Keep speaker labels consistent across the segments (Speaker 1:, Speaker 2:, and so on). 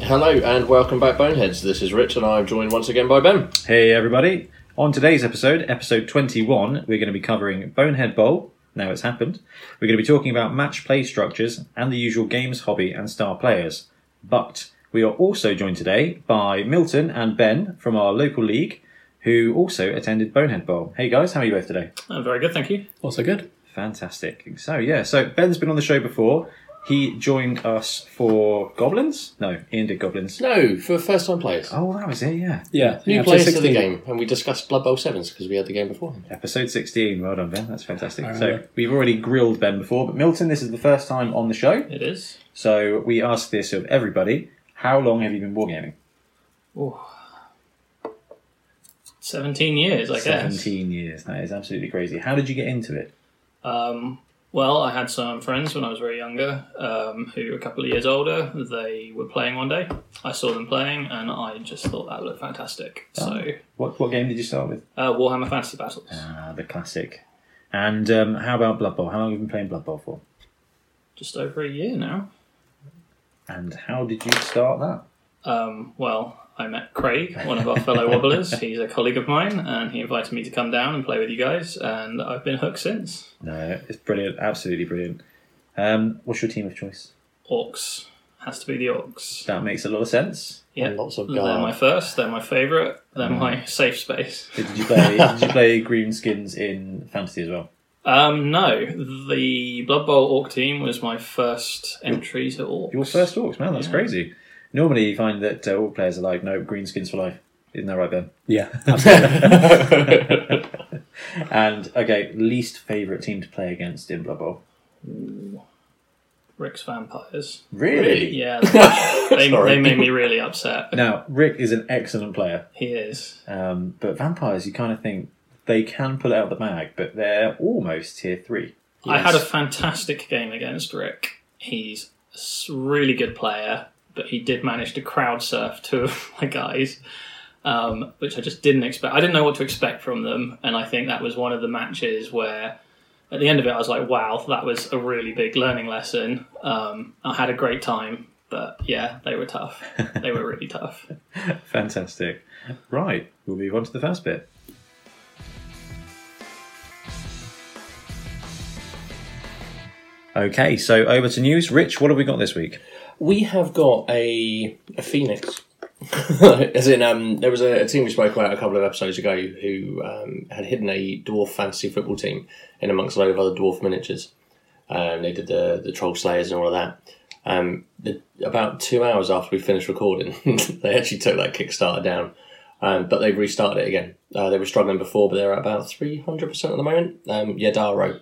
Speaker 1: Hello and welcome back, Boneheads. This is Rich, and I'm joined once again by Ben.
Speaker 2: Hey everybody! On today's episode, episode 21, we're going to be covering Bonehead Bowl. Now it's happened. We're going to be talking about match play structures and the usual games hobby and star players. But we are also joined today by Milton and Ben from our local league, who also attended Bonehead Bowl. Hey guys, how are you both today?
Speaker 3: Oh, very good, thank you.
Speaker 4: Also good.
Speaker 2: Fantastic. So yeah, so Ben's been on the show before. He joined us for Goblins. No, Ian did Goblins.
Speaker 1: No, for first time players.
Speaker 2: Oh, that was it. Yeah,
Speaker 4: Yeah.
Speaker 1: New
Speaker 4: yeah,
Speaker 1: players
Speaker 4: so
Speaker 1: to the
Speaker 4: 16.
Speaker 1: game, and we discussed Blood Bowl 7s because we had the game beforehand.
Speaker 2: Episode 16. Well done, Ben. That's fantastic.
Speaker 4: All right.
Speaker 2: So, we've already grilled Ben before, but Milton, this is the first time on the show.
Speaker 3: It is.
Speaker 2: So, we ask this of everybody how long have you been wargaming?
Speaker 3: Ooh. 17 years, I guess.
Speaker 2: 17 years. That is absolutely crazy. How did you get into it?
Speaker 3: Um, well, I had some friends when I was very younger um, who were a couple of years older. They were playing one day. I saw them playing and I just thought that looked fantastic. So,
Speaker 2: What, what game did you start with?
Speaker 3: uh, Warhammer Fantasy Battles.
Speaker 2: Ah, the classic. And um, how about Blood Bowl? How long have you been playing Blood Bowl for?
Speaker 3: Just over a year now.
Speaker 2: And how did you start that?
Speaker 3: Um, well, I met Craig, one of our fellow wobblers. He's a colleague of mine and he invited me to come down and play with you guys. And I've been hooked since.
Speaker 2: No, it's brilliant. Absolutely brilliant. Um, what's your team of choice?
Speaker 3: Orcs. Has to be the Orcs.
Speaker 2: That makes a lot of sense.
Speaker 3: Yeah,
Speaker 1: Lots of
Speaker 3: They're
Speaker 1: guile.
Speaker 3: my first. They're my favourite. They're my safe space.
Speaker 2: Did you play? did you play green skins in fantasy as well?
Speaker 3: Um, no, the Blood Bowl Orc team was my first entry to Orcs.
Speaker 2: Your first orcs, man, that's
Speaker 3: Yeah.
Speaker 2: crazy. Normally, you find that uh, all players are like, no, green skins for life. Isn't that right, Ben?
Speaker 4: Yeah. Absolutely.
Speaker 2: And okay, least favorite team to play against in Blood Bowl.
Speaker 3: Rick's Vampires.
Speaker 1: Really?
Speaker 3: Yeah, they, they,
Speaker 1: Sorry.
Speaker 3: they made me really upset.
Speaker 2: Now, Rick is an excellent player,
Speaker 3: He is.
Speaker 2: um, but vampires, you kind of think they can pull out the bag, but they're almost tier three.
Speaker 3: I had a fantastic game against Rick. He's a s- really good player, but he did manage to crowd surf two of my guys, um, which I just didn't expect. I didn't know what to expect from them, and I think that was one of the matches where, at the end of it, I was like, "Wow, that was a really big learning lesson." Um, I had a great time, but yeah, they were tough. they were really tough.
Speaker 2: Fantastic. Right, we'll move on to the first bit. Okay, so over to news. Rich, what have we got this week?
Speaker 1: We have got a, a phoenix. As in, um, there was a, a team we spoke about a couple of episodes ago who um, had hidden a dwarf fantasy football team in amongst a load of other dwarf miniatures. Um, they did the, the troll slayers and all of that. Um, the, about two hours after we finished recording, they actually took that Kickstarter down. Um, but they've restarted it again. Uh, they were struggling before, but they're at about 300% at the moment. Um, Yadaro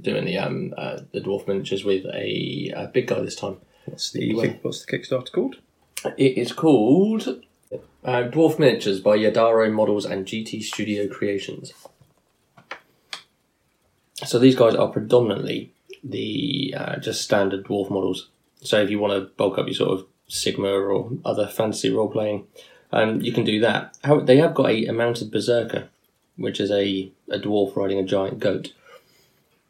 Speaker 1: doing the um, uh, the dwarf miniatures with a, a big guy this time.
Speaker 2: What's the, kick, what's the Kickstarter called?
Speaker 1: It is called uh, Dwarf Miniatures by Yadaro Models and GT Studio Creations. So these guys are predominantly the uh, just standard dwarf models. So if you want to bulk up your sort of Sigma or other fantasy role playing, um, you can do that. How, they have got a, a mounted berserker, which is a, a dwarf riding a giant goat,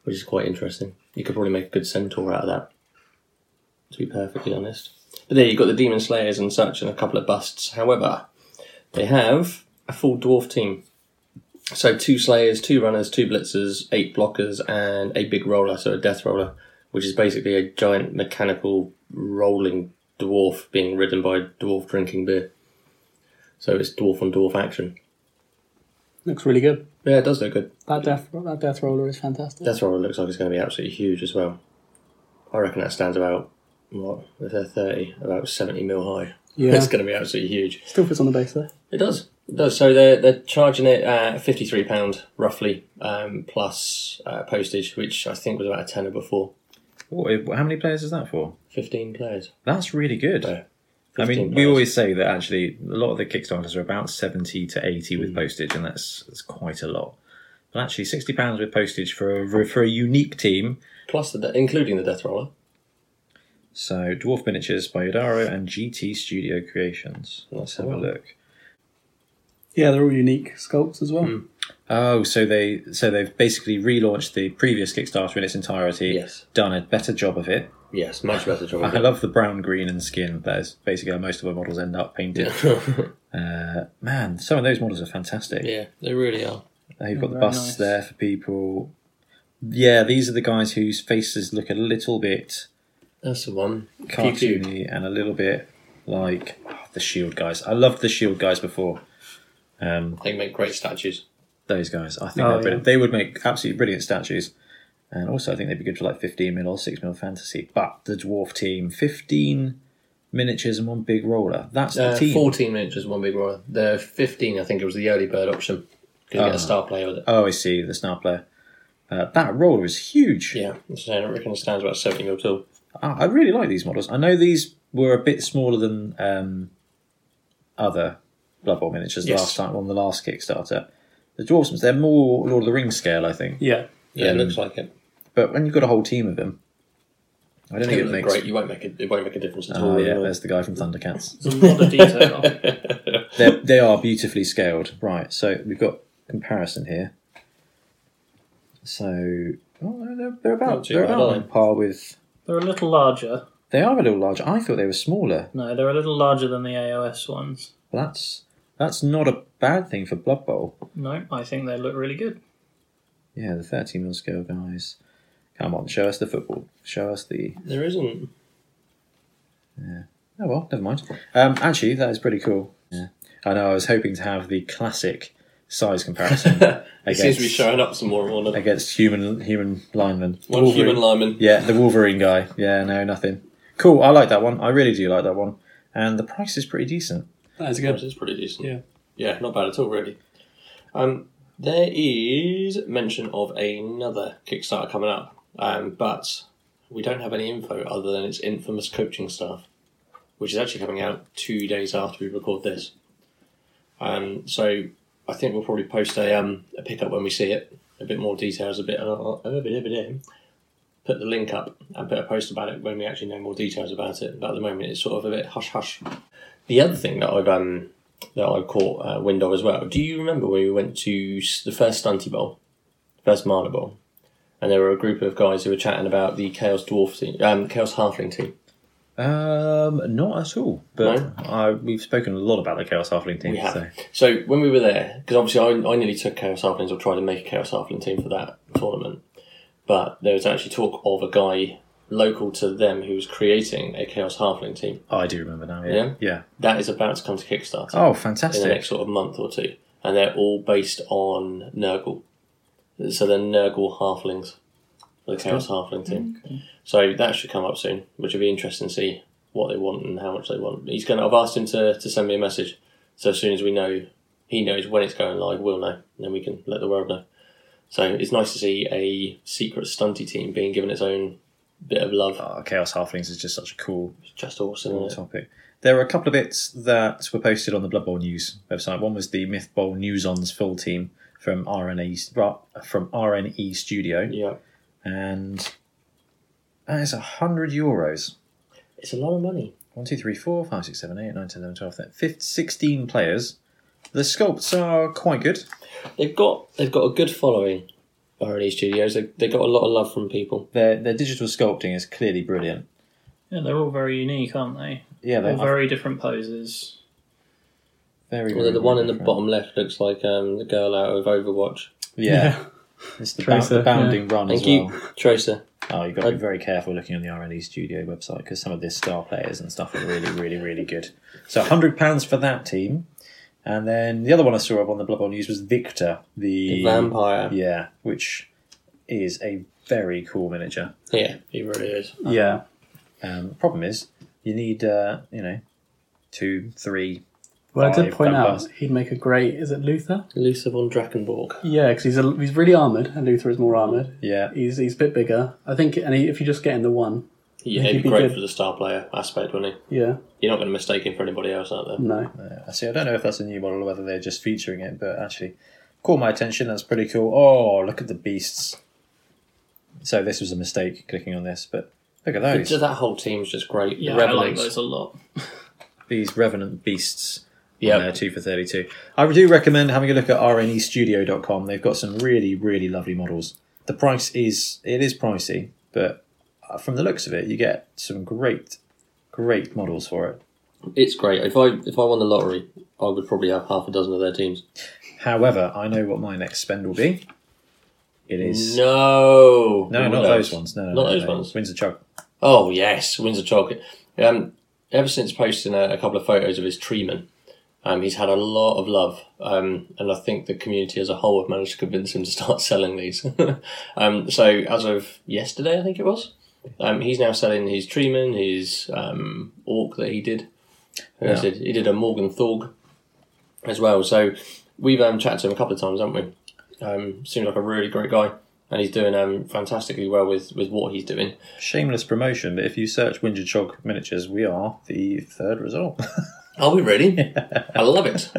Speaker 1: which is quite interesting. You could probably make a good centaur out of that, to be perfectly honest. But there you've got the Demon Slayers and such, and a couple of busts. However, they have a full dwarf team. So two Slayers, two Runners, two Blitzers, eight Blockers, and a big roller, so a Death Roller, which is basically a giant mechanical rolling dwarf being ridden by a dwarf drinking beer. So it's dwarf on dwarf action.
Speaker 4: Looks really good.
Speaker 1: Yeah, it does look good.
Speaker 4: That death that death roller is fantastic.
Speaker 1: Death Roller looks like it's going to be absolutely huge as well. I reckon that stands about, what, if they're 30, about 70 mil high.
Speaker 4: Yeah.
Speaker 1: It's going to be absolutely huge.
Speaker 4: Still fits on the base there.
Speaker 1: It does. It does. So they're they're charging it at fifty three pound roughly, um, plus uh, postage, which I think was about a tenner before.
Speaker 2: What, eh, how many players is that for?
Speaker 1: Fifteen players.
Speaker 2: That's really good.
Speaker 1: Yeah,
Speaker 2: I mean,
Speaker 1: 15
Speaker 2: we
Speaker 1: players.
Speaker 2: always say that actually a lot of the Kickstarters are about 70 to 80
Speaker 1: Hmm.
Speaker 2: with postage, and that's, that's quite a lot. But actually, £60 with postage for a, for a unique team.
Speaker 1: plus the de- including the death roller.
Speaker 2: So, Dwarf Miniatures by Yadaro and GT Studio Creations. Let's have a
Speaker 1: Wow.
Speaker 2: look.
Speaker 4: Yeah, they're all unique sculpts as well.
Speaker 2: Oh, so they so they've basically relaunched the previous Kickstarter in its entirety.
Speaker 1: Yes.
Speaker 2: Done a better job of it.
Speaker 1: Yes, much better job.
Speaker 2: I love the brown, green, and skin. That is basically how most of our models end up painted. uh, man, some of those models are fantastic.
Speaker 1: yeah, they really are.
Speaker 2: They've got the
Speaker 3: Very
Speaker 2: busts
Speaker 3: nice.
Speaker 2: there for people. Yeah, these are the guys whose faces look a little bit
Speaker 1: That's the one. PQ.
Speaker 2: cartoony and a little bit like oh, the Shield guys. I loved the Shield guys before. Um,
Speaker 1: They make great statues.
Speaker 2: those guys, I think
Speaker 3: Oh,
Speaker 2: they're brilliant. they would make absolutely brilliant statues. And also, I think they'd be good for like 15 mil or 6 mil fantasy. But the dwarf team, 15 miniatures and one big roller. That's
Speaker 1: Uh,
Speaker 2: the team.
Speaker 1: 14 miniatures, one big roller. The 15, I think it was the early bird option. Could get
Speaker 2: Ah.
Speaker 1: a star player with it.
Speaker 2: Oh, I see, the snarl player. Uh, that roller is huge.
Speaker 1: Yeah, I'm saying I reckon it stands about 70 mil tall.
Speaker 2: Ah, I I really like these models. I know these were a bit smaller than um, other Blood Bowl miniatures
Speaker 1: Yes.
Speaker 2: last time on the last Kickstarter. The dwarfs, they're more Lord of the Rings scale, I think.
Speaker 4: Yeah.
Speaker 1: Yeah,
Speaker 2: Um,
Speaker 1: it looks like it.
Speaker 2: But when you've got a whole team of them, I don't think
Speaker 1: It'll
Speaker 2: it
Speaker 1: look
Speaker 2: makes.
Speaker 1: great. You won't make a, it won't make a difference at
Speaker 2: Ah,
Speaker 1: all.
Speaker 2: yeah,
Speaker 1: will it?
Speaker 2: there's the guy from Thundercats.
Speaker 3: There's a lot of detail.
Speaker 2: They're, they are beautifully scaled, right? So we've got comparison here. So oh, no, they're, they're
Speaker 1: Not
Speaker 2: about
Speaker 1: too
Speaker 2: they're
Speaker 1: bad,
Speaker 2: about
Speaker 1: are they?
Speaker 2: on par with.
Speaker 3: they're a little larger.
Speaker 2: They are a little larger. I thought they were smaller.
Speaker 3: No, they're a little larger than the AOS ones.
Speaker 2: Well, that's that's not a bad thing for Blood Bowl.
Speaker 3: No, I think they look really good.
Speaker 2: Yeah, the 30 mil scale guys. Come on, show us the football. Show us the.
Speaker 1: There isn't.
Speaker 2: Oh well, never mind. Um, actually, that is pretty cool. Yeah. I know. I was hoping to have the classic size comparison
Speaker 1: It
Speaker 2: against
Speaker 1: seems to be showing up some more and more. doesn't it?
Speaker 2: against human human linemen.
Speaker 1: One human lineman.
Speaker 2: Yeah, the Wolverine guy. Yeah, no, nothing. Cool. I like that one. I really do like that one. And the price is pretty decent.
Speaker 4: That is
Speaker 1: Which
Speaker 4: good.
Speaker 1: is pretty decent.
Speaker 4: Yeah.
Speaker 1: Yeah, not bad at all, really. Um, there is mention of another Kickstarter coming up, um, but we don't have any info other than its infamous coaching staff, which is actually coming out two days after we record this. Um, so I think we'll probably post a, um, a pickup when we see it, a bit more details, a bit, put the link up and put a post about it when we actually know more details about it. But at the moment, it's sort of a bit hush hush. The other thing that I've um, that I caught uh, wind of as well. Do you remember when we went to s- the first Stunty Bowl, first Marla Bowl, and there were a group of guys who were chatting about the Chaos Dwarf team, um, Chaos Halfling team?
Speaker 2: Um, not at all. But
Speaker 1: No?
Speaker 2: I, we've spoken a lot about the Chaos Halfling team.
Speaker 1: We have.
Speaker 2: So.
Speaker 1: So when we were there, because obviously I, I nearly took Chaos Halflings or tried to make a Chaos Halfling team for that tournament, but there was actually talk of a guy local to them who was creating a Chaos Halfling team.
Speaker 2: Oh, I do remember now. Yeah.
Speaker 1: Yeah?
Speaker 2: Yeah.
Speaker 1: That is about to come to Kickstarter.
Speaker 2: Oh,
Speaker 1: in the
Speaker 2: fantastic.
Speaker 1: next sort of month or two, and they're all based on Nurgle. So they're Nurgle halflings, the Chaos halfling team. So that should come up soon, which will be interesting to see what they want and how much they want. He's going. to I've asked him to, to send me a message, so as soon as we know, he knows when it's going live. We'll know, and then we can let the world know. So it's nice to see a secret stunty team being given its own bit of love.
Speaker 2: Oh, Chaos Halflings is just such a cool
Speaker 1: It's just awesome. Isn't it?
Speaker 2: topic. There were a couple of bits that were posted on the Blood Bowl News website. One was the Myth Bowl News On's full team from RNE ra- from RNE Studio,
Speaker 1: Yeah,
Speaker 2: and that is hundred euros.
Speaker 1: it's a lot of money.
Speaker 2: One, two, three, four, five, six, seven, eight, nine, ten, eleven, twelve, thirteen, fifteen, sixteen players. The sculpts are quite good.
Speaker 1: They've got they've got a good following. R&D Studios, they they got a lot of love from people.
Speaker 2: Their their digital sculpting is clearly brilliant.
Speaker 3: Yeah, they're all very unique, aren't they?
Speaker 2: Yeah, they're
Speaker 3: All very different poses.
Speaker 2: very,
Speaker 1: Although the
Speaker 2: very
Speaker 1: one in the
Speaker 2: different.
Speaker 1: bottom left looks like um, the girl out of Overwatch.
Speaker 2: Yeah, it's the, bound,
Speaker 4: Tracer,
Speaker 2: the bounding run
Speaker 1: Thank
Speaker 2: as
Speaker 1: you,
Speaker 2: well.
Speaker 1: Tracer.
Speaker 2: Oh, you've got to be
Speaker 1: I-
Speaker 2: very careful looking on the RNE Studio website because some of their star players and stuff are really, really, really good. So £100 for that team. And then the other one I saw up on the Blood Bowl News was Victor, the,
Speaker 1: The vampire.
Speaker 2: Yeah, which is a very cool miniature.
Speaker 1: Yeah, he really is.
Speaker 4: Yeah.
Speaker 2: Um, problem is, you need, uh, you know, two, three.
Speaker 4: Well, I did
Speaker 2: Five
Speaker 4: point out
Speaker 2: vampires.
Speaker 4: he'd make a great. Is it Luther?
Speaker 1: Luther von Drakenborg.
Speaker 4: Yeah, because he's a, he's really armored, and Luther is more armored.
Speaker 2: Yeah.
Speaker 4: He's he's a bit bigger, I think. And he, if you just get in the one,
Speaker 1: Yeah,
Speaker 4: He'd
Speaker 1: he'd
Speaker 4: be
Speaker 1: be great
Speaker 4: good.
Speaker 1: for the star player aspect, wouldn't he?
Speaker 4: yeah,
Speaker 1: You're not going to mistake him for anybody else out there.
Speaker 4: no,
Speaker 2: I see. I don't know if that's a new model or whether they're just featuring it, but actually caught my attention. That's pretty cool. Oh, look at the beasts. So this was a mistake clicking on this, but look at those.
Speaker 1: So that whole team's just great.
Speaker 3: Yeah,
Speaker 1: the
Speaker 3: I like
Speaker 1: Revenants.
Speaker 3: those a lot.
Speaker 2: these revenant beasts
Speaker 1: Yep.
Speaker 2: on there, two for 32. I do recommend having a look at E rnestudio.com. They've got some really, really lovely models. The price is, it is pricey, but uh, from the looks of it, you get some great, great models for it.
Speaker 1: It's great. If I if I won the lottery, I would probably have half a dozen of their teams.
Speaker 2: However, I know what my next spend will be. It is.
Speaker 1: No,
Speaker 2: No, not those ones. No, no,
Speaker 1: Not
Speaker 2: no,
Speaker 1: those
Speaker 2: no.
Speaker 1: ones.
Speaker 2: Windsor Chug.
Speaker 1: Oh yes, Windsor Chocolate. Um, ever since posting a, a couple of photos of his treeman, um, he's had a lot of love, um, and I think the community as a whole have managed to convince him to start selling these. um, so as of yesterday, I think it was, um, he's now selling his treeman, his um, orc that he did. He
Speaker 2: Yeah.
Speaker 1: did- He did a Morgan Thorg as well. So we've um, chatted to him a couple of times, haven't we? Um, seems like a really great guy, and he's doing um, fantastically well with, with what he's doing.
Speaker 2: Shameless promotion, but if you search Windsor Chog miniatures, we are the third result.
Speaker 1: Are we ready? I love it.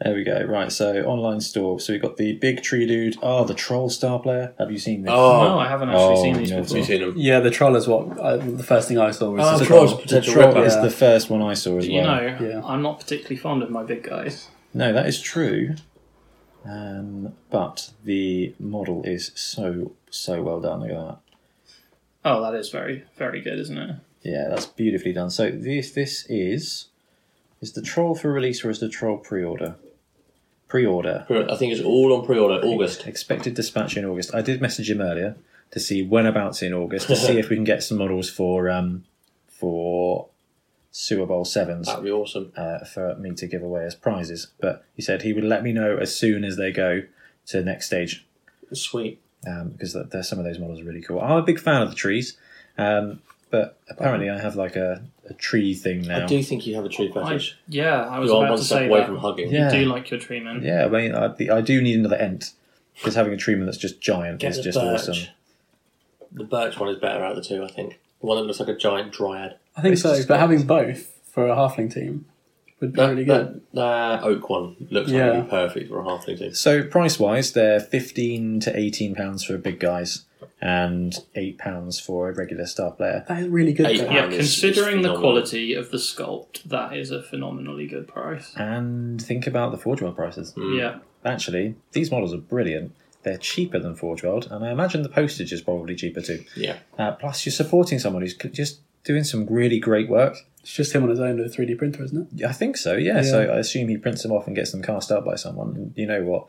Speaker 2: There we go. Right, so online store. So we've got the big tree dude. Oh, the troll star player. Have you seen this?
Speaker 1: Oh.
Speaker 3: no, I haven't actually
Speaker 2: Oh,
Speaker 3: seen these
Speaker 2: no,
Speaker 3: before.
Speaker 1: seen them?
Speaker 4: Yeah, the troll is what I, the first thing I saw was
Speaker 1: Oh, troll's
Speaker 4: the Ah, troll.
Speaker 2: the
Speaker 1: potential
Speaker 2: troll
Speaker 1: ripper.
Speaker 2: is the first one I saw as
Speaker 3: You
Speaker 2: well.
Speaker 3: know,
Speaker 4: Yeah.
Speaker 3: I'm not particularly fond of my big guys.
Speaker 2: No, that is true. Um, but the model is so so well done. Look at that.
Speaker 3: Oh, that is very, very good, isn't it?
Speaker 2: Yeah, that's beautifully done. So this this is is the troll for release or is the troll pre-order? Pre-order.
Speaker 1: I think it's all on pre-order August.
Speaker 2: Expected dispatch in August. I did message him earlier to see whenabouts in August to see if we can get some models for um for Super Bowl sevens
Speaker 1: That'd be awesome.
Speaker 2: uh, for me to give away as prizes. But he said he would let me know as soon as they go to the next stage
Speaker 1: Sweet.
Speaker 2: um, because th- there's some of those models are really cool. I'm a big fan of the trees, um, but apparently I have like a, a tree thing now.
Speaker 1: I do think you have a tree
Speaker 3: I,
Speaker 1: fetish.
Speaker 3: yeah, I was
Speaker 1: You are
Speaker 3: about
Speaker 1: one
Speaker 3: to
Speaker 1: step
Speaker 3: say
Speaker 1: away
Speaker 3: that.
Speaker 1: from hugging.
Speaker 2: Yeah.
Speaker 3: You do like your tree man.
Speaker 2: Yeah, I mean, I, the, I do need another ent because having a treeman that's just giant
Speaker 1: Get
Speaker 2: is
Speaker 1: the
Speaker 2: just
Speaker 1: birch.
Speaker 2: awesome.
Speaker 1: The birch one is better out of the two, I think. The one that looks like a giant dryad.
Speaker 4: I think
Speaker 2: It's
Speaker 4: so,
Speaker 2: just
Speaker 4: but having both for a halfling team would be
Speaker 1: That,
Speaker 4: really good.
Speaker 1: that, that oak one looks like
Speaker 4: Yeah.
Speaker 1: it'd be perfect for a halfling too.
Speaker 2: So price wise, they're fifteen to eighteen pounds for big guys, and eight pounds for a regular star player.
Speaker 4: That is really good.
Speaker 1: Eight
Speaker 4: though.
Speaker 3: Yeah,
Speaker 1: And it's- it's
Speaker 3: considering the
Speaker 1: phenomenal.
Speaker 3: quality of the sculpt, that is a phenomenally good price.
Speaker 2: And think about the Forge World prices.
Speaker 1: Hmm.
Speaker 3: Yeah,
Speaker 2: Actually, these models are brilliant. They're cheaper than Forge World, and I imagine the postage is probably cheaper too.
Speaker 1: Yeah.
Speaker 2: Uh, plus, you're supporting someone who's c- just doing some really great work.
Speaker 4: It's just him on his own with a 3D printer, isn't it?
Speaker 2: I think so. Yeah.
Speaker 4: Yeah.
Speaker 2: So I assume he prints them off and gets them cast out by someone. And you know what?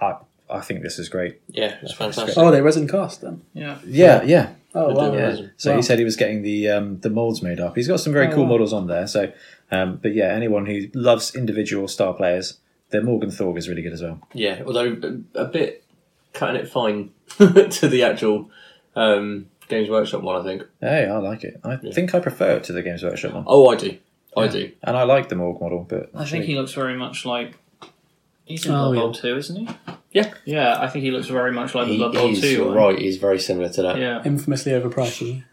Speaker 2: I I think this is great.
Speaker 1: Yeah, it's fantastic.
Speaker 4: Oh, they resin cast them.
Speaker 3: yeah.
Speaker 2: Yeah. Yeah.
Speaker 4: Oh, wow.
Speaker 1: Yeah.
Speaker 2: Yeah. So he
Speaker 4: Wow.
Speaker 2: said he was getting the um, the molds made up. He's got some very
Speaker 4: Oh,
Speaker 2: cool
Speaker 4: wow.
Speaker 2: models on there. So, um, but yeah, anyone who loves individual star players, their Morgan Thorg is really good as well.
Speaker 1: Yeah, although a, a bit cutting it fine to the actual um, Games Workshop one, I think.
Speaker 2: Hey, I like it. I think I prefer it to the Games Workshop one,
Speaker 1: Oh, I do. I do.
Speaker 2: and I like the Morg model. But
Speaker 3: I think he looks very much like. He's in
Speaker 4: Oh,
Speaker 3: Blood
Speaker 4: yeah.
Speaker 3: Bowl 2, isn't he?
Speaker 1: Yeah.
Speaker 3: Yeah, I think he looks very much like the
Speaker 1: He
Speaker 3: Blood Bowl
Speaker 1: is,
Speaker 3: 2
Speaker 1: you're
Speaker 3: one.
Speaker 1: right, he's very similar to that.
Speaker 3: Yeah.
Speaker 4: Infamously overpriced, isn't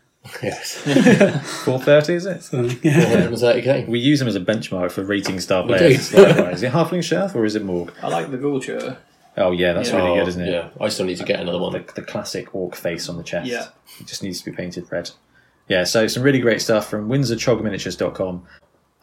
Speaker 1: Yes.
Speaker 2: four thirty is it?
Speaker 4: it? Yeah.
Speaker 1: 130k.
Speaker 2: We use them as a benchmark for rating star
Speaker 1: We do.
Speaker 2: players. Likewise. is it Halfling Shaft or is it Morg?
Speaker 3: I like the Gulcher.
Speaker 2: Oh yeah, that's
Speaker 3: Yeah.
Speaker 2: really good, isn't it?
Speaker 1: Yeah, I still need to get another one.
Speaker 2: The, the classic orc face on the chest.
Speaker 3: Yeah.
Speaker 2: It just needs to be painted red. Yeah, so some really great stuff from windsorchogminiatures.com.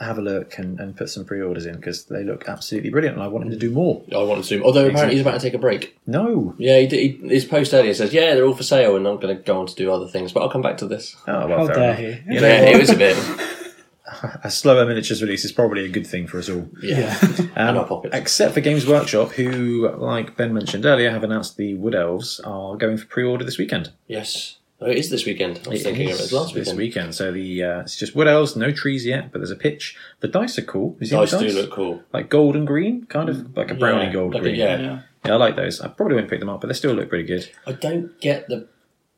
Speaker 2: Have a look and, and put some pre orders in because they look absolutely brilliant and I want him to do more.
Speaker 1: I want to zoom. Although apparently he's about to take a break.
Speaker 2: No.
Speaker 1: Yeah, he did, he, his post earlier says, "Yeah, they're all for sale," and I'm going to go on to do other things. But I'll come back to this.
Speaker 2: Oh, well,
Speaker 4: How
Speaker 2: fair
Speaker 4: dare
Speaker 2: enough.
Speaker 4: he?
Speaker 2: You know
Speaker 1: Yeah,
Speaker 2: what?
Speaker 1: it was a bit.
Speaker 2: A slower miniatures release is probably a good thing for us all.
Speaker 1: Yeah,
Speaker 2: Um,
Speaker 1: and our pockets.
Speaker 2: Except for Games Workshop, who, like Ben mentioned earlier, have announced the Wood Elves are going for pre order this weekend.
Speaker 1: yes, oh, it is this weekend. I was thinking of it as last
Speaker 2: this
Speaker 1: weekend.
Speaker 2: weekend. So the uh, it's just wood elves, no trees yet, but there's a pitch. The dice are cool. Have you seen
Speaker 1: Dice
Speaker 2: the
Speaker 1: do look cool.
Speaker 2: like gold and green, kind of like a brownie
Speaker 1: Yeah,
Speaker 2: gold
Speaker 1: like a-
Speaker 2: green.
Speaker 1: yeah.
Speaker 3: Yeah.
Speaker 2: Yeah, I like those. I probably won't pick them up, but they still look pretty good.
Speaker 1: I don't get the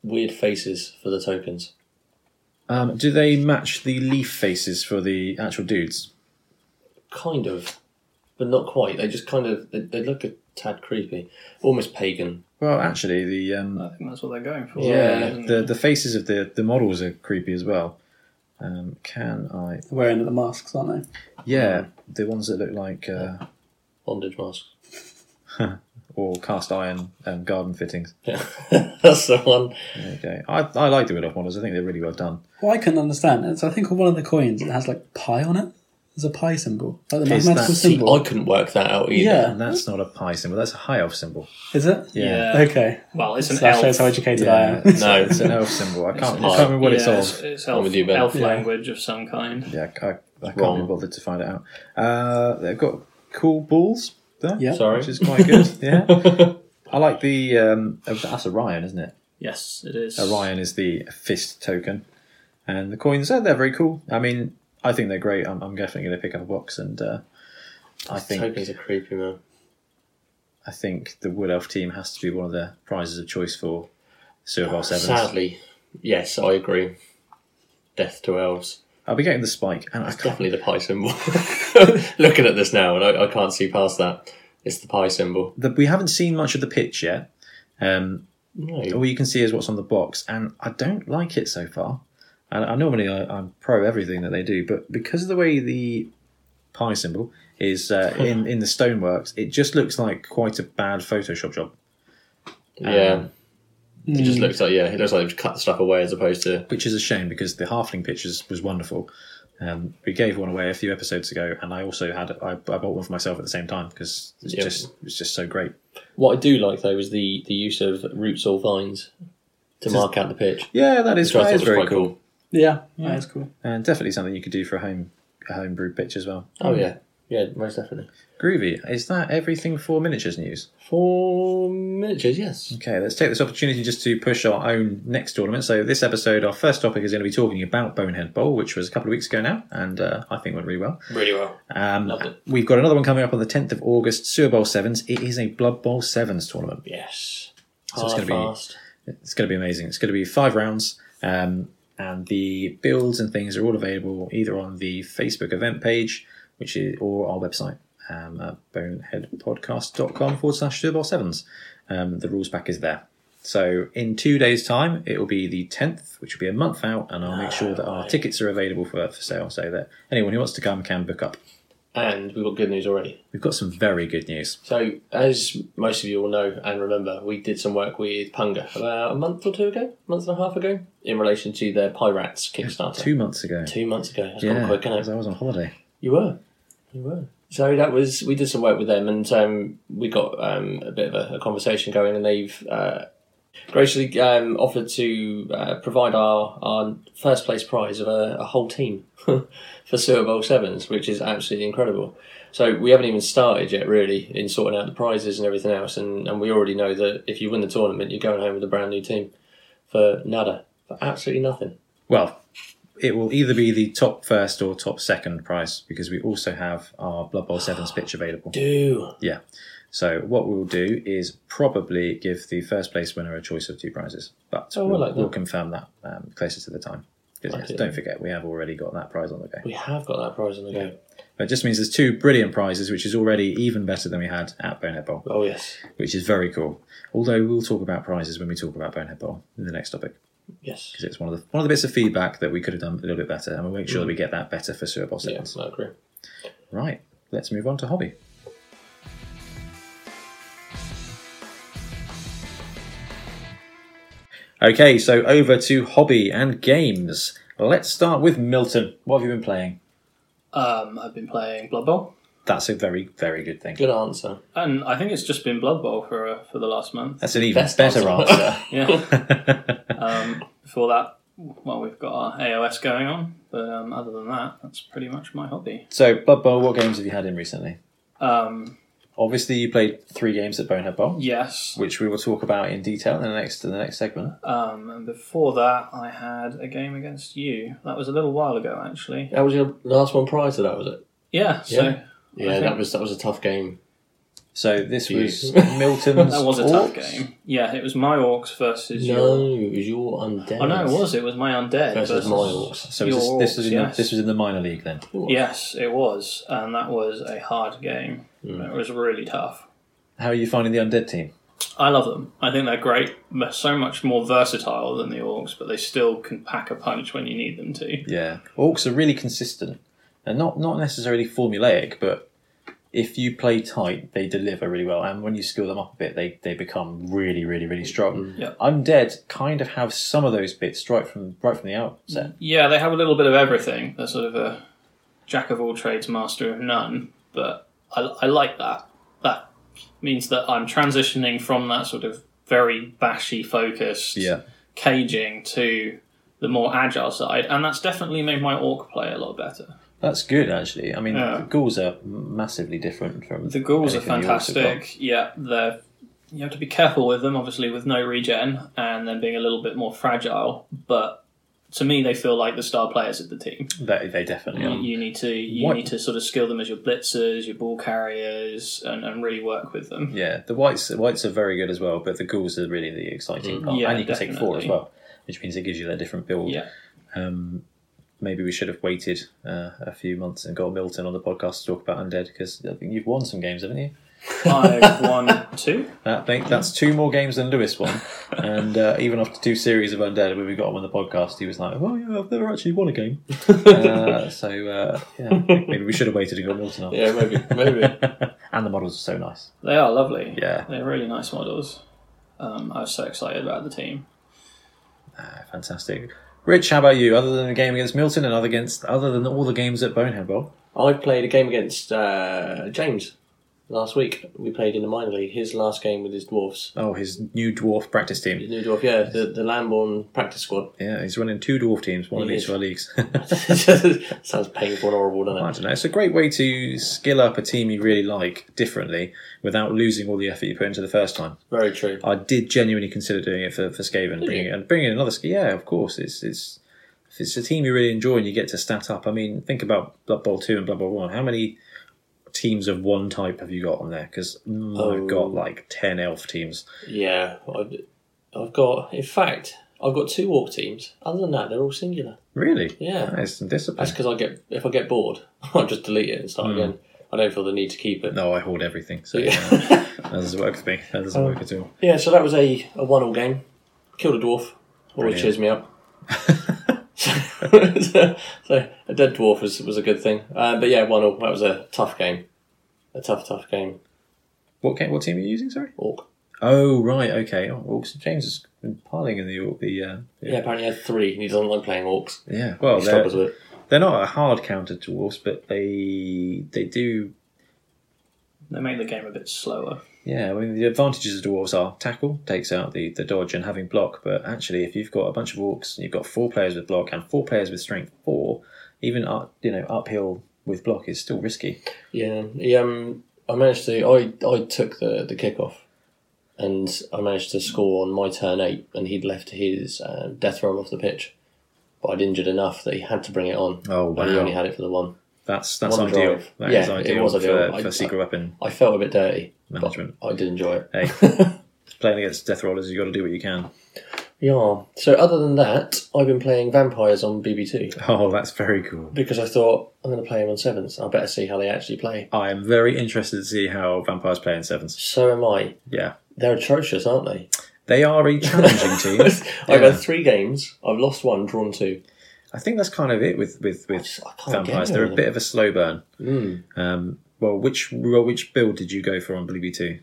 Speaker 1: weird faces for the tokens.
Speaker 2: Um, do they match the leaf faces for the actual dudes?
Speaker 1: Kind of, but not quite. They just kind of they, they look a tad creepy, almost pagan.
Speaker 2: Well, actually, the um,
Speaker 3: I think that's what they're going for.
Speaker 1: Yeah,
Speaker 3: isn't
Speaker 2: the
Speaker 3: it?
Speaker 2: the faces of the the models are creepy as well. Um, can I?
Speaker 4: Wearing the masks, aren't they?
Speaker 2: Yeah, the ones that look like uh,
Speaker 1: Bondage masks.
Speaker 2: all cast iron um, garden fittings.
Speaker 1: Yeah, that's the one.
Speaker 2: Okay, I, I like the wood elf models. I think they're really well done.
Speaker 4: Well, I couldn't understand. It's, I think on one of the coins it has like pie on it. There's a pi symbol. Like the
Speaker 2: Is
Speaker 4: mathematical
Speaker 2: that-
Speaker 1: See,
Speaker 4: symbol.
Speaker 1: I couldn't work that out either.
Speaker 4: yeah.
Speaker 2: And that's not a pi symbol, that's a high elf symbol.
Speaker 4: Is it?
Speaker 2: Yeah.
Speaker 4: Okay.
Speaker 3: Well, it's an
Speaker 4: So that shows how
Speaker 3: elf.
Speaker 4: educated I am.
Speaker 2: no,
Speaker 1: No.
Speaker 2: it's an elf symbol. I can't, I
Speaker 1: not.
Speaker 2: can't remember what it's
Speaker 3: Yeah,
Speaker 2: of.
Speaker 3: It's
Speaker 1: I'm
Speaker 3: elf,
Speaker 1: with you, Ben.
Speaker 3: elf
Speaker 4: Yeah.
Speaker 3: language of some kind.
Speaker 2: Yeah, I, I can't
Speaker 1: Wrong.
Speaker 2: be bothered to find it out. Uh, they've got cool balls there,
Speaker 4: Yeah.
Speaker 1: Sorry.
Speaker 2: which is quite good. yeah, I like the. Um, oh, that's Orion, isn't it?
Speaker 3: Yes, it is.
Speaker 2: Orion is the fist token, and the coins. Oh, they're very cool. I mean, I think they're great. I'm, I'm definitely going to pick up a box, and uh, I think
Speaker 1: Tokens are creepy, man.
Speaker 2: I think the Wood Elf team has to be one of the prizes of choice for Survival Sevens.
Speaker 1: Sadly, yes, I agree. Death to elves.
Speaker 2: I'll be getting the spike, and I
Speaker 1: It's
Speaker 2: can't.
Speaker 1: definitely the pie symbol. Looking at this now, and I, I can't see past that. It's the pie symbol.
Speaker 2: The, we haven't seen much of the pitch yet. Um,
Speaker 1: No.
Speaker 2: all you can see is what's on the box, and I don't like it so far. And I normally I, I'm pro everything that they do, but because of the way the pie symbol is uh, in in the stoneworks, it just looks like quite a bad Photoshop job.
Speaker 1: Yeah.
Speaker 2: Um,
Speaker 1: It
Speaker 2: hmm.
Speaker 1: just looks like yeah, it looks like they've cut the stuff away as opposed to
Speaker 2: which is a shame because the halfling pictures was wonderful. Um, we gave one away a few episodes ago, and I also had I, I bought one for myself at the same time because it's
Speaker 1: Yeah.
Speaker 2: just it's just so great.
Speaker 1: what I do like though is the the use of roots or vines to mark out the pitch.
Speaker 2: Yeah, that is,
Speaker 1: Which I
Speaker 2: that
Speaker 1: thought
Speaker 2: is
Speaker 1: was
Speaker 2: very
Speaker 1: quite
Speaker 2: cool.
Speaker 1: cool.
Speaker 4: Yeah. That is cool.
Speaker 2: and definitely something you could do for a home a homebrew pitch as well.
Speaker 1: Oh yeah. Yeah, most definitely.
Speaker 2: Groovy, is that everything for miniatures news?
Speaker 1: Four miniatures, yes.
Speaker 2: Okay, let's take this opportunity just to push our own next tournament. So, this episode, our first topic is going to be talking about Bonehead Bowl, which was a couple of weeks ago now, and uh, I think went really well.
Speaker 1: Really well.
Speaker 2: Um,
Speaker 1: Loved it.
Speaker 2: We've got another one coming up on the 10th of August, Sewer Bowl Sevens. It is a Blood Bowl Sevens tournament.
Speaker 1: Yes.
Speaker 2: So it's
Speaker 1: Hard,
Speaker 2: gonna be-
Speaker 1: fast.
Speaker 2: It's going to be amazing. It's going to be five rounds, um, and the builds and things are all available either on the Facebook event page, which is or our website. Um, at boneheadpodcast.com forward slash Sewer Bowl Sevens. Um, the rules pack is there. So in two days' time, it will be the tenth, which will be a month out, and I'll make sure that our tickets are available for for sale, so that anyone who wants to come can book up.
Speaker 1: And we've got good news already.
Speaker 2: We've got some very good news.
Speaker 1: So, as most of you all know and remember, we did some work with Punga about a month or two ago, month and a half ago, in relation to their Pirates Kickstarter.
Speaker 2: Two months ago,
Speaker 1: Two months ago. That's
Speaker 2: yeah,
Speaker 1: gone quick,
Speaker 2: as
Speaker 1: isn't it?
Speaker 2: I was on holiday.
Speaker 1: You were. You were. So that was we did some work with them, and um, we got um, a bit of a, a conversation going, and they've uh, graciously um, offered to uh, provide our our first place prize of a, a whole team for Super Bowl sevens, which is absolutely incredible. So we haven't even started yet, really, in sorting out the prizes and everything else, and, and we already know that if you win the tournament, you're going home with a brand new team for nada, for absolutely nothing.
Speaker 2: Well, it will either be the top first or top second prize because we also have our Blood Bowl Sevens
Speaker 1: Ah.
Speaker 2: pitch available.
Speaker 1: Do
Speaker 2: Yeah. So what we'll do is probably give the first place winner a choice of two prizes, but
Speaker 1: Oh, I
Speaker 2: we'll,
Speaker 1: like that.
Speaker 2: we'll confirm that um, closer to the time. 'Cause,
Speaker 1: Like
Speaker 2: yes,
Speaker 1: it.
Speaker 2: don't forget, we have already got that prize on the go.
Speaker 1: we have got that prize on the go?
Speaker 2: But it just means there's two brilliant prizes, which is already even better than we had at Bonehead Bowl,
Speaker 1: Oh yes,
Speaker 2: which is very cool. Although we'll talk about prizes when we talk about Bonehead Bowl in the next topic.
Speaker 1: yes.
Speaker 2: because it's one of the one of the bits of feedback that we could have done a little bit better, and we'll make sure that we get that better for Sewer Boss
Speaker 1: Mm. Yeah,
Speaker 2: Sevens.
Speaker 1: I agree.
Speaker 2: Right, let's move on to hobby. Okay, so over to hobby and games. Let's start with Milton. What have you been playing?
Speaker 3: Um, I've been playing Blood Bowl,
Speaker 2: That's a very, very good thing.
Speaker 1: Good answer.
Speaker 3: and I think it's just been Blood Bowl for uh, for the last month.
Speaker 2: That's an even
Speaker 1: Best
Speaker 2: better
Speaker 1: answer.
Speaker 2: answer.
Speaker 3: Yeah. um, before that, well, we've got our AOS going on, but um, other than that, that's pretty much my hobby.
Speaker 2: so, Blood Bowl, what games have you had in recently?
Speaker 3: Um,
Speaker 2: Obviously, you played three games at Bonehead Bowl,
Speaker 3: yes.
Speaker 2: which we will talk about in detail in the next in the next segment.
Speaker 3: Um, and before that, I had a game against you. That was a little while ago, actually.
Speaker 1: That was your last one prior to that, was it?
Speaker 3: Yeah. So
Speaker 1: Yeah. Yeah,
Speaker 3: think-
Speaker 1: that was that was a tough game.
Speaker 2: So this was
Speaker 1: Jeez.
Speaker 2: Milton's.
Speaker 3: that was a tough
Speaker 2: Orcs.
Speaker 3: game. Yeah, it was my orcs versus your.
Speaker 1: No, it was your undead.
Speaker 3: Oh no, it was. It was my undead
Speaker 1: Versus my orcs.
Speaker 2: So was
Speaker 3: your
Speaker 2: this, this was
Speaker 3: orcs,
Speaker 2: in
Speaker 3: yes.
Speaker 2: the, this was in the minor league then.
Speaker 3: Yes, it was, and that was a hard game. It was really tough.
Speaker 2: How are you finding the undead team?
Speaker 3: I love them. I think they're great. They're so much more versatile than the orcs, but they still can pack a punch when you need them to.
Speaker 2: Yeah, orcs are really consistent and not not necessarily formulaic, but if you play tight, they deliver really well. And when you skill them up a bit, they, they become really really really strong.
Speaker 3: Yeah.
Speaker 2: Undead kind of have some of those bits right from right from the outset.
Speaker 3: Yeah, they have a little bit of everything. They're sort of a jack of all trades, master of none. But I, I like that. That means that I'm transitioning from that sort of very bashy focused
Speaker 2: Yeah.
Speaker 3: caging to the more agile side, and that's definitely made my orc play a lot better.
Speaker 2: That's good, actually. I mean,
Speaker 3: Yeah.
Speaker 2: the ghouls are massively different from
Speaker 3: The ghouls are
Speaker 2: anything you also got.
Speaker 3: fantastic. Yeah, they're you have to be careful with them, obviously, with no regen and then being a little bit more fragile. But to me, they feel like the star players of the team.
Speaker 2: They, they definitely are.
Speaker 3: You, you need to you
Speaker 2: What-
Speaker 3: need to sort of skill them as your blitzers, your ball carriers, and, and really work with them.
Speaker 2: Yeah, the whites the whites are very good as well, but the ghouls are really the exciting part.
Speaker 3: Yeah,
Speaker 2: and you can take four as
Speaker 3: definitely.
Speaker 2: well, which means it gives you that different build.
Speaker 3: Yeah.
Speaker 2: Um, maybe we should have waited uh, a few months and got Milton on the podcast to talk about undead because I think you've won some games, haven't you?
Speaker 3: Five, one, two.
Speaker 2: I think that's two more games than Lewis won, and uh, even after two series of undead, when we got him on the podcast, he was like, "Oh yeah, I've never actually won a game." uh, so uh, yeah, maybe we should have waited and got Milton on.
Speaker 1: Yeah, maybe, maybe.
Speaker 2: and the models are so nice.
Speaker 3: They are lovely.
Speaker 2: Yeah,
Speaker 3: They're really nice models. Um, I was so excited about the team.
Speaker 2: Ah, fantastic. Rich, how about you? Other than the game against Milton and other against other than all the games at Bonehead Bowl,
Speaker 1: I played a game against uh, James last week. We played in the minor league. His last game with his dwarfs.
Speaker 2: oh, his new dwarf practice
Speaker 1: His
Speaker 2: team.
Speaker 1: new dwarf, yeah, the the Lamborn practice squad.
Speaker 2: Yeah, he's running two dwarf teams, one in
Speaker 1: He
Speaker 2: each
Speaker 1: is.
Speaker 2: of our leagues.
Speaker 1: Sounds painful and horrible,
Speaker 2: I
Speaker 1: doesn't it?
Speaker 2: don't know. It's a great way to skill up a team you really like differently without losing all the effort you put into the first time.
Speaker 1: Very true.
Speaker 2: I did genuinely consider doing it for for Skaven, bringing
Speaker 1: you?
Speaker 2: and bringing another. Sk- Yeah, of course. It's it's if it's a team you really enjoy and you get to stat up. I mean, think about Blood Bowl two and Blood Bowl one. How many teams of one type have you got on there? Because
Speaker 1: Oh.
Speaker 2: I've got like ten elf teams.
Speaker 1: Yeah, I've, I've got. In fact, I've got two walk teams. Other than that, they're all singular.
Speaker 2: Really?
Speaker 1: Yeah.
Speaker 2: that is some
Speaker 1: That's
Speaker 2: discipline.
Speaker 1: because I get if I get bored, I'll just delete it and start again. I don't feel the need to keep it.
Speaker 2: Hmm. No, I hoard everything, so yeah,
Speaker 1: Yeah. Um.
Speaker 2: that doesn't work for me. That doesn't work at all.
Speaker 1: Yeah, so that was a, a one all game. Killed a dwarf. Always
Speaker 2: Brilliant.
Speaker 1: cheers me up. so, so a dead dwarf was, was a good thing. Uh, but yeah, one all. That was a tough game. A tough, tough game.
Speaker 2: What game, what team are you using? Sorry.
Speaker 1: Orc.
Speaker 2: Oh right, okay. Oh, well, St James has been piling in the orc. The uh,
Speaker 1: Yeah, apparently I had three. and He doesn't like playing orcs.
Speaker 2: yeah. Well,
Speaker 1: He struggles
Speaker 2: they're,
Speaker 1: with it.
Speaker 2: they're not a hard counter to dwarfs, but they they do
Speaker 3: They make the game a bit slower.
Speaker 2: Yeah, I mean, the advantages of dwarves are tackle takes out the, the dodge and having block, but actually, if you've got a bunch of orcs, and you've got four players with block and four players with strength four, even up, you know uphill with block is still risky.
Speaker 1: Yeah. He, um, I managed to. I, I took the, the kickoff. And I managed to score on my turn eight, and he'd left his uh, death roll off the pitch. But I'd injured enough that he had to bring it on.
Speaker 2: Oh,
Speaker 1: And he
Speaker 2: wow.
Speaker 1: only had it for the one.
Speaker 2: That's that's
Speaker 1: One
Speaker 2: ideal.
Speaker 1: drive.
Speaker 2: That is
Speaker 1: Yeah, it
Speaker 2: ideal,
Speaker 1: was ideal.
Speaker 2: for,
Speaker 1: I-
Speaker 2: for secret weapon.
Speaker 1: I felt a bit dirty.
Speaker 2: Management.
Speaker 1: But I did enjoy it.
Speaker 2: Hey, playing against death rollers, you have got to do what you can.
Speaker 1: Yeah. So other than that, I've been playing vampires on BB2
Speaker 2: Oh, that's very cool.
Speaker 1: because I thought I'm going to play them on sevens. I better see how they actually play.
Speaker 2: I am very interested to see how vampires play in sevens.
Speaker 1: So am I.
Speaker 2: Yeah,
Speaker 1: They're atrocious, aren't they?
Speaker 2: they are a challenging team.
Speaker 1: I've
Speaker 2: Yeah.
Speaker 1: had three games. I've lost one, drawn two.
Speaker 2: I think that's kind of it with with with
Speaker 1: just- I can't get
Speaker 2: vampires.
Speaker 1: any
Speaker 2: They're
Speaker 1: of them.
Speaker 2: a bit of a slow burn.
Speaker 1: Mm.
Speaker 2: Um, well, which well, which build did you go for on Bluey Two?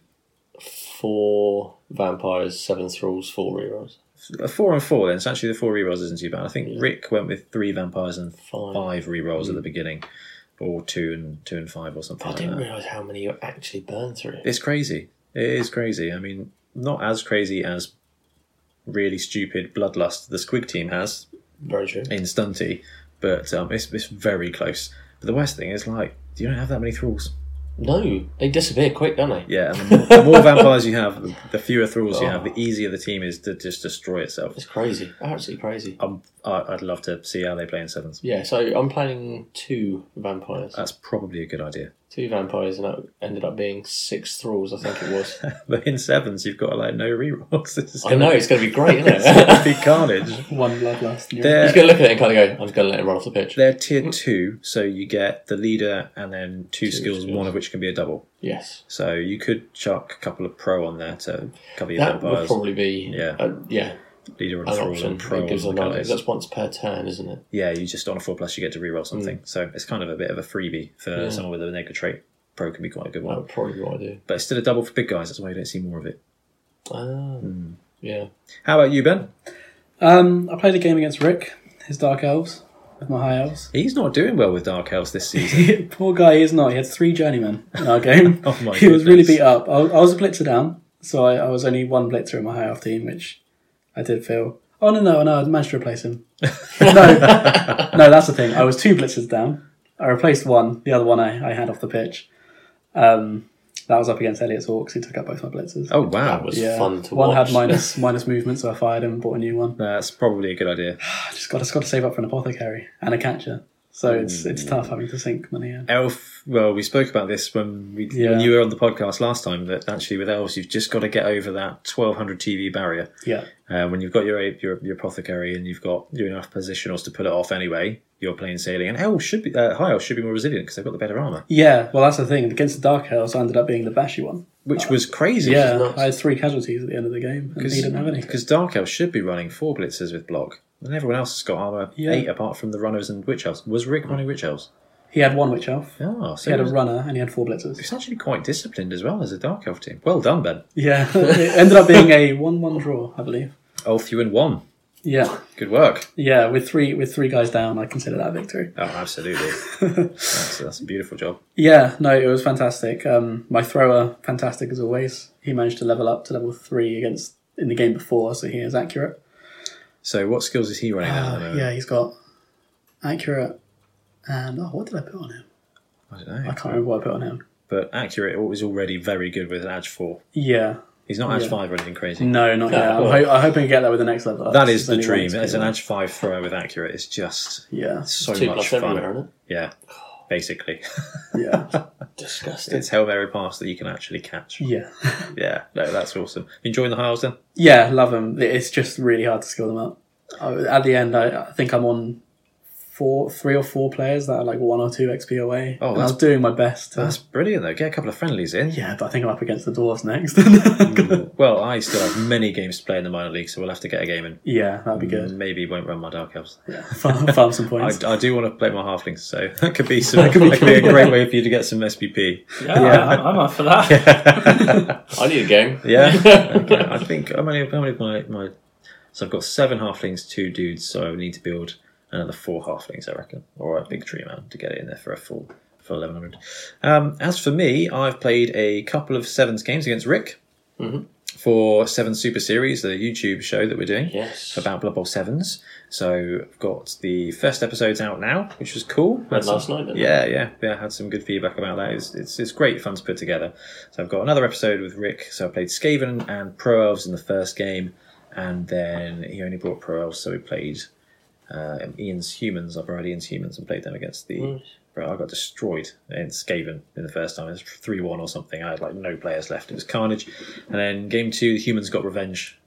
Speaker 1: Four vampires, seven thralls, four rerolls.
Speaker 2: A four and four. Then so actually the four rerolls isn't too bad. I think Rick went with three vampires and
Speaker 1: Five. Hmm.
Speaker 2: five rerolls at the beginning, or two and two and five or something.
Speaker 1: I
Speaker 2: like
Speaker 1: didn't
Speaker 2: that.
Speaker 1: realise how many you actually burn through.
Speaker 2: It's crazy. It is crazy. I mean, not as crazy as really stupid bloodlust the Squig team has
Speaker 1: Very true.
Speaker 2: in Stunty, but um, it's it's very close. But the worst thing is like you don't have that many thralls.
Speaker 1: No, they disappear quick, don't they?
Speaker 2: Yeah, and the more, the more vampires you have, the- the fewer thralls you have, the easier the team is to just destroy itself.
Speaker 1: It's crazy. Absolutely crazy.
Speaker 2: Um, I, I'd love to see how they play in sevens.
Speaker 1: Yeah. So I'm planning two vampires.
Speaker 2: That's probably a good idea.
Speaker 1: two vampires and that ended up being six thralls, I think it was.
Speaker 2: But in sevens, you've got like no rerolls. This is
Speaker 1: I know, it's going to be great, isn't
Speaker 2: it's gonna
Speaker 1: it?
Speaker 2: be carnage.
Speaker 4: One bloodlust. and you're-
Speaker 1: He's
Speaker 2: They're,
Speaker 1: going to look at it and kind of go, I'm just going to let him run off the pitch.
Speaker 2: they're tier two, so you get the leader and then two, skills,
Speaker 1: skills.
Speaker 2: one of which can be a double.
Speaker 1: Yes.
Speaker 2: So you could chuck a couple of pro on there to cover your
Speaker 1: That would
Speaker 2: vampires.
Speaker 1: probably be
Speaker 2: Yeah.
Speaker 1: uh, yeah
Speaker 2: leader and
Speaker 1: an
Speaker 2: thrall
Speaker 1: option.
Speaker 2: and pro.
Speaker 1: It gives
Speaker 2: on
Speaker 1: them
Speaker 2: the
Speaker 1: that-
Speaker 2: guys.
Speaker 1: That's Hmm. once per turn, isn't it?
Speaker 2: yeah, you just on a four plus you get to reroll something. So it's kind of a bit of a freebie for someone with a negative trait. Pro can be quite a good
Speaker 1: That
Speaker 2: one,
Speaker 1: would probably be what I do.
Speaker 2: but it's still a double for big guys. That's why you don't see more of it.
Speaker 1: Ah, yeah.
Speaker 2: How about you, Ben?
Speaker 4: Um, I played a game against Rick, his Dark Elves. with my high elves.
Speaker 2: He's not doing well with Dark Elves this season.
Speaker 4: Poor guy, he is not. He had three journeymen in our game.
Speaker 2: Oh my
Speaker 4: he was really
Speaker 2: goodness.
Speaker 4: beat up. I, I was a blitzer down, so I, I was only one blitzer in my high elf team, which I did feel. Oh no no no! I managed to replace him. no, no, that's the thing. I was two blitzers down. I replaced one. The other one I, I had off the pitch. Um, that was up against Elliot's Hawks, who took out both my blitzers.
Speaker 2: Oh wow,
Speaker 1: That was fun to
Speaker 4: one
Speaker 1: watch.
Speaker 4: had minus minus movement, so I fired him and bought a new one.
Speaker 2: that's probably a good idea.
Speaker 4: I just got to, got to save up for an apothecary and a catcher, so it's
Speaker 1: Hmm.
Speaker 4: it's tough having to sink money in.
Speaker 2: Elf. Well, we spoke about this when, we,
Speaker 4: Yeah.
Speaker 2: when you were on the podcast last time. That actually, with elves, you've just got to get over that twelve hundred TV barrier.
Speaker 4: Yeah,
Speaker 2: Uh, when you've got your, your your apothecary and you've got your enough positionals to pull it off anyway, you're plain sailing. And elves should be uh, high elves should be more resilient because they've got the better armor,
Speaker 4: yeah. Well, that's the thing. Against the Dark Elves, I ended up being the bashy one.
Speaker 2: which was crazy.
Speaker 4: Uh, Yeah,
Speaker 1: nuts.
Speaker 4: I had three casualties at the end of the game, and he didn't have any.
Speaker 2: Because dark elves should be running four blitzers with block, and everyone else has got armor
Speaker 4: Yeah.
Speaker 2: eight apart from the runners and witch elves. Was Rick running witch elves?
Speaker 4: He had one witch elf.
Speaker 2: Ah,
Speaker 4: He
Speaker 2: so
Speaker 4: had a
Speaker 2: he's-
Speaker 4: runner, and he had four blitzers.
Speaker 2: he's actually quite disciplined as well as a dark elf team. Well done, Ben.
Speaker 4: Yeah, it ended up being a one-one draw, I believe.
Speaker 2: Elf, you and one.
Speaker 4: Yeah,
Speaker 2: Good work.
Speaker 4: yeah. With three with three guys down, I consider that a victory.
Speaker 2: Oh, absolutely. that's, that's a beautiful job.
Speaker 4: Yeah, no, it was fantastic. Um, my thrower, fantastic as always. He managed to level up to level three against in the game before, so he is accurate.
Speaker 2: So, what skills is he running at the
Speaker 4: Uh,
Speaker 2: moment?
Speaker 4: yeah, he's got accurate and oh, what did I put on him?
Speaker 2: I don't
Speaker 4: I
Speaker 2: know.
Speaker 4: can't remember what I put on him.
Speaker 2: But accurate was already very good with an Edge 4.
Speaker 4: Yeah,
Speaker 2: He's not Edge
Speaker 4: Yeah.
Speaker 2: 5 or anything crazy.
Speaker 4: no, not yet. I'm,
Speaker 1: well.
Speaker 4: ho- I'm hoping to get that with the next level.
Speaker 2: That
Speaker 4: That's
Speaker 2: is the
Speaker 4: only one
Speaker 2: dream.
Speaker 4: skill.
Speaker 2: As an Edge 5 thrower with accurate, it's just
Speaker 4: Yeah,
Speaker 2: so
Speaker 1: Two
Speaker 2: much
Speaker 1: plus
Speaker 2: fun.
Speaker 1: everywhere, isn't
Speaker 2: Yeah, basically.
Speaker 4: yeah, Hmm.
Speaker 1: it? Disgusting.
Speaker 2: it's Hail Mary pass that you can actually catch.
Speaker 4: yeah,
Speaker 2: Yeah, no, that's awesome. Enjoying the Hiles then?
Speaker 4: yeah. Love him. It's just really hard to skill them up. I, at the end, I, I think I'm on four, three or four players that are like one or two XP away.
Speaker 2: Oh,
Speaker 4: and I
Speaker 2: that's-
Speaker 4: was doing my best. To,
Speaker 2: That's brilliant though. Get a couple of friendlies in.
Speaker 4: yeah, but I think I'm up against the dwarves next.
Speaker 2: Hmm. Well, I still have many games to play in the minor league, so we'll have to get a game in. Hmm,
Speaker 4: yeah, that'd be good.
Speaker 2: Maybe won't run my Dark Elves.
Speaker 4: Yeah, farm, farm some
Speaker 2: I,
Speaker 4: points.
Speaker 2: I do want to play my halflings, so that could be some, that could be, a great way for you to get some SPP.
Speaker 3: Yeah, I'm, I'm up for that.
Speaker 1: I need a game.
Speaker 2: Yeah, okay. I think how many? How many of my my? So I've got seven halflings, two dudes. So I need to build another four halflings, I reckon, or a big tree man to get it in there for a full for eleven hundred. Um, as for me, I've played a couple of sevens games against Rick for Seven Super Series, the YouTube show that we're doing
Speaker 1: Yes.
Speaker 2: about Blood Bowl Sevens. So I've got the first episodes out now, which was cool. Had
Speaker 1: Went
Speaker 2: some-
Speaker 1: last night, didn't
Speaker 2: yeah, yeah, yeah. I had some good feedback about that. It's, it's it's great fun to put together. So I've got another episode with Rick. So I played Skaven and Pro Elves in the first game, and then he only brought Pro Elves, so we played uh, Ian's Humans. I brought Ian's Humans and played them against the. Bro, I got destroyed in Skaven in the first time. It was three one or something. I had like no players left. It was carnage. And then game two, the humans got revenge.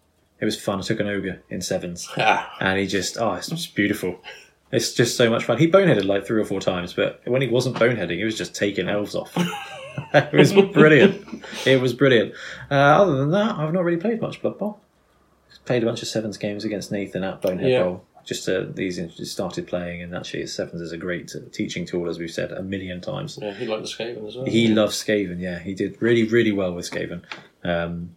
Speaker 2: It was fun. I took an ogre in sevens
Speaker 1: Ah,
Speaker 2: and he just oh it's just beautiful it's just so much fun he boneheaded like three or four times but when he wasn't boneheading he was just taking elves off it was brilliant it was brilliant uh, other than that i've not really played much blood bowl Just played a bunch of sevens games against nathan at bonehead
Speaker 1: Yeah.
Speaker 2: bowl just uh, these just started playing and actually sevens is a great teaching tool as we've said a million times
Speaker 1: yeah, he liked the Skaven as well.
Speaker 2: he loves Skaven. Yeah, he did really, really well with Skaven. Um,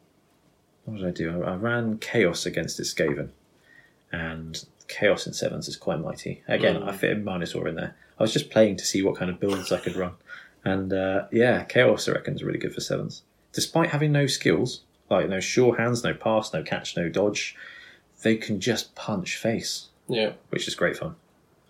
Speaker 2: what did I do? I, I ran Chaos against his Skaven, and Chaos in sevens is quite mighty. Again,
Speaker 1: Mm.
Speaker 2: I fit a Minotaur in there. I was just playing to see what kind of builds I could run, and uh, yeah, Chaos I reckon is really good for sevens. Despite having no skills, like no sure hands, no pass, no catch, no dodge, they can just punch face,
Speaker 1: yeah.
Speaker 2: which is great fun.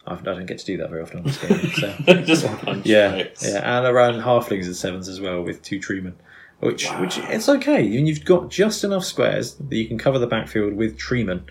Speaker 2: I've, I don't get to do that very often on this game, so.
Speaker 1: Just punch
Speaker 2: Yeah,
Speaker 1: face.
Speaker 2: yeah, and I ran halflings and sevens as well with two treemen, which which it's okay. And you've got just enough squares that you can cover the backfield with treemen,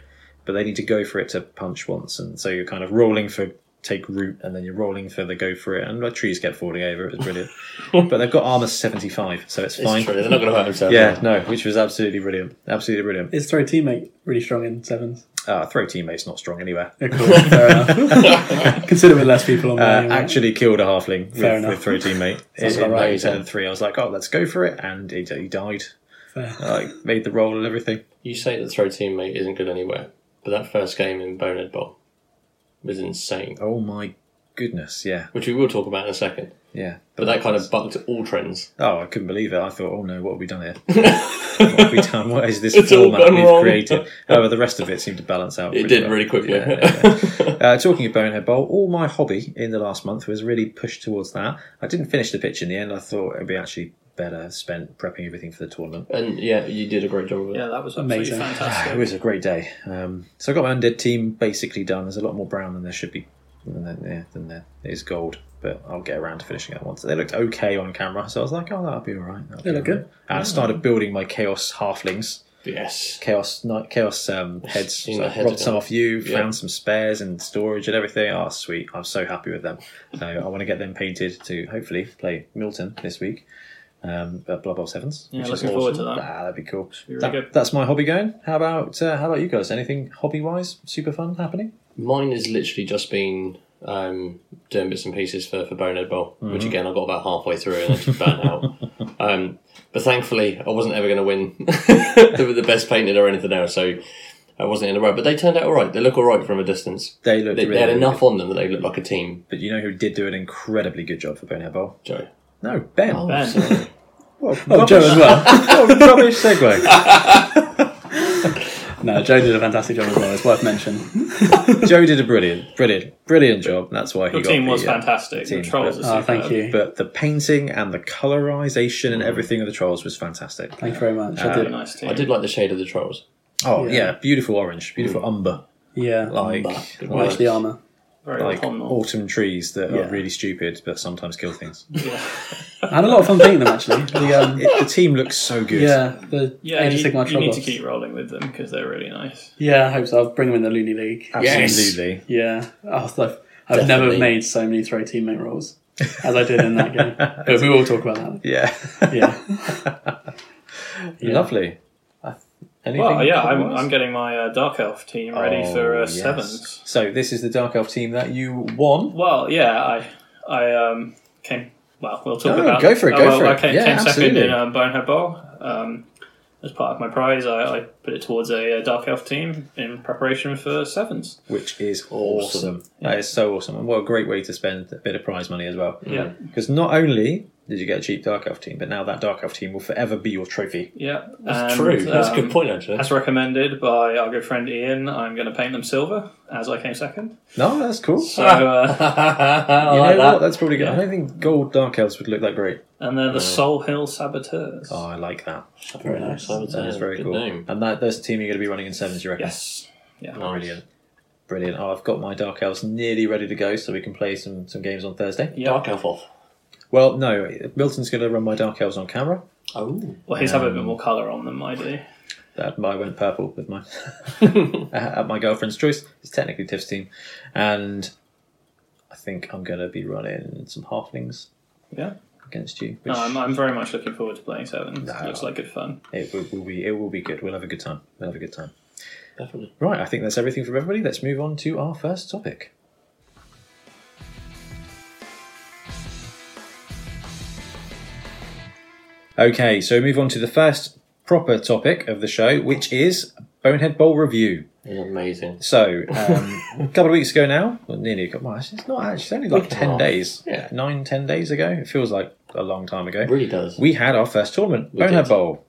Speaker 2: but they need to go for it to punch once, and so you're kind of rolling for take root, and then you're rolling for the go for it, and the trees kept falling over. It was brilliant, but they've got armor seventy five, so it's
Speaker 1: It's
Speaker 2: fine.
Speaker 1: true. They're not going to hurt themselves.
Speaker 2: yeah, no, which was absolutely brilliant, absolutely brilliant.
Speaker 4: Is throw teammate really strong in sevens?
Speaker 2: Uh, throw teammates not strong anywhere.
Speaker 4: Yeah, cool. Fair enough. Considerably less people on my
Speaker 2: uh,
Speaker 4: anyway.
Speaker 2: actually killed a halfling
Speaker 4: Fair
Speaker 2: with,
Speaker 4: enough.
Speaker 2: with throw teammate.
Speaker 4: Sounds
Speaker 2: in, in
Speaker 4: about right,
Speaker 2: like turn three, I was like, oh, let's go for it, and he, he died.
Speaker 4: Fair.
Speaker 2: Like made the roll and everything.
Speaker 1: You say that throw teammate isn't good anywhere, but that first game in Bonehead Bowl was insane,
Speaker 2: Oh my goodness, yeah,
Speaker 1: which we will talk about in a second.
Speaker 2: Yeah.
Speaker 1: But that kind of bucked all trends.
Speaker 2: Oh, I couldn't believe it. I thought, oh no, what have we done here? what have we done? What is this
Speaker 1: It's all
Speaker 2: format
Speaker 1: gone
Speaker 2: we've
Speaker 1: wrong.
Speaker 2: created? However, the rest of it seemed to balance out.
Speaker 1: It
Speaker 2: pretty
Speaker 1: did
Speaker 2: well.
Speaker 1: really quickly.
Speaker 2: Yeah, yeah, yeah. Uh, talking of Bonehead Bowl, all my hobby in the last month was really pushed towards that. I didn't finish the pitch in the end. I thought it'd be actually better spent prepping everything for the tournament.
Speaker 1: and yeah, you did a great job of it.
Speaker 3: Yeah, that was absolutely
Speaker 4: Amazing.
Speaker 2: Ah, It
Speaker 3: fantastic.
Speaker 2: was a great day. Um, so I got my undead team basically done. There's a lot more brown than there should be, than there, yeah, than there is gold. But I'll get around to finishing it once. They looked okay on camera, so I was like, oh, that'll be all right. that'll
Speaker 4: They
Speaker 2: be
Speaker 4: look
Speaker 2: all
Speaker 4: good. Ah.
Speaker 2: right. And I started building my chaos halflings.
Speaker 1: Yes.
Speaker 2: chaos night chaos um, heads.
Speaker 1: seen
Speaker 2: So
Speaker 1: the
Speaker 2: I
Speaker 1: heads
Speaker 2: robbed
Speaker 1: of
Speaker 2: some
Speaker 1: them.
Speaker 2: off you,
Speaker 1: Yeah.
Speaker 2: found some spares and storage and everything. Oh, sweet! I'm so happy with them. So I want to get them painted to hopefully play Milton this week. Um, at Blood Bowl Sevens.
Speaker 3: Yeah,
Speaker 2: which is
Speaker 3: looking forward to
Speaker 2: awesome.
Speaker 3: that.
Speaker 2: Ah, that'd be cool.
Speaker 3: be really
Speaker 2: That-
Speaker 3: good.
Speaker 2: That's my hobby going. How about uh, how about you guys? Anything hobby wise, super fun happening?
Speaker 1: Mine has literally just been um, doing bits and pieces for, for Bonehead Bowl, which
Speaker 3: Mm-hmm.
Speaker 1: again I got about halfway through and then just burnt out. Um, but thankfully, I wasn't ever going to win the, the best painted or anything else, so I wasn't in the road. But they turned out all right. They look all right from a distance.
Speaker 2: They looked
Speaker 1: They,
Speaker 2: really
Speaker 1: they had
Speaker 2: really
Speaker 1: enough
Speaker 2: good.
Speaker 1: on them that they looked like a team.
Speaker 2: But you know who did do an incredibly good job for Bonehead Bowl?
Speaker 1: Joe.
Speaker 2: No, Ben.
Speaker 3: Ben.
Speaker 2: What a
Speaker 4: Oh,
Speaker 2: rubbish-
Speaker 4: Joe as well.
Speaker 2: what a rubbish segue.
Speaker 4: no, Joe did a fantastic job as well. It's worth mentioning.
Speaker 2: Joe did a brilliant, brilliant, brilliant job. That's why he
Speaker 3: Your
Speaker 2: got
Speaker 3: team
Speaker 2: the,
Speaker 3: was
Speaker 2: uh,
Speaker 3: fantastic.
Speaker 2: team, Ah,
Speaker 3: the trolls
Speaker 2: but-
Speaker 3: are
Speaker 4: Oh,
Speaker 3: superb.
Speaker 4: thank you.
Speaker 2: but the painting and the colorization and everything of the trolls was fantastic.
Speaker 4: Mm. Thank you very much. I
Speaker 2: Um,
Speaker 3: Really
Speaker 4: did.
Speaker 3: nice team.
Speaker 1: I did like the shade of the trolls.
Speaker 2: Oh
Speaker 4: Yeah. Mm.
Speaker 2: yeah, beautiful orange, beautiful umber,
Speaker 4: Yeah.
Speaker 2: like
Speaker 1: Umber.
Speaker 4: Watch
Speaker 2: like,
Speaker 4: the armour.
Speaker 3: Very
Speaker 2: like
Speaker 3: autumnal.
Speaker 2: autumn trees that
Speaker 4: Yeah.
Speaker 2: are really stupid but sometimes kill things.
Speaker 3: Yeah.
Speaker 4: I had a lot of fun painting them actually. The, um,
Speaker 2: It- the team looks so good.
Speaker 4: yeah, the
Speaker 3: Yeah,
Speaker 4: Age of
Speaker 3: you,
Speaker 4: Sigmar
Speaker 3: you need
Speaker 4: Trogoths.
Speaker 3: to keep rolling with them because they're really nice.
Speaker 4: Yeah, I hope so. I'll bring them in the Looney League.
Speaker 2: absolutely.
Speaker 4: Yeah, oh, I've, I've never
Speaker 1: Definitely.
Speaker 4: made so many throw teammate rolls as I did in that game. But we will talk about that.
Speaker 2: Yeah.
Speaker 4: Yeah, Yeah.
Speaker 2: lovely. I- Anything
Speaker 3: Well, yeah, I'm,
Speaker 2: otherwise?
Speaker 3: I'm getting my uh, Dark Elf team ready
Speaker 2: Oh,
Speaker 3: for uh,
Speaker 2: yes.
Speaker 3: Sevens.
Speaker 2: So this is the dark elf team that you won.
Speaker 3: Well, yeah, I I um, came. Well, we'll talk
Speaker 2: No,
Speaker 3: about.
Speaker 2: go for it,
Speaker 3: uh,
Speaker 2: go
Speaker 3: well,
Speaker 2: for
Speaker 3: I
Speaker 2: it.
Speaker 3: came,
Speaker 2: Yeah,
Speaker 3: came second
Speaker 2: absolutely.
Speaker 3: in um, Bonehead Bowl. Um, as part of my prize, I, I put it towards a, uh Dark Elf team in preparation for Sevens.
Speaker 2: Which is
Speaker 1: Awesome.
Speaker 2: awesome. That is so awesome. And what a great way to spend a bit of prize money as well.
Speaker 3: Yeah,
Speaker 1: Mm.
Speaker 2: Because not only did you get a cheap Dark Elf team, but now that Dark Elf team will forever be your trophy.
Speaker 3: yeah,
Speaker 1: That's
Speaker 3: and,
Speaker 1: true. That's a
Speaker 3: um,
Speaker 1: good point, actually.
Speaker 3: As recommended by our good friend Ian, I'm going to paint them silver as I came second.
Speaker 2: No, that's cool.
Speaker 3: So, uh,
Speaker 1: I
Speaker 2: you
Speaker 1: like
Speaker 2: know
Speaker 1: that.
Speaker 2: what? That's probably good. I don't think gold Dark Elves would look that great.
Speaker 3: and
Speaker 1: Uh,
Speaker 3: they're the Soul Hill Saboteurs.
Speaker 2: Oh, I like that.
Speaker 4: very nice.
Speaker 1: That is
Speaker 2: That is very
Speaker 1: good
Speaker 2: cool.
Speaker 1: name.
Speaker 2: And that, that's the team you're going to be running in sevens, you reckon?
Speaker 3: Yes. Yeah.
Speaker 2: Brilliant. Brilliant. Oh, I've got my Dark Elves nearly ready to go, so we can play some, some games on Thursday.
Speaker 3: Yeah.
Speaker 1: Dark elf off.
Speaker 2: Well, no, Milton's going to run my Dark Elves on camera.
Speaker 1: Oh.
Speaker 3: Well, he's having a bit more colour on than I do.
Speaker 2: That I went purple with mine. At my girlfriend's choice. It's technically Tiff's team. And I think I'm going to be running some halflings
Speaker 3: Yeah.
Speaker 2: against you. Which
Speaker 3: No, I'm, I'm very much looking forward to playing Sevens.
Speaker 2: No.
Speaker 3: Looks like good fun.
Speaker 2: It will, will be. It will be good. We'll have a good time. We'll have a good time.
Speaker 1: Definitely.
Speaker 2: Right. I think that's everything from everybody. Let's move on to our first topic. Okay, so move on to the first proper topic of the show, which is Bonehead Bowl review.
Speaker 1: It's amazing.
Speaker 2: So, um, a couple of weeks ago now, well, nearly a couple. Well, actually, it's not actually. It's only like
Speaker 1: Week and a
Speaker 2: ten
Speaker 1: half.
Speaker 2: days.
Speaker 1: Yeah.
Speaker 2: nine, ten days ago. It feels like a long time ago.
Speaker 1: It really does.
Speaker 2: We had our first tournament,
Speaker 1: We
Speaker 2: Bonehead
Speaker 1: did.
Speaker 2: Bowl,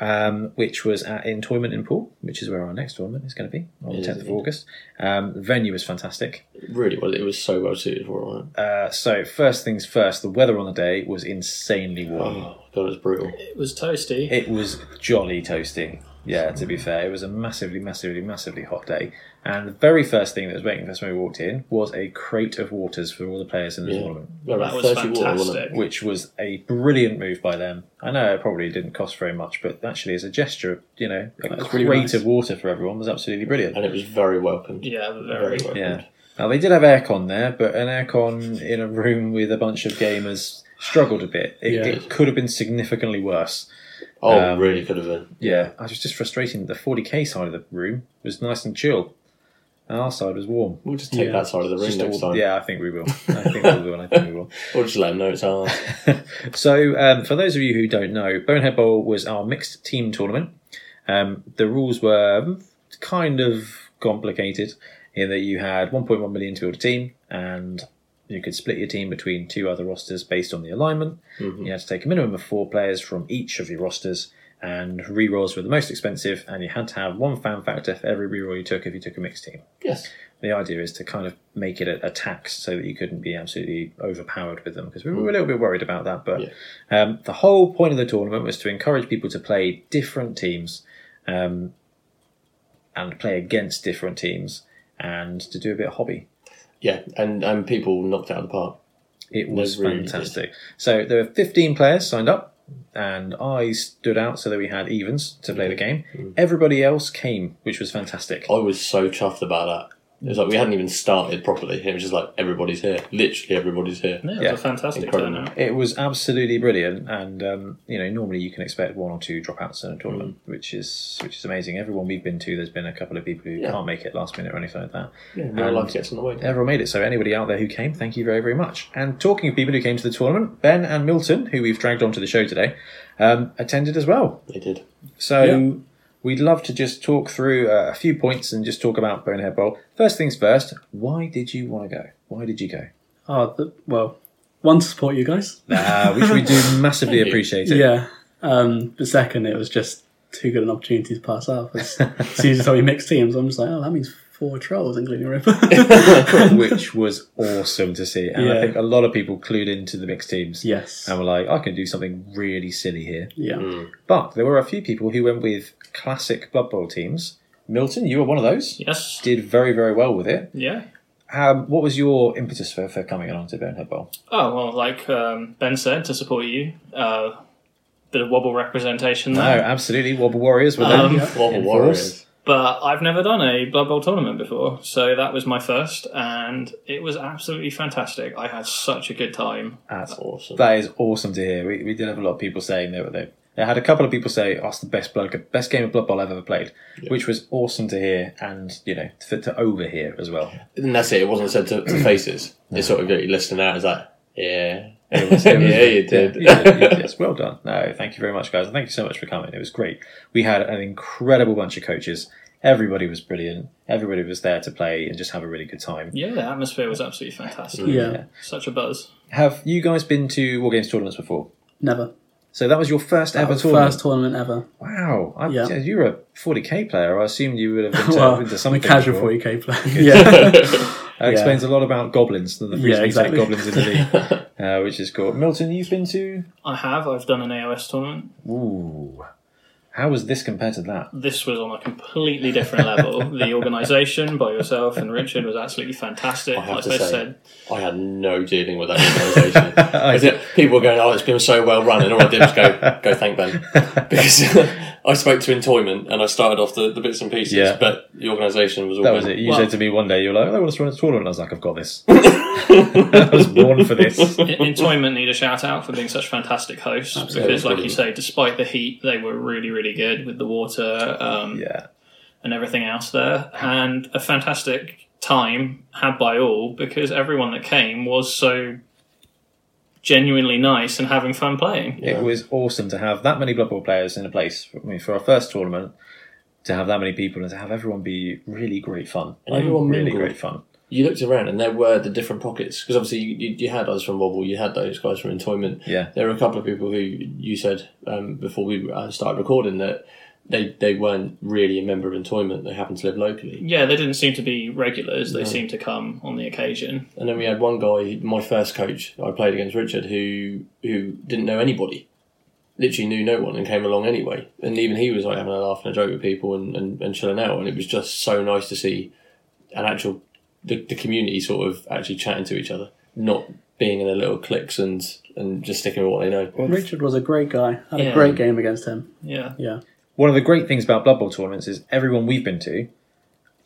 Speaker 2: um, which was at in Toyman in Pool, which is where our next tournament is going to be
Speaker 1: It
Speaker 2: on the
Speaker 1: is
Speaker 2: 10th of
Speaker 1: indeed.
Speaker 2: August. Um, the venue was fantastic.
Speaker 1: really was. It was so well suited for it.
Speaker 2: Uh, so, first things first, the weather on the day was insanely warm.
Speaker 1: Oh, God, it's brutal.
Speaker 3: It was toasty.
Speaker 2: It was jolly toasty. Yeah, to be fair, it was a massively, massively, massively hot day. And the very first thing that was waiting for us when we walked in was a crate of waters for all the players in the
Speaker 1: Yeah.
Speaker 2: tournament,
Speaker 1: Well,
Speaker 3: that
Speaker 1: about
Speaker 3: was
Speaker 1: 30 water, wasn't it?
Speaker 3: fantastic.
Speaker 2: which was a brilliant move by them. I know it probably didn't cost very much, but actually, as a gesture, you know, a
Speaker 4: That's
Speaker 2: crate
Speaker 4: really nice.
Speaker 2: of water for everyone was absolutely brilliant.
Speaker 1: And it was very welcomed.
Speaker 3: Yeah, very.
Speaker 1: Very welcomed.
Speaker 2: Yeah. Now they did have aircon there, but an aircon in a room with a bunch of gamers struggled a bit. It,
Speaker 4: Yeah.
Speaker 2: it could have been significantly worse.
Speaker 1: Oh,
Speaker 2: Um,
Speaker 1: really could have been.
Speaker 2: Yeah, I was just frustrating. that The 40k side of the room was nice and chill, and our side was warm.
Speaker 1: We'll just take
Speaker 4: Yeah.
Speaker 1: that side of the ring
Speaker 2: Just
Speaker 1: next
Speaker 2: all-
Speaker 1: time.
Speaker 2: Yeah, I think we will. I think we will. I think we will.
Speaker 1: We'll just let them know it's ours.
Speaker 2: So, um, for those of you who don't know, Bonehead Bowl was our mixed team tournament. Um, the rules were kind of complicated in that you had 1.1 million to build a team, and You could split your team between two other rosters based on the alignment. You had to take a minimum of four players from each of your rosters, and rerolls were the most expensive, and you had to have one fan factor for every reroll you took if you took a mixed team.
Speaker 1: Yes.
Speaker 2: The idea is to kind of make it a, a tax so that you couldn't be absolutely overpowered with them, because we
Speaker 1: Hmm.
Speaker 2: were a little bit worried about that. But um, the whole point of the tournament was to encourage people to play different teams um, and play against different teams and to do a bit of hobby.
Speaker 1: Yeah, and and people knocked out of the park.
Speaker 2: It was
Speaker 1: really did.
Speaker 2: fantastic. So there were 15 players signed up, and I stood out so that we had evens to
Speaker 1: Hmm.
Speaker 2: play the game. Everybody else came, which was fantastic.
Speaker 1: I was so chuffed about that. It was like we hadn't even started properly. It was just like everybody's here. Literally everybody's here.
Speaker 3: Yeah, it
Speaker 2: Yeah.
Speaker 3: was a fantastic
Speaker 1: Incredible.
Speaker 3: turnout.
Speaker 2: It was absolutely brilliant, and um, you know normally you can expect one or two dropouts in a tournament, which is which is amazing. Everyone we've been to, there's been a couple of people who
Speaker 1: Yeah.
Speaker 2: can't make it last minute or anything like that.
Speaker 1: Yeah, real
Speaker 2: And-
Speaker 1: life gets in the way.
Speaker 2: Everyone made it, so anybody out there who came, thank you very, very much. And talking of people who came to the tournament, Ben and Milton, who we've dragged onto the show today, um, attended as well.
Speaker 1: They did.
Speaker 2: So
Speaker 4: Yeah.
Speaker 2: we'd love to just talk through uh, a few points and just talk about Bonehead Bowl. First things first, why did you want to go? Why did you go?
Speaker 4: Oh, the, well, one to support you guys.
Speaker 2: Uh, which we do massively
Speaker 1: Thank you.
Speaker 2: appreciate it.
Speaker 4: Yeah. Um, but second, it was just too good an opportunity to pass up. As soon as you told me mixed teams, I'm just like, oh, that means four trolls, including Ripper.
Speaker 2: Which was awesome to see. And I
Speaker 4: Yeah.
Speaker 2: think a lot of people clued into the mixed teams
Speaker 4: yes.
Speaker 2: and were like, I can do something really silly here.
Speaker 4: Yeah.
Speaker 2: But there were a few people who went with classic Blood Bowl teams. Milton, you were one of those.
Speaker 3: Yes.
Speaker 2: Did very, very well with it.
Speaker 3: Yeah.
Speaker 2: Um, what was your impetus for, for coming along to Bonehead Bowl?
Speaker 3: Oh well, like um, Ben said, to support you, uh, bit of wobble representation
Speaker 2: No,
Speaker 3: there.
Speaker 2: absolutely. Wobble Warriors were there.
Speaker 3: Um,
Speaker 4: Yeah.
Speaker 1: What a
Speaker 2: In
Speaker 1: warriors.
Speaker 3: But I've never done a Blood Bowl tournament before, so that was my first, and it was absolutely fantastic. I had such a good time.
Speaker 2: That's
Speaker 1: Awesome.
Speaker 2: That is awesome to hear. We, we did have a lot of people saying they were they. I had a couple of people say, "Oh, it's the best blood, best game of Blood Bowl I've ever played," which was awesome to hear, and you know, to, to overhear as well.
Speaker 1: and that's it. It wasn't said
Speaker 2: Mm.
Speaker 1: to, to faces. It's sort of you're listening out. It's like, yeah.
Speaker 2: It was- it was-
Speaker 1: yeah, you did.
Speaker 2: Yeah, you did, you did. Yes, well done. No, thank you very much, guys. and Thank you so much for coming. It was great. We had an incredible bunch of coaches. Everybody was brilliant. Everybody was there to play and just have a really good time.
Speaker 3: Yeah, the atmosphere was absolutely fantastic.
Speaker 4: Yeah.
Speaker 3: Such a buzz.
Speaker 2: Have you guys been to War Games tournaments before?
Speaker 4: Never.
Speaker 2: So that was your first ever tournament.
Speaker 4: First tournament ever.
Speaker 2: Wow, I,
Speaker 4: Yeah.
Speaker 2: you were a 40k player. I assumed you would have been to,
Speaker 4: well,
Speaker 2: into
Speaker 4: I'm a
Speaker 2: something.
Speaker 4: casual
Speaker 2: before.
Speaker 4: 40k player. yeah.
Speaker 2: That explains a lot about goblins, the
Speaker 4: Yeah,
Speaker 2: recently exactly.
Speaker 4: exactly.
Speaker 2: goblins in the league, uh, which is cool. Milton, you've been to?
Speaker 3: I have. I've done an AOS tournament.
Speaker 2: Ooh, how was this compared to that?
Speaker 3: This was on a completely different level. the organisation by yourself and Richard was absolutely fantastic.
Speaker 1: I have
Speaker 3: like
Speaker 1: to
Speaker 3: I
Speaker 1: say.
Speaker 3: said,
Speaker 1: I had no dealing with that organisation. I did- People were going, "Oh, it's been so well run," and all I did was go, "Go thank Ben," because I spoke to Entoyment and I started off the, the bits and pieces,
Speaker 2: Yeah.
Speaker 1: but the organisation was all
Speaker 2: That was
Speaker 1: Ben.
Speaker 2: it. You
Speaker 3: Well-
Speaker 2: said to me one day, you were like, "Oh, I want to run a tournament." I was like, "I've got this. I was born for this."
Speaker 3: En- Entoyment need a shout out for being such fantastic hosts because, like you say, despite the heat, they were really, really good with the water um,
Speaker 2: Yeah,
Speaker 3: and everything else there, and a fantastic time had by all because everyone that came was so genuinely nice and having fun playing.
Speaker 1: Yeah.
Speaker 2: it was awesome to have that many Blood Bowl players in a place. I mean, for our first tournament, to have that many people and to have everyone be really great fun.
Speaker 1: And everyone
Speaker 2: really
Speaker 1: mingled.
Speaker 2: great fun.
Speaker 1: You looked around and there were the different pockets because obviously you, you, you had us from Wobble, you had those guys from Entoyment.
Speaker 2: Yeah.
Speaker 1: there were a couple of people who you said um, before we uh, started recording that they they weren't really a member of Entoyment; they happened to live locally.
Speaker 3: Yeah, they didn't seem to be regulars. They seemed to come on the occasion.
Speaker 1: And then we had one guy, my first coach I played against, Richard, who who didn't know anybody, literally knew no one, and came along anyway. And even he was like having a laugh and a joke with people and, and, and chilling out. And it was just so nice to see an actual the, the community sort of actually chatting to each other, not being in their little cliques and and just sticking with what they know.
Speaker 4: Richard was a great guy. Had
Speaker 3: Yeah.
Speaker 4: a great game against him.
Speaker 3: Yeah.
Speaker 4: Yeah.
Speaker 2: one of the great things about Blood Bowl tournaments is everyone we've been to,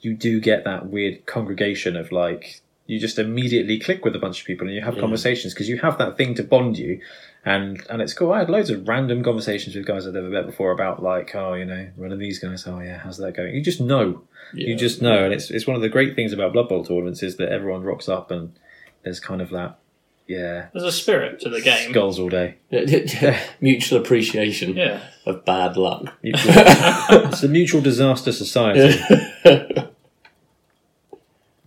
Speaker 2: you do get that weird congregation of like you just immediately click with a bunch of people and you have conversations because you have that thing to bond you, and and it's cool. I had loads of random conversations with guys I'd never met before about like oh you know one of these guys oh yeah how's that going you just know you just know and it's it's one of the great things about Blood Bowl tournaments is that everyone rocks up and there's kind of that yeah
Speaker 3: There's a spirit to the game.
Speaker 2: skulls all day
Speaker 1: Mutual appreciation
Speaker 3: Yeah.
Speaker 1: of bad luck.
Speaker 2: Mutual- it's a mutual disaster society.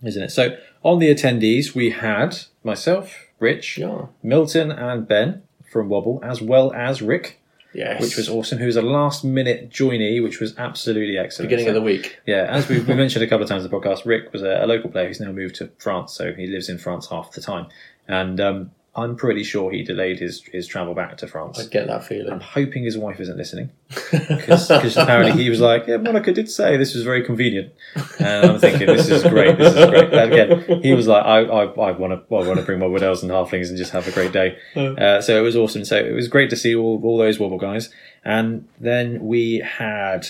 Speaker 2: isn't it? So on the attendees, we had myself, Rich,
Speaker 1: Yeah.
Speaker 2: Milton, and Ben from Wobble, as well as Rick,
Speaker 1: Yes.
Speaker 2: which was awesome, who was a last minute joinee, which was absolutely excellent.
Speaker 1: beginning of
Speaker 2: So-
Speaker 1: the week.
Speaker 2: yeah, as we, we mentioned a couple of times in the podcast, Rick was a, a local player who's now moved to France, so he lives in France half the time. And um, I'm pretty sure he delayed his, his travel back to France.
Speaker 1: I get that
Speaker 2: I'm
Speaker 1: feeling.
Speaker 2: hoping his wife isn't listening because apparently he was like, "Yeah, Monica did say this was very convenient," and I'm thinking, "This is great. This is great." And again, he was like, "I, I, I want to, I want to bring my wood elves and halflings and just have a great day." Uh, so it was awesome. So it was great to see all, all those wobble guys, and then we had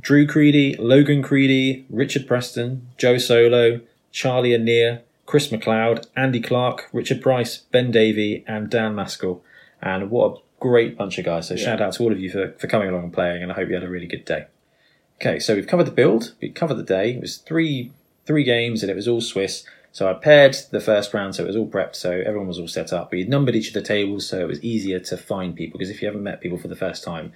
Speaker 2: Drew Creedy, Logan Creedy, Richard Preston, Joe Solo, Charlie Anir, Chris McLeod, Andy Clark, Richard Price, Ben Davey, and Dan Maskell. And what a great bunch of guys. So shout out to all of you for, for coming along and playing, and I hope you had a really good day. Okay, so we've covered the build, we covered the day. It was three three games and it was all Swiss. So I paired the first round, so it was all prepped, so everyone was all set up. We numbered each of the tables, so it was easier to find people. Because if you haven't met people for the first time,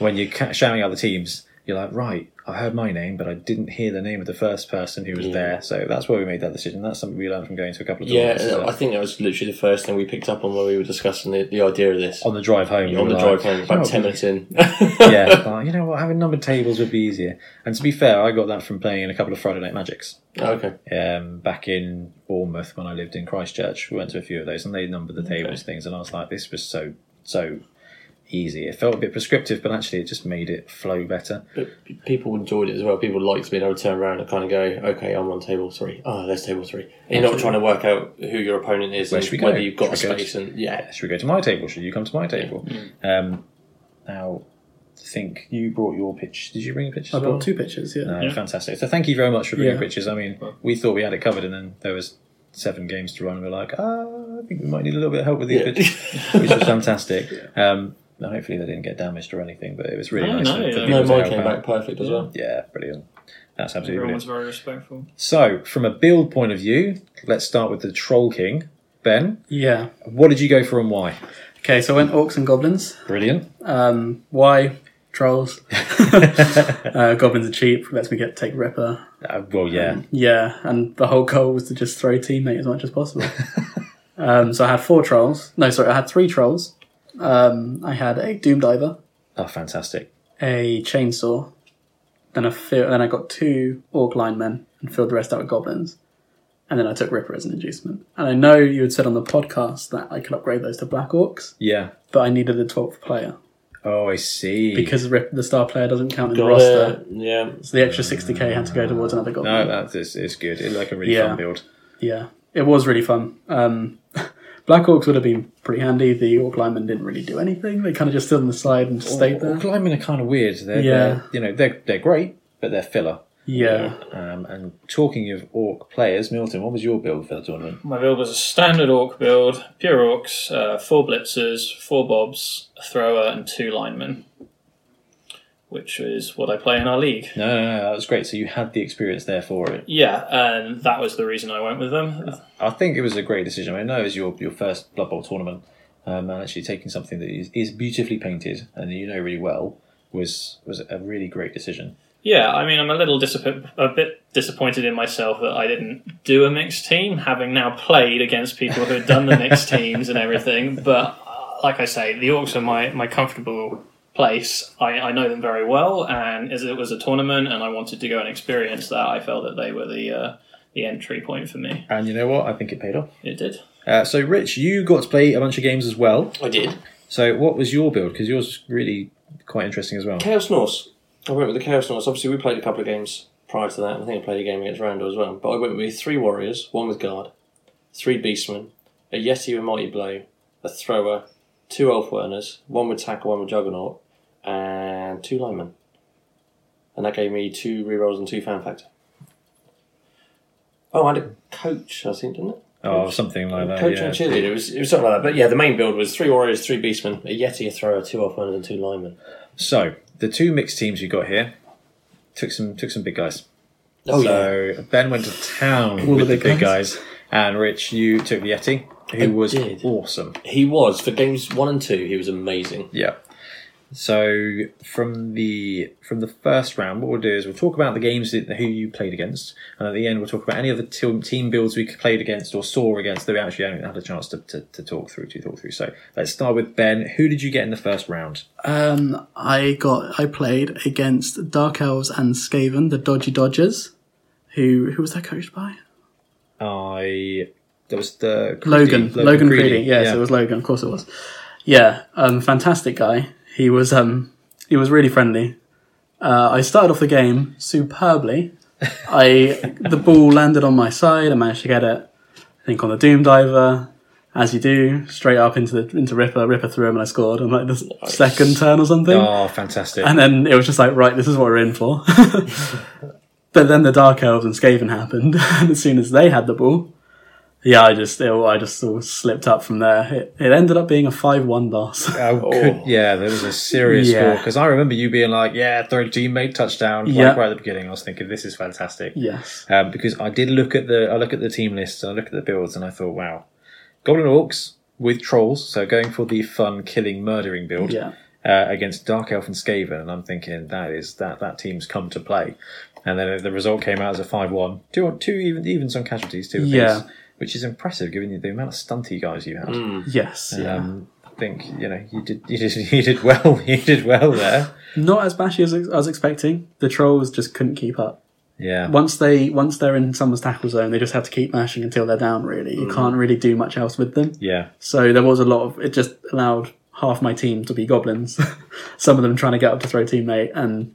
Speaker 2: when you're ca- shouting out the teams, you're like, right, I heard my name, but I didn't hear the name of the first person who was there. So that's where we made that decision. That's something we learned from going to a couple of
Speaker 1: Mm. Yeah,
Speaker 2: tournaments. as well.
Speaker 1: I think that was literally the first thing we picked up on when we were discussing the, the idea of this.
Speaker 2: on the drive home. we
Speaker 1: On
Speaker 2: were
Speaker 1: the
Speaker 2: like,
Speaker 1: drive home, about
Speaker 2: "Oh,
Speaker 1: 10 minutes in.
Speaker 2: yeah, like, you know what? Having numbered tables would be easier. And to be fair, I got that from playing in a couple of Friday Night Magics
Speaker 1: Oh, okay.
Speaker 2: um, back in Bournemouth when I lived in Christchurch. We went to a few of those, and they numbered the tables things, and I was like, this was so so easy. It felt a bit prescriptive, but actually, it just made it flow better.
Speaker 1: But p- people enjoyed it as well. People liked being able to turn around and kind of go, okay, I'm on table three. Oh, there's table three. And you're not trying to work out who your opponent is
Speaker 2: Where
Speaker 1: and
Speaker 2: should we go?
Speaker 1: whether you've got a
Speaker 2: Should we go?
Speaker 1: space. And yeah,
Speaker 2: Should we go to my table? Should you come to my table? Um, now, I think you brought your pitch. Did you bring a pitch?
Speaker 4: I
Speaker 2: as well?
Speaker 4: bought two pictures, yeah.
Speaker 2: No,
Speaker 3: Yeah.
Speaker 2: Uh, fantastic. So thank you very much for bringing
Speaker 4: Yeah.
Speaker 2: pictures. I mean, we thought we had it covered, and then there was seven games to run, and we're like, ah, I think we might need a little bit of help with these
Speaker 1: Yeah.
Speaker 2: pictures, which was fantastic. Um, and hopefully they didn't get damaged or anything, but it was really
Speaker 3: Oh,
Speaker 2: nice.
Speaker 3: no,
Speaker 2: for- for
Speaker 3: yeah.
Speaker 2: people
Speaker 1: no,
Speaker 2: to
Speaker 1: mine
Speaker 2: help
Speaker 1: came
Speaker 2: out.
Speaker 1: back perfect as well.
Speaker 2: Yeah, brilliant. That's absolutely
Speaker 3: Everyone
Speaker 2: brilliant.
Speaker 3: was very respectful.
Speaker 2: So, from a build point of view, let's start with the Troll King. Ben,
Speaker 4: Yeah.
Speaker 2: what did you go for and why?
Speaker 4: Okay, so I went orcs and goblins.
Speaker 2: Brilliant.
Speaker 4: Um, why? Trolls. uh, goblins are cheap. Lets me get take Ripper.
Speaker 2: Uh, well, yeah.
Speaker 4: Um, Yeah, and the whole goal was to just throw teammate as much as possible. um, so I had four trolls. No, sorry, I had three trolls. Um, I had a doom diver,
Speaker 2: Oh, fantastic.
Speaker 4: a chainsaw, then a fill, then I got two orc linemen and filled the rest out with goblins, and then I took Ripper as an inducement. And I know you had said on the podcast that I could upgrade those to black orcs,
Speaker 2: Yeah.
Speaker 4: but I needed the twelfth player
Speaker 2: Oh, I see.
Speaker 4: because Rip, the star player doesn't count in the
Speaker 1: Got
Speaker 4: roster.
Speaker 1: it. Yeah.
Speaker 4: So the extra sixty k had to go towards another goblin.
Speaker 2: no, that's it's, it's good. It's like a really
Speaker 4: Yeah.
Speaker 2: fun build.
Speaker 4: Yeah, it was really fun. Um, Black Orcs would have been pretty handy. The Orc linemen didn't really do anything. They kind of just stood on the side and just
Speaker 1: Oh.
Speaker 4: stayed
Speaker 2: Well,
Speaker 4: there.
Speaker 2: climbing are kind of weird. They're,
Speaker 4: Yeah.
Speaker 2: they're- you know they're they're great, but they're filler.
Speaker 4: Yeah,
Speaker 2: Um, and talking of orc players, Milton, what was your build for the tournament?
Speaker 3: My build was a standard orc build, pure orcs, uh, four blitzers, four bobs, a thrower, and two linemen, which is what I play in our league.
Speaker 2: No, no, no, that was great. So you had the experience there for it.
Speaker 3: Yeah, and that was the reason I went with them.
Speaker 2: I think it was a great decision. I know it was your your first Blood Bowl tournament, um, and actually taking something that is, is beautifully painted and you know really well was was a really great decision.
Speaker 3: Yeah, I mean, I'm a little disapp- a bit disappointed in myself that I didn't do a mixed team, having now played against people who had done the mixed teams and everything. But uh, like I say, the Orcs are my, my comfortable place. I, I know them very well, and as it was a tournament and I wanted to go and experience that, I felt that they were the uh, the entry point for me.
Speaker 2: And you know what? I think it paid off.
Speaker 3: It did.
Speaker 2: Uh, so Rich, you got to play a bunch of games as well.
Speaker 1: I did.
Speaker 2: So what was your build? Because yours was really quite interesting as well.
Speaker 1: Chaos Norse. I went with the Chaos Norse. Obviously, we played a couple of games prior to that. and I think I played a game against Randall as well. But I went with three warriors, one with guard, three beastmen, a Yeti with mighty blow, a thrower, two elf werners, one with tackle, one with juggernaut, and two linemen. And that gave me two rerolls and two fan factor. Oh, and a coach, I think, didn't it?
Speaker 2: Oh, something like that.
Speaker 1: coach
Speaker 2: yeah.
Speaker 1: and cheerleader. It was, it was something like that. But yeah, the main build was three warriors, three beastmen, a Yeti, a thrower, two elf werners, and two linemen.
Speaker 2: So the two mixed teams you got here took some took some big guys.
Speaker 1: Oh,
Speaker 2: so Ben went to town
Speaker 4: All
Speaker 2: with the
Speaker 4: the big
Speaker 2: big, guys. and Rich, you took the Yeti, who was
Speaker 1: did.
Speaker 2: awesome.
Speaker 1: He was for games one and two. He was amazing.
Speaker 2: Yeah. So from the from the first round, what we'll do is we'll talk about the games that who you played against, and at the end we'll talk about any other team team builds we played against or saw against that we actually haven't had a chance to, to, to talk through to talk through. So let's start with Ben. Who did you get in the first round?
Speaker 4: Um, I got I played against Dark Elves and Skaven, the Dodgy Dodgers. Who who was that coached by?
Speaker 2: I that was the Creedy-
Speaker 4: Logan. Logan, Creedy. Yes,
Speaker 2: yeah.
Speaker 4: it was Logan. Of course, it was. Yeah, um, fantastic guy. He was um, he was really friendly. Uh, I started off the game superbly. I the ball landed on my side. I managed to get it. I think on the Doom Diver, as you do, straight up into the into Ripper. Ripper threw him and I scored on like the second turn or something.
Speaker 2: Oh, fantastic!
Speaker 4: And then it was just like, right, this is what we're in for. but then the Dark Elves and Skaven happened, and as soon as they had the ball, yeah, I just it, I just sort of slipped up from there. It, it ended up being a five-one loss.
Speaker 2: Oh, could- yeah, there was a serious
Speaker 4: Yeah.
Speaker 2: score because I remember you being like, "Yeah, third teammate touchdown!"
Speaker 4: Yeah.
Speaker 2: Like right at the beginning, I was thinking, "This is fantastic."
Speaker 4: yes,
Speaker 2: um, because I did look at the I look at the team lists and I look at the builds and I thought, wow, Goblin Orcs with trolls, so going for the fun killing murdering build
Speaker 4: yeah,
Speaker 2: uh, against Dark Elf and Skaven, and I'm thinking that is that that team's come to play, and then the result came out as a five-one, two two even even some casualties two apiece,
Speaker 4: Yeah.
Speaker 2: which is impressive given the- the amount of stunty guys you had.
Speaker 4: yes, yeah.
Speaker 2: Um, I think you know you did you did you did well you did well there.
Speaker 4: Not as bashy as I was expecting. The trolls just couldn't keep up.
Speaker 2: Yeah.
Speaker 4: Once they once they're in someone's tackle zone, they just have to keep mashing until they're down. Really, you can't really do much else with them.
Speaker 2: Yeah.
Speaker 4: So there was a lot of it just allowed half my team to be goblins. Some of them trying to get up to throw teammate, and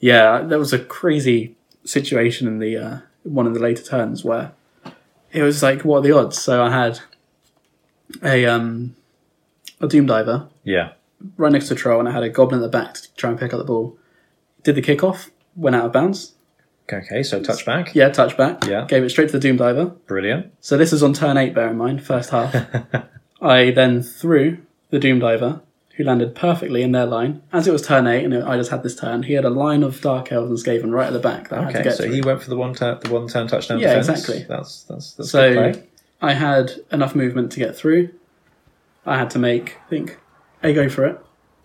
Speaker 4: yeah, there was a crazy situation in the uh, one of the later turns where it was like, what are the odds? So I had a um a doom diver
Speaker 2: Yeah.
Speaker 4: right next to a troll, and I had a goblin at the back to try and pick up the ball. Did the kickoff, went out of bounds.
Speaker 2: Okay, so touchback.
Speaker 4: Yeah, touchback.
Speaker 2: Yeah.
Speaker 4: Gave it straight to the doom diver.
Speaker 2: Brilliant.
Speaker 4: So this is on turn eight, bear in mind, first half. I then threw the Doom Diver, who landed perfectly in their line. As it was turn eight, and I just had this turn, he had a line of Dark Elves and Skaven right at the back that I had to
Speaker 2: Okay,
Speaker 4: get
Speaker 2: so
Speaker 4: through.
Speaker 2: he went for the one turn, the one turn touchdown.
Speaker 4: Yeah,
Speaker 2: defense.
Speaker 4: exactly.
Speaker 2: That's that's that's
Speaker 4: So
Speaker 2: good play.
Speaker 4: I had enough movement to get through. I had to make, I think, a go for it.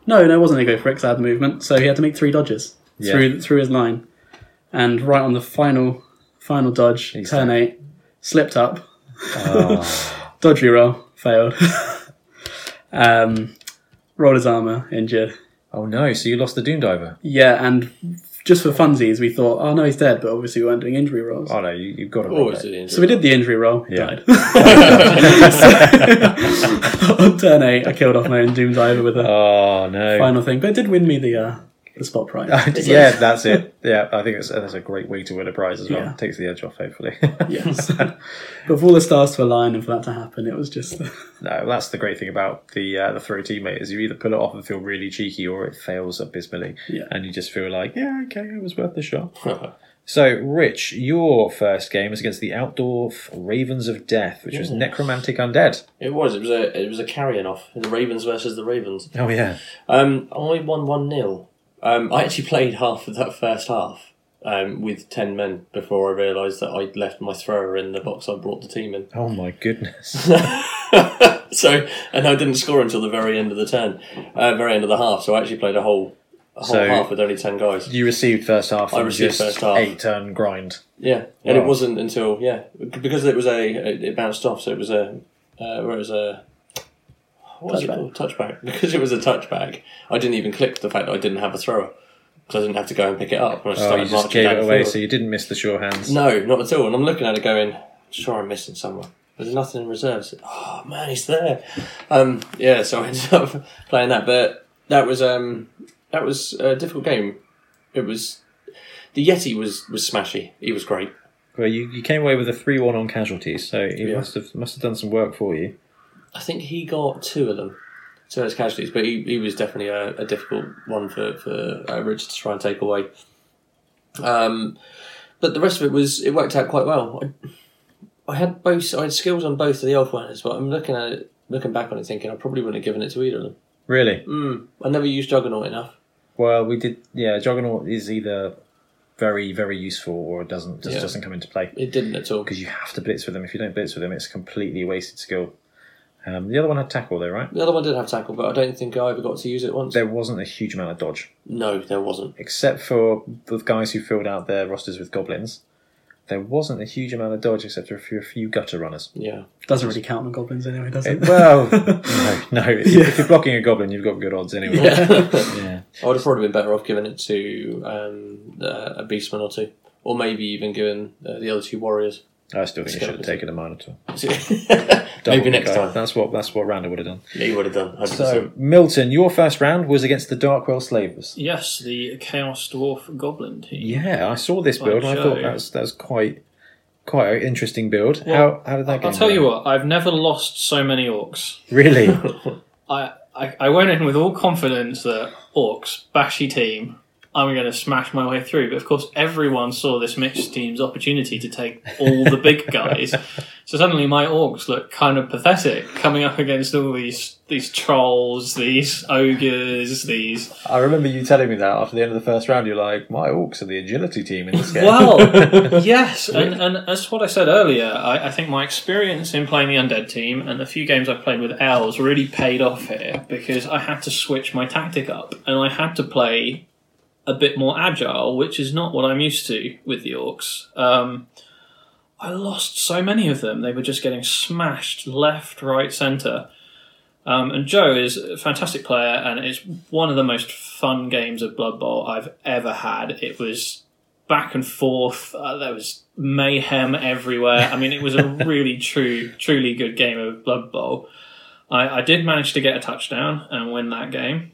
Speaker 4: No, no, it wasn't a go for it 'cause I had movement. So he had to make three dodges
Speaker 2: Yeah.
Speaker 4: through through his line, and right on the final final dodge,
Speaker 2: He's
Speaker 4: turn
Speaker 2: there.
Speaker 4: eight, slipped up,
Speaker 2: Oh,
Speaker 4: dodgy roll, failed. um, rolled his armor, injured.
Speaker 2: oh no! So you lost the Doom Diver.
Speaker 4: Yeah, and just for funsies, we thought, oh no, he's dead. But obviously, we weren't doing injury rolls.
Speaker 2: Oh no! You, you've got to roll
Speaker 1: Always
Speaker 2: it.
Speaker 1: an
Speaker 4: So we did the injury roll.
Speaker 2: Yeah.
Speaker 4: Died. So- on turn eight, I killed off my own Doom Diver with a
Speaker 2: Oh no!
Speaker 4: final thing, but it did win me the uh, the spot prize.
Speaker 2: yeah, that's it. Yeah, I think it's, that's a great way to win a prize as well.
Speaker 4: Yeah.
Speaker 2: Takes the edge off, hopefully.
Speaker 4: yes, but for all the stars to align and for that to happen, it was just
Speaker 2: no, that's the great thing about the uh, the throw teammate is you either pull it off and feel really cheeky, or it fails abysmally,
Speaker 4: Yeah.
Speaker 2: and you just feel like, yeah, okay, it was worth the shot.
Speaker 1: interesting.
Speaker 2: So, Rich, your first game was against the Outdoor Ravens of Death, which was Necromantic Undead.
Speaker 1: it was. It was a it was a carrying off. The Ravens versus the Ravens.
Speaker 2: Oh yeah.
Speaker 1: Um, I won one 0 um, I actually played half of that first half um, with ten men before I realised that I'd left my thrower in the box I brought the team in.
Speaker 2: Oh my goodness.
Speaker 1: so and I didn't score until the very end of the turn, uh, very end of the half. So I actually played a whole a whole
Speaker 2: So-
Speaker 1: half with only ten guys.
Speaker 2: You received first half.
Speaker 1: I
Speaker 2: and
Speaker 1: received
Speaker 2: just
Speaker 1: first half.
Speaker 2: Eight turn grind.
Speaker 1: Yeah, and
Speaker 2: Wow.
Speaker 1: it wasn't until yeah because it was a it bounced off, so it was a uh, where it was a what was it
Speaker 4: Touchback.
Speaker 1: called touchback because it was a touchback. I didn't even click the fact that I didn't have a thrower because I didn't have to go and pick it up. And I
Speaker 2: Oh,
Speaker 1: started
Speaker 2: you just
Speaker 1: marching
Speaker 2: gave
Speaker 1: down
Speaker 2: it
Speaker 1: the
Speaker 2: away,
Speaker 1: field.
Speaker 2: so you didn't miss the sure hands.
Speaker 1: No, not at all. And I'm looking at it going, sure, I'm missing someone. But there's nothing in reserves. Oh man, he's there. Um, yeah, so I ended up playing that. But that was um, that was a difficult game. It was the Yeti was was smashy. He was great.
Speaker 2: Well, you, you came away with a three-one on casualties, so he
Speaker 1: Yeah.
Speaker 2: must have must have done some work for you.
Speaker 1: I think he got two of them, two of those casualties. But he, he was definitely a, a difficult one for for uh, Richard to try and take away. Um, but the rest of it was it worked out quite well. I, I had both I had skills on both of the elf runners, but I'm looking at it, looking back on it, thinking I probably wouldn't have given it to either of them.
Speaker 2: Really?
Speaker 1: Mm, I never used Juggernaut enough.
Speaker 2: Well, we did. Yeah, Juggernaut is either very very useful or it doesn't just
Speaker 1: Yeah.
Speaker 2: doesn't come into play
Speaker 1: It didn't at all.
Speaker 2: because you have to blitz with them. If you don't blitz with them, it's completely wasted skill. Um, the other one had tackle, though, right?
Speaker 1: The other one did have tackle, but I don't think I ever got to use it once.
Speaker 2: There wasn't a huge amount of dodge,
Speaker 1: No, there wasn't.
Speaker 2: except for the guys who filled out their rosters with goblins. There wasn't a huge amount of dodge, except for a few, a few gutter runners.
Speaker 1: Yeah.
Speaker 4: Doesn't really count on goblins anyway, does
Speaker 2: It-
Speaker 4: it?
Speaker 2: well, no, no. If, if you're blocking a goblin, you've got good odds anyway.
Speaker 1: I
Speaker 2: yeah.
Speaker 1: would have probably been better off giving it to um, uh, a beastman or two, or maybe even giving uh, the other two warriors.
Speaker 2: I still think you should
Speaker 1: Skeletons.
Speaker 2: have taken a minotaur. Double
Speaker 1: maybe next
Speaker 2: guy.
Speaker 1: time.
Speaker 2: That's what that's what Randa would have done.
Speaker 1: Yeah, you would have done. 100%.
Speaker 2: So Milton, your first round was against the Darkwell Slavers.
Speaker 3: Yes, the Chaos Dwarf Goblin team.
Speaker 2: Yeah, I saw this
Speaker 3: By
Speaker 2: build. and I thought
Speaker 3: Joe.
Speaker 2: that was that was quite quite an interesting build.
Speaker 3: Well,
Speaker 2: how how did that go?
Speaker 3: I'll tell you what, I've never lost so many orcs.
Speaker 2: Really?
Speaker 3: I, I, I went in with all confidence that orcs, bashy team, I'm going to smash my way through. But of course, everyone saw this mixed team's opportunity to take all the big guys. so suddenly, my orcs look kind of pathetic coming up against all these these trolls, these ogres, these.
Speaker 2: I remember you telling me that after the end of the first round. You're like, my orcs are the agility team in this game.
Speaker 3: Well, yes, and and that's what I said earlier. I, I think my experience in playing the undead team and the few games I've played with elves really paid off here because I had to switch my tactic up and I had to play a bit more agile, which is not what I'm used to with the orcs. Um, I lost so many of them; they were just getting smashed left, right, centre. Um, and Joe is a fantastic player, and it's one of the most fun games of Blood Bowl I've ever had. It was back and forth. Uh, there was mayhem everywhere. I mean, it was a really true, truly good game of Blood Bowl. I, I did manage to get a touchdown and win that game.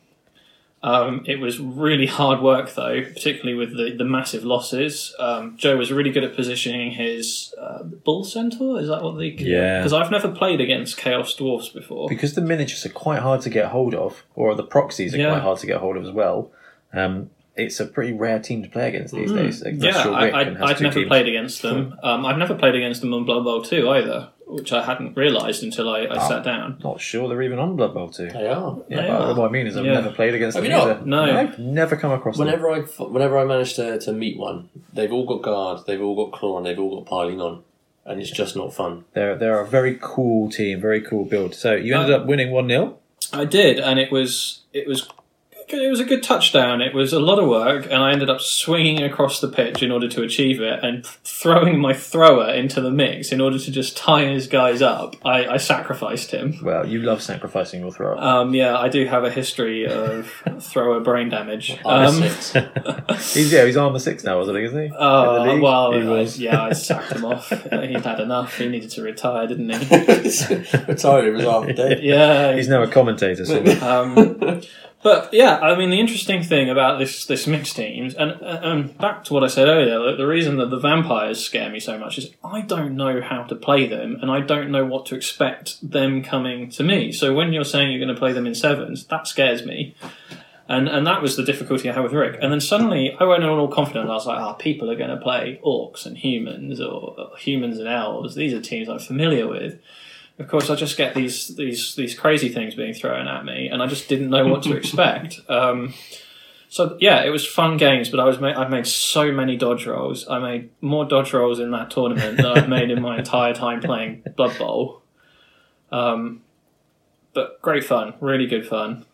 Speaker 3: Um, it was really hard work, though, particularly with the, the massive losses. Um, Joe was really good at positioning his uh, bull centaur. Is that what they?
Speaker 2: Yeah.
Speaker 3: Because I've never played against chaos dwarfs before.
Speaker 2: because the miniatures are quite hard to get hold of, or the proxies are
Speaker 3: Yeah.
Speaker 2: quite hard to get hold of as well. Um, it's a pretty rare team to play against these days. Like, that's
Speaker 3: Mm-hmm. Yeah,
Speaker 2: your
Speaker 3: I,
Speaker 2: Rick
Speaker 3: I,
Speaker 2: and has
Speaker 3: I'd
Speaker 2: two
Speaker 3: never
Speaker 2: teams. Hmm.
Speaker 3: played against them. Um, I've never played against them on Blood Bowl 2 either, which I hadn't realised until I,
Speaker 2: Ah.
Speaker 3: I sat down.
Speaker 2: Not sure they're even on Blood Bowl 2.
Speaker 1: they are.
Speaker 2: Yeah,
Speaker 3: They
Speaker 2: but
Speaker 3: are.
Speaker 2: what I mean is I've
Speaker 3: Yeah.
Speaker 2: never played against
Speaker 1: Have
Speaker 2: them
Speaker 1: you not?
Speaker 2: either.
Speaker 3: No.
Speaker 2: I've never come across them.
Speaker 1: Whenever I whenever I manage to, to meet one, they've all got guard, they've all got claw, and they've all got piling on, and it's just not fun.
Speaker 2: They're, they're a very cool team, very cool build. So you ended
Speaker 3: Uh,
Speaker 2: up winning 1 0.
Speaker 3: I did, and it was it was it was a good touchdown. It was a lot of work, and I ended up swinging across the pitch in order to achieve it, and th- throwing my thrower into the mix in order to just tie his guys up. I, I sacrificed him.
Speaker 2: Well, you love sacrificing your throw.
Speaker 3: Um, yeah, I do have a history of thrower brain damage.
Speaker 1: I
Speaker 3: Um,
Speaker 1: miss it.
Speaker 2: he's, yeah, he's armor 6 now, isn't he? Isn't he? In the
Speaker 3: Oh
Speaker 2: league,
Speaker 3: well,
Speaker 2: he
Speaker 3: I-
Speaker 2: was.
Speaker 3: yeah, I sacked him off. He'd had enough. He needed to retire, didn't he?
Speaker 1: Retired, it was half a day.
Speaker 3: Yeah.
Speaker 2: He's now a commentator. So
Speaker 3: Um, but yeah, I mean, the interesting thing about this this mixed teams, and uh, um, back to what I said earlier, the, the reason that the vampires scare me so much is I don't know how to play them, and I don't know what to expect them coming to me. So when you're saying you're going to play them in sevens, that scares me. And, and that was the difficulty I had with Rick. And then suddenly I went on all confident. And I was like, oh, people are going to play orcs and humans or or humans and elves. These are teams I'm familiar with. Of course, I just get these these these crazy things being thrown at me, and I just didn't know what to expect. Um, so yeah, it was fun games, but I was ma- I made so many dodge rolls. I made more dodge rolls in that tournament than I've made in my entire time playing Blood Bowl. Um, but great fun, really good fun,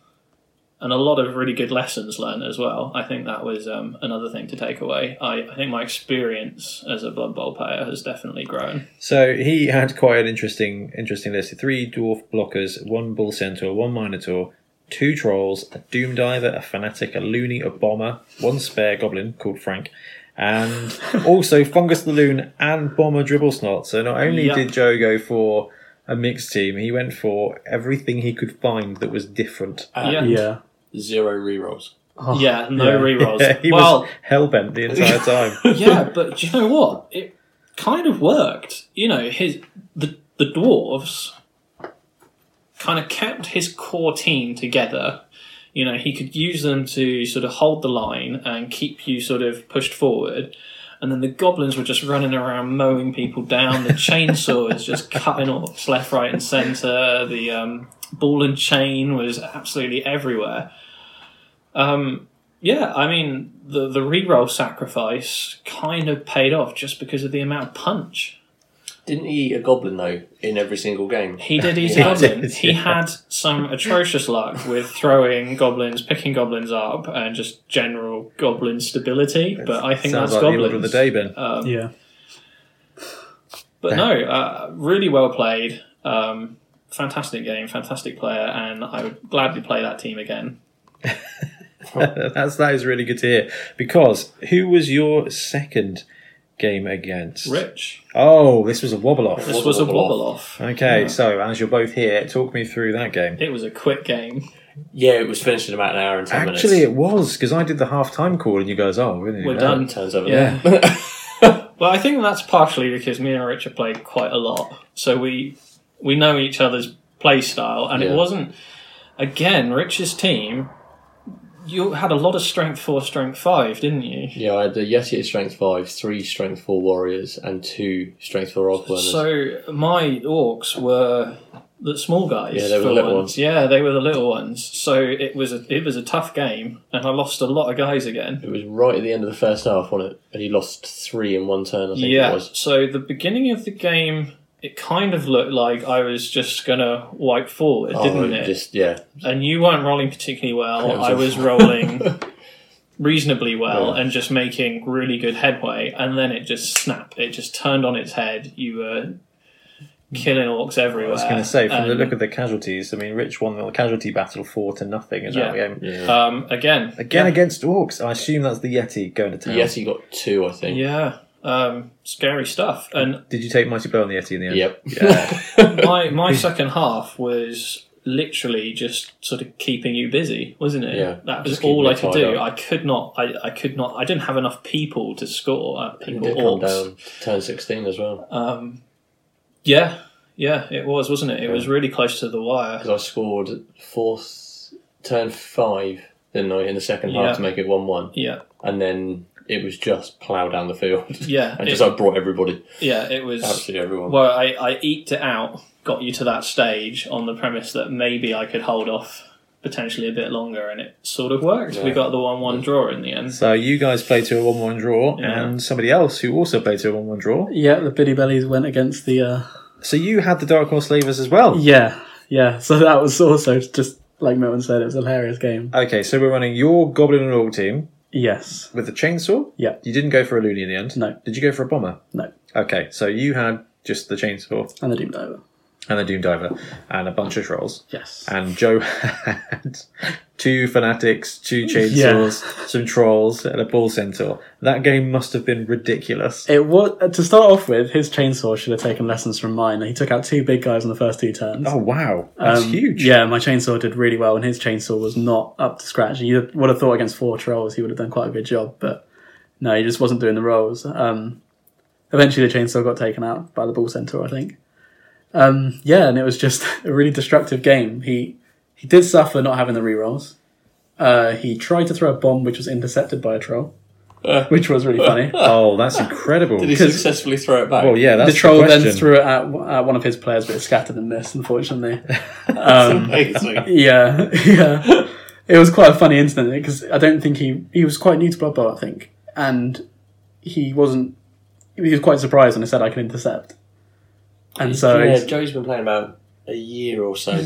Speaker 3: and a lot of really good lessons learned as well. I think that was um, another thing to take away. I, I think my experience as a Blood Bowl player has definitely grown.
Speaker 2: So he had quite an interesting, interesting list: three dwarf blockers, one bull centaur, one minotaur, two trolls, a doom diver, a fanatic, a loony, a bomber, one spare goblin called Frank, and also fungus the loon and bomber dribble snot. So not only
Speaker 3: Yep.
Speaker 2: did Joe go for a mixed team, he went for everything he could find that was different.
Speaker 1: And
Speaker 4: yeah.
Speaker 1: Zero rerolls.
Speaker 4: Oh,
Speaker 3: Yeah, no
Speaker 4: yeah.
Speaker 3: rerolls.
Speaker 2: he
Speaker 3: well,
Speaker 2: was hell bent the entire time.
Speaker 3: yeah, but do you know what? It kind of worked. You know, his the the dwarves kind of kept his core team together. You know, he could use them to sort of hold the line and keep you sort of pushed forward. And then the goblins were just running around mowing people down. The chainsaw is just cutting orcs left, right, and centre. The um, ball and chain was absolutely everywhere. Um, yeah, I mean the the reroll sacrifice kind of paid off just because of the amount of punch.
Speaker 1: Didn't he eat a goblin though in every single game?
Speaker 3: He did eat a
Speaker 2: He
Speaker 3: goblin.
Speaker 2: did,
Speaker 3: he
Speaker 2: yeah.
Speaker 3: had some atrocious luck with throwing goblins, picking goblins up, and just general goblin stability. But I think
Speaker 2: Sounds
Speaker 3: that's
Speaker 2: like the
Speaker 3: goblins.
Speaker 2: order of the day, Ben.
Speaker 3: Um,
Speaker 4: Yeah.
Speaker 3: But no, uh, really well played. Um, fantastic game, fantastic player, and I would gladly play that team again.
Speaker 2: That's that is really good to hear. Because who was your second game against?
Speaker 3: Rich,
Speaker 2: Oh, this was a wobble off.
Speaker 3: this was a
Speaker 1: wobble off.
Speaker 3: wobble off.
Speaker 2: Okay, so as you're both here, talk me through that game.
Speaker 3: It was a quick game.
Speaker 1: Yeah, it was finished in about an hour and ten
Speaker 2: Actually,
Speaker 1: minutes.
Speaker 2: it was because I did the half time call, and you guys, oh, really?
Speaker 3: We're
Speaker 2: Yeah.
Speaker 3: done.
Speaker 1: turns over
Speaker 3: Yeah.
Speaker 1: there.
Speaker 3: Well, I think that's partially because me and Richard played quite a lot, so we we know each other's play style, and
Speaker 1: Yeah.
Speaker 3: it wasn't again Rich's team. You had a lot of strength four, strength five, didn't you?
Speaker 1: yeah, I had the Yeti at strength five, three strength four warriors, and two strength four offlanders.
Speaker 3: So my orcs were the small guys.
Speaker 1: Yeah, they were the
Speaker 3: for
Speaker 1: little
Speaker 3: once. Yeah, they were the little ones. So it was a it was a tough game, and I lost a lot of guys again.
Speaker 1: it was right at the end of the first half, wasn't it? And he lost three in one turn. I think it
Speaker 3: Yeah.
Speaker 1: was.
Speaker 3: So the beginning of the game, it kind of looked like I was just gonna wipe forward, didn't it?
Speaker 1: Just Oh, yeah,
Speaker 3: and you weren't rolling particularly well.
Speaker 1: It was
Speaker 3: I
Speaker 1: awful.
Speaker 3: was rolling reasonably well
Speaker 1: Yeah.
Speaker 3: and just making really good headway. And then it just snapped. It just turned on its head. You were killing orcs everywhere.
Speaker 2: I was going to say, from the
Speaker 3: And,
Speaker 2: look of the casualties, I mean, Rich won the casualty battle four to nothing in that
Speaker 3: Yeah.
Speaker 2: game.
Speaker 1: yeah.
Speaker 3: um, again,
Speaker 2: Again against orcs. I assume that's the Yeti going to town.
Speaker 1: Yeti got two, I think.
Speaker 3: yeah, um, scary stuff. And
Speaker 2: Did you take mighty blow on the Yeti in the end?
Speaker 1: Yep.
Speaker 2: Yeah.
Speaker 3: my my second half was literally just sort of keeping you busy, wasn't it?
Speaker 1: Yeah,
Speaker 3: that was
Speaker 1: just keeping
Speaker 3: all
Speaker 1: you
Speaker 3: I could
Speaker 1: tied
Speaker 3: do.
Speaker 1: up.
Speaker 3: I could not. I, I could not. I didn't have enough people to score. Uh,
Speaker 1: He
Speaker 3: people
Speaker 1: did come
Speaker 3: orcs.
Speaker 1: down to turn sixteen as well.
Speaker 3: Um, yeah, yeah, it was, wasn't it? It was really close to the wire.
Speaker 1: because I scored fourth turn five, didn't I, in the second
Speaker 3: Yeah.
Speaker 1: half to make it one one,
Speaker 3: Yeah,
Speaker 1: and then it was just plough down the field.
Speaker 3: Yeah,
Speaker 1: and
Speaker 3: it-
Speaker 1: just I brought everybody,
Speaker 3: yeah, it was.
Speaker 1: absolutely everyone.
Speaker 3: Well, I, I eked it out, got you to that stage on the premise that maybe I could hold off potentially a bit longer, and it sort of worked. We
Speaker 1: Yeah.
Speaker 3: got the one-one draw in the end.
Speaker 2: so you guys played to a one-one draw,
Speaker 3: Yeah.
Speaker 2: and somebody else who also played to a one-one draw.
Speaker 4: Yeah, the Biddy Bellies went against the. Uh,
Speaker 2: So you had the Dark Horse levers as well.
Speaker 4: yeah, yeah. So that was also just like Milton said, it was a hilarious game.
Speaker 2: Okay, so we're running your Goblin and Orc team
Speaker 4: Yes.
Speaker 2: with the chainsaw.
Speaker 4: Yeah.
Speaker 2: You didn't go for a loony in the end.
Speaker 4: No.
Speaker 2: Did you go for a bomber?
Speaker 4: No.
Speaker 2: Okay, so you had just the chainsaw
Speaker 4: And the Doom Diver.
Speaker 2: and the Doom Diver and a bunch of trolls.
Speaker 4: Yes.
Speaker 2: And Joe had two fanatics, two chainsaws, some trolls, and a ball centaur. That game must have been ridiculous.
Speaker 4: It was to start off with. His chainsaw should have taken lessons from mine. He took out two big guys on the first two turns.
Speaker 2: Oh wow, that's
Speaker 4: Um,
Speaker 2: huge.
Speaker 4: Yeah, my chainsaw did really well, and his chainsaw was not up to scratch. You would have thought against four trolls, he would have done quite a good job, but no, he just wasn't doing the rolls. Um, eventually, the chainsaw got taken out by the ball centaur, I think. Um, yeah, and it was just a really destructive game. He he did suffer not having the rerolls. Uh, he tried to throw a bomb, which was intercepted by a troll,
Speaker 2: Uh.
Speaker 4: which was really funny.
Speaker 2: Oh, that's incredible.
Speaker 1: Did he successfully throw it back?
Speaker 2: Well, yeah, that's
Speaker 4: the troll then
Speaker 2: question.
Speaker 4: threw it at, at one of his players, but it scattered and missed, unfortunately.
Speaker 1: Amazing.
Speaker 4: Yeah, yeah. It was quite a funny incident because I don't think he he was quite new to Blood Bowl, I think, and he wasn't. He was quite surprised when I said I can intercept, and so
Speaker 1: yeah,
Speaker 4: yeah.
Speaker 1: Joe's been playing about a year or so.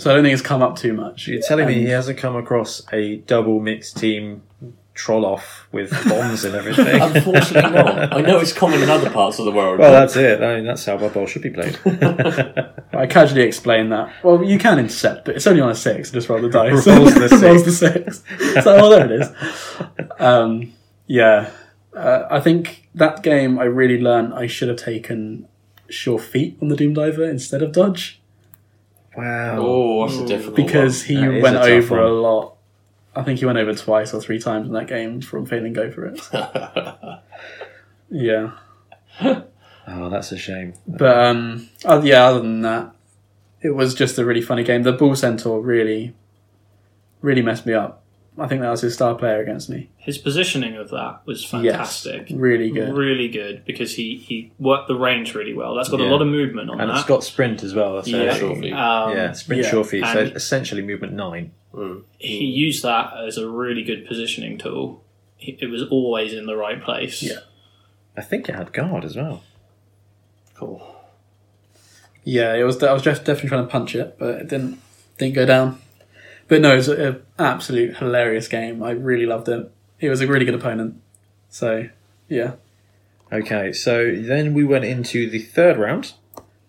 Speaker 4: So I don't think it's come up too much.
Speaker 2: You're telling me
Speaker 4: And-
Speaker 2: he hasn't come across a double mixed team troll off with bombs and everything?
Speaker 1: Unfortunately not. I know it's common in other parts of the world.
Speaker 2: Well, that's it. I mean, that's how Blood Bowl should be played.
Speaker 4: I casually explained that. Well, you can intercept, but it's only on a six. Just roll the dice.
Speaker 2: Rolls the six.
Speaker 4: Rolls the six. So well, there it is. Um, yeah, uh, I think that game I really learned I should have taken sure feet on the Doom Diver instead of dodge.
Speaker 2: wow.
Speaker 1: oh, that's a difficult
Speaker 4: because he
Speaker 2: That is
Speaker 4: went
Speaker 2: a tough
Speaker 4: over a
Speaker 2: one.
Speaker 4: lot. I think he went over twice or three times in that game from failing go for it. yeah,
Speaker 2: Oh, that's a shame.
Speaker 4: but um, oth- yeah. Other than that, it was just a really funny game. The ball centaur really, really messed me up. I think that was his star player against me.
Speaker 3: His positioning of that was fantastic.
Speaker 4: Really good.
Speaker 3: Really good because he, he worked the range really well. That's got
Speaker 2: Yeah.
Speaker 3: a lot of movement on
Speaker 2: And it's
Speaker 3: that.
Speaker 2: got sprint as well. That's
Speaker 3: Yeah.
Speaker 2: yeah.
Speaker 1: Sure feet.
Speaker 3: um,
Speaker 2: yeah, sprint
Speaker 4: Yeah.
Speaker 2: short feet. So
Speaker 3: And-
Speaker 2: essentially movement nine.
Speaker 1: Mm.
Speaker 3: he used that as a really good positioning tool. He- It was always in the right place.
Speaker 4: Yeah.
Speaker 2: I think it had guard as well.
Speaker 1: Cool.
Speaker 4: Yeah, it was. I was def- definitely trying to punch it, but it didn't didn't go down. But no, it was an absolute hilarious game. I really loved it. It was a really good opponent. So yeah,
Speaker 2: Okay, so then we went into the third round.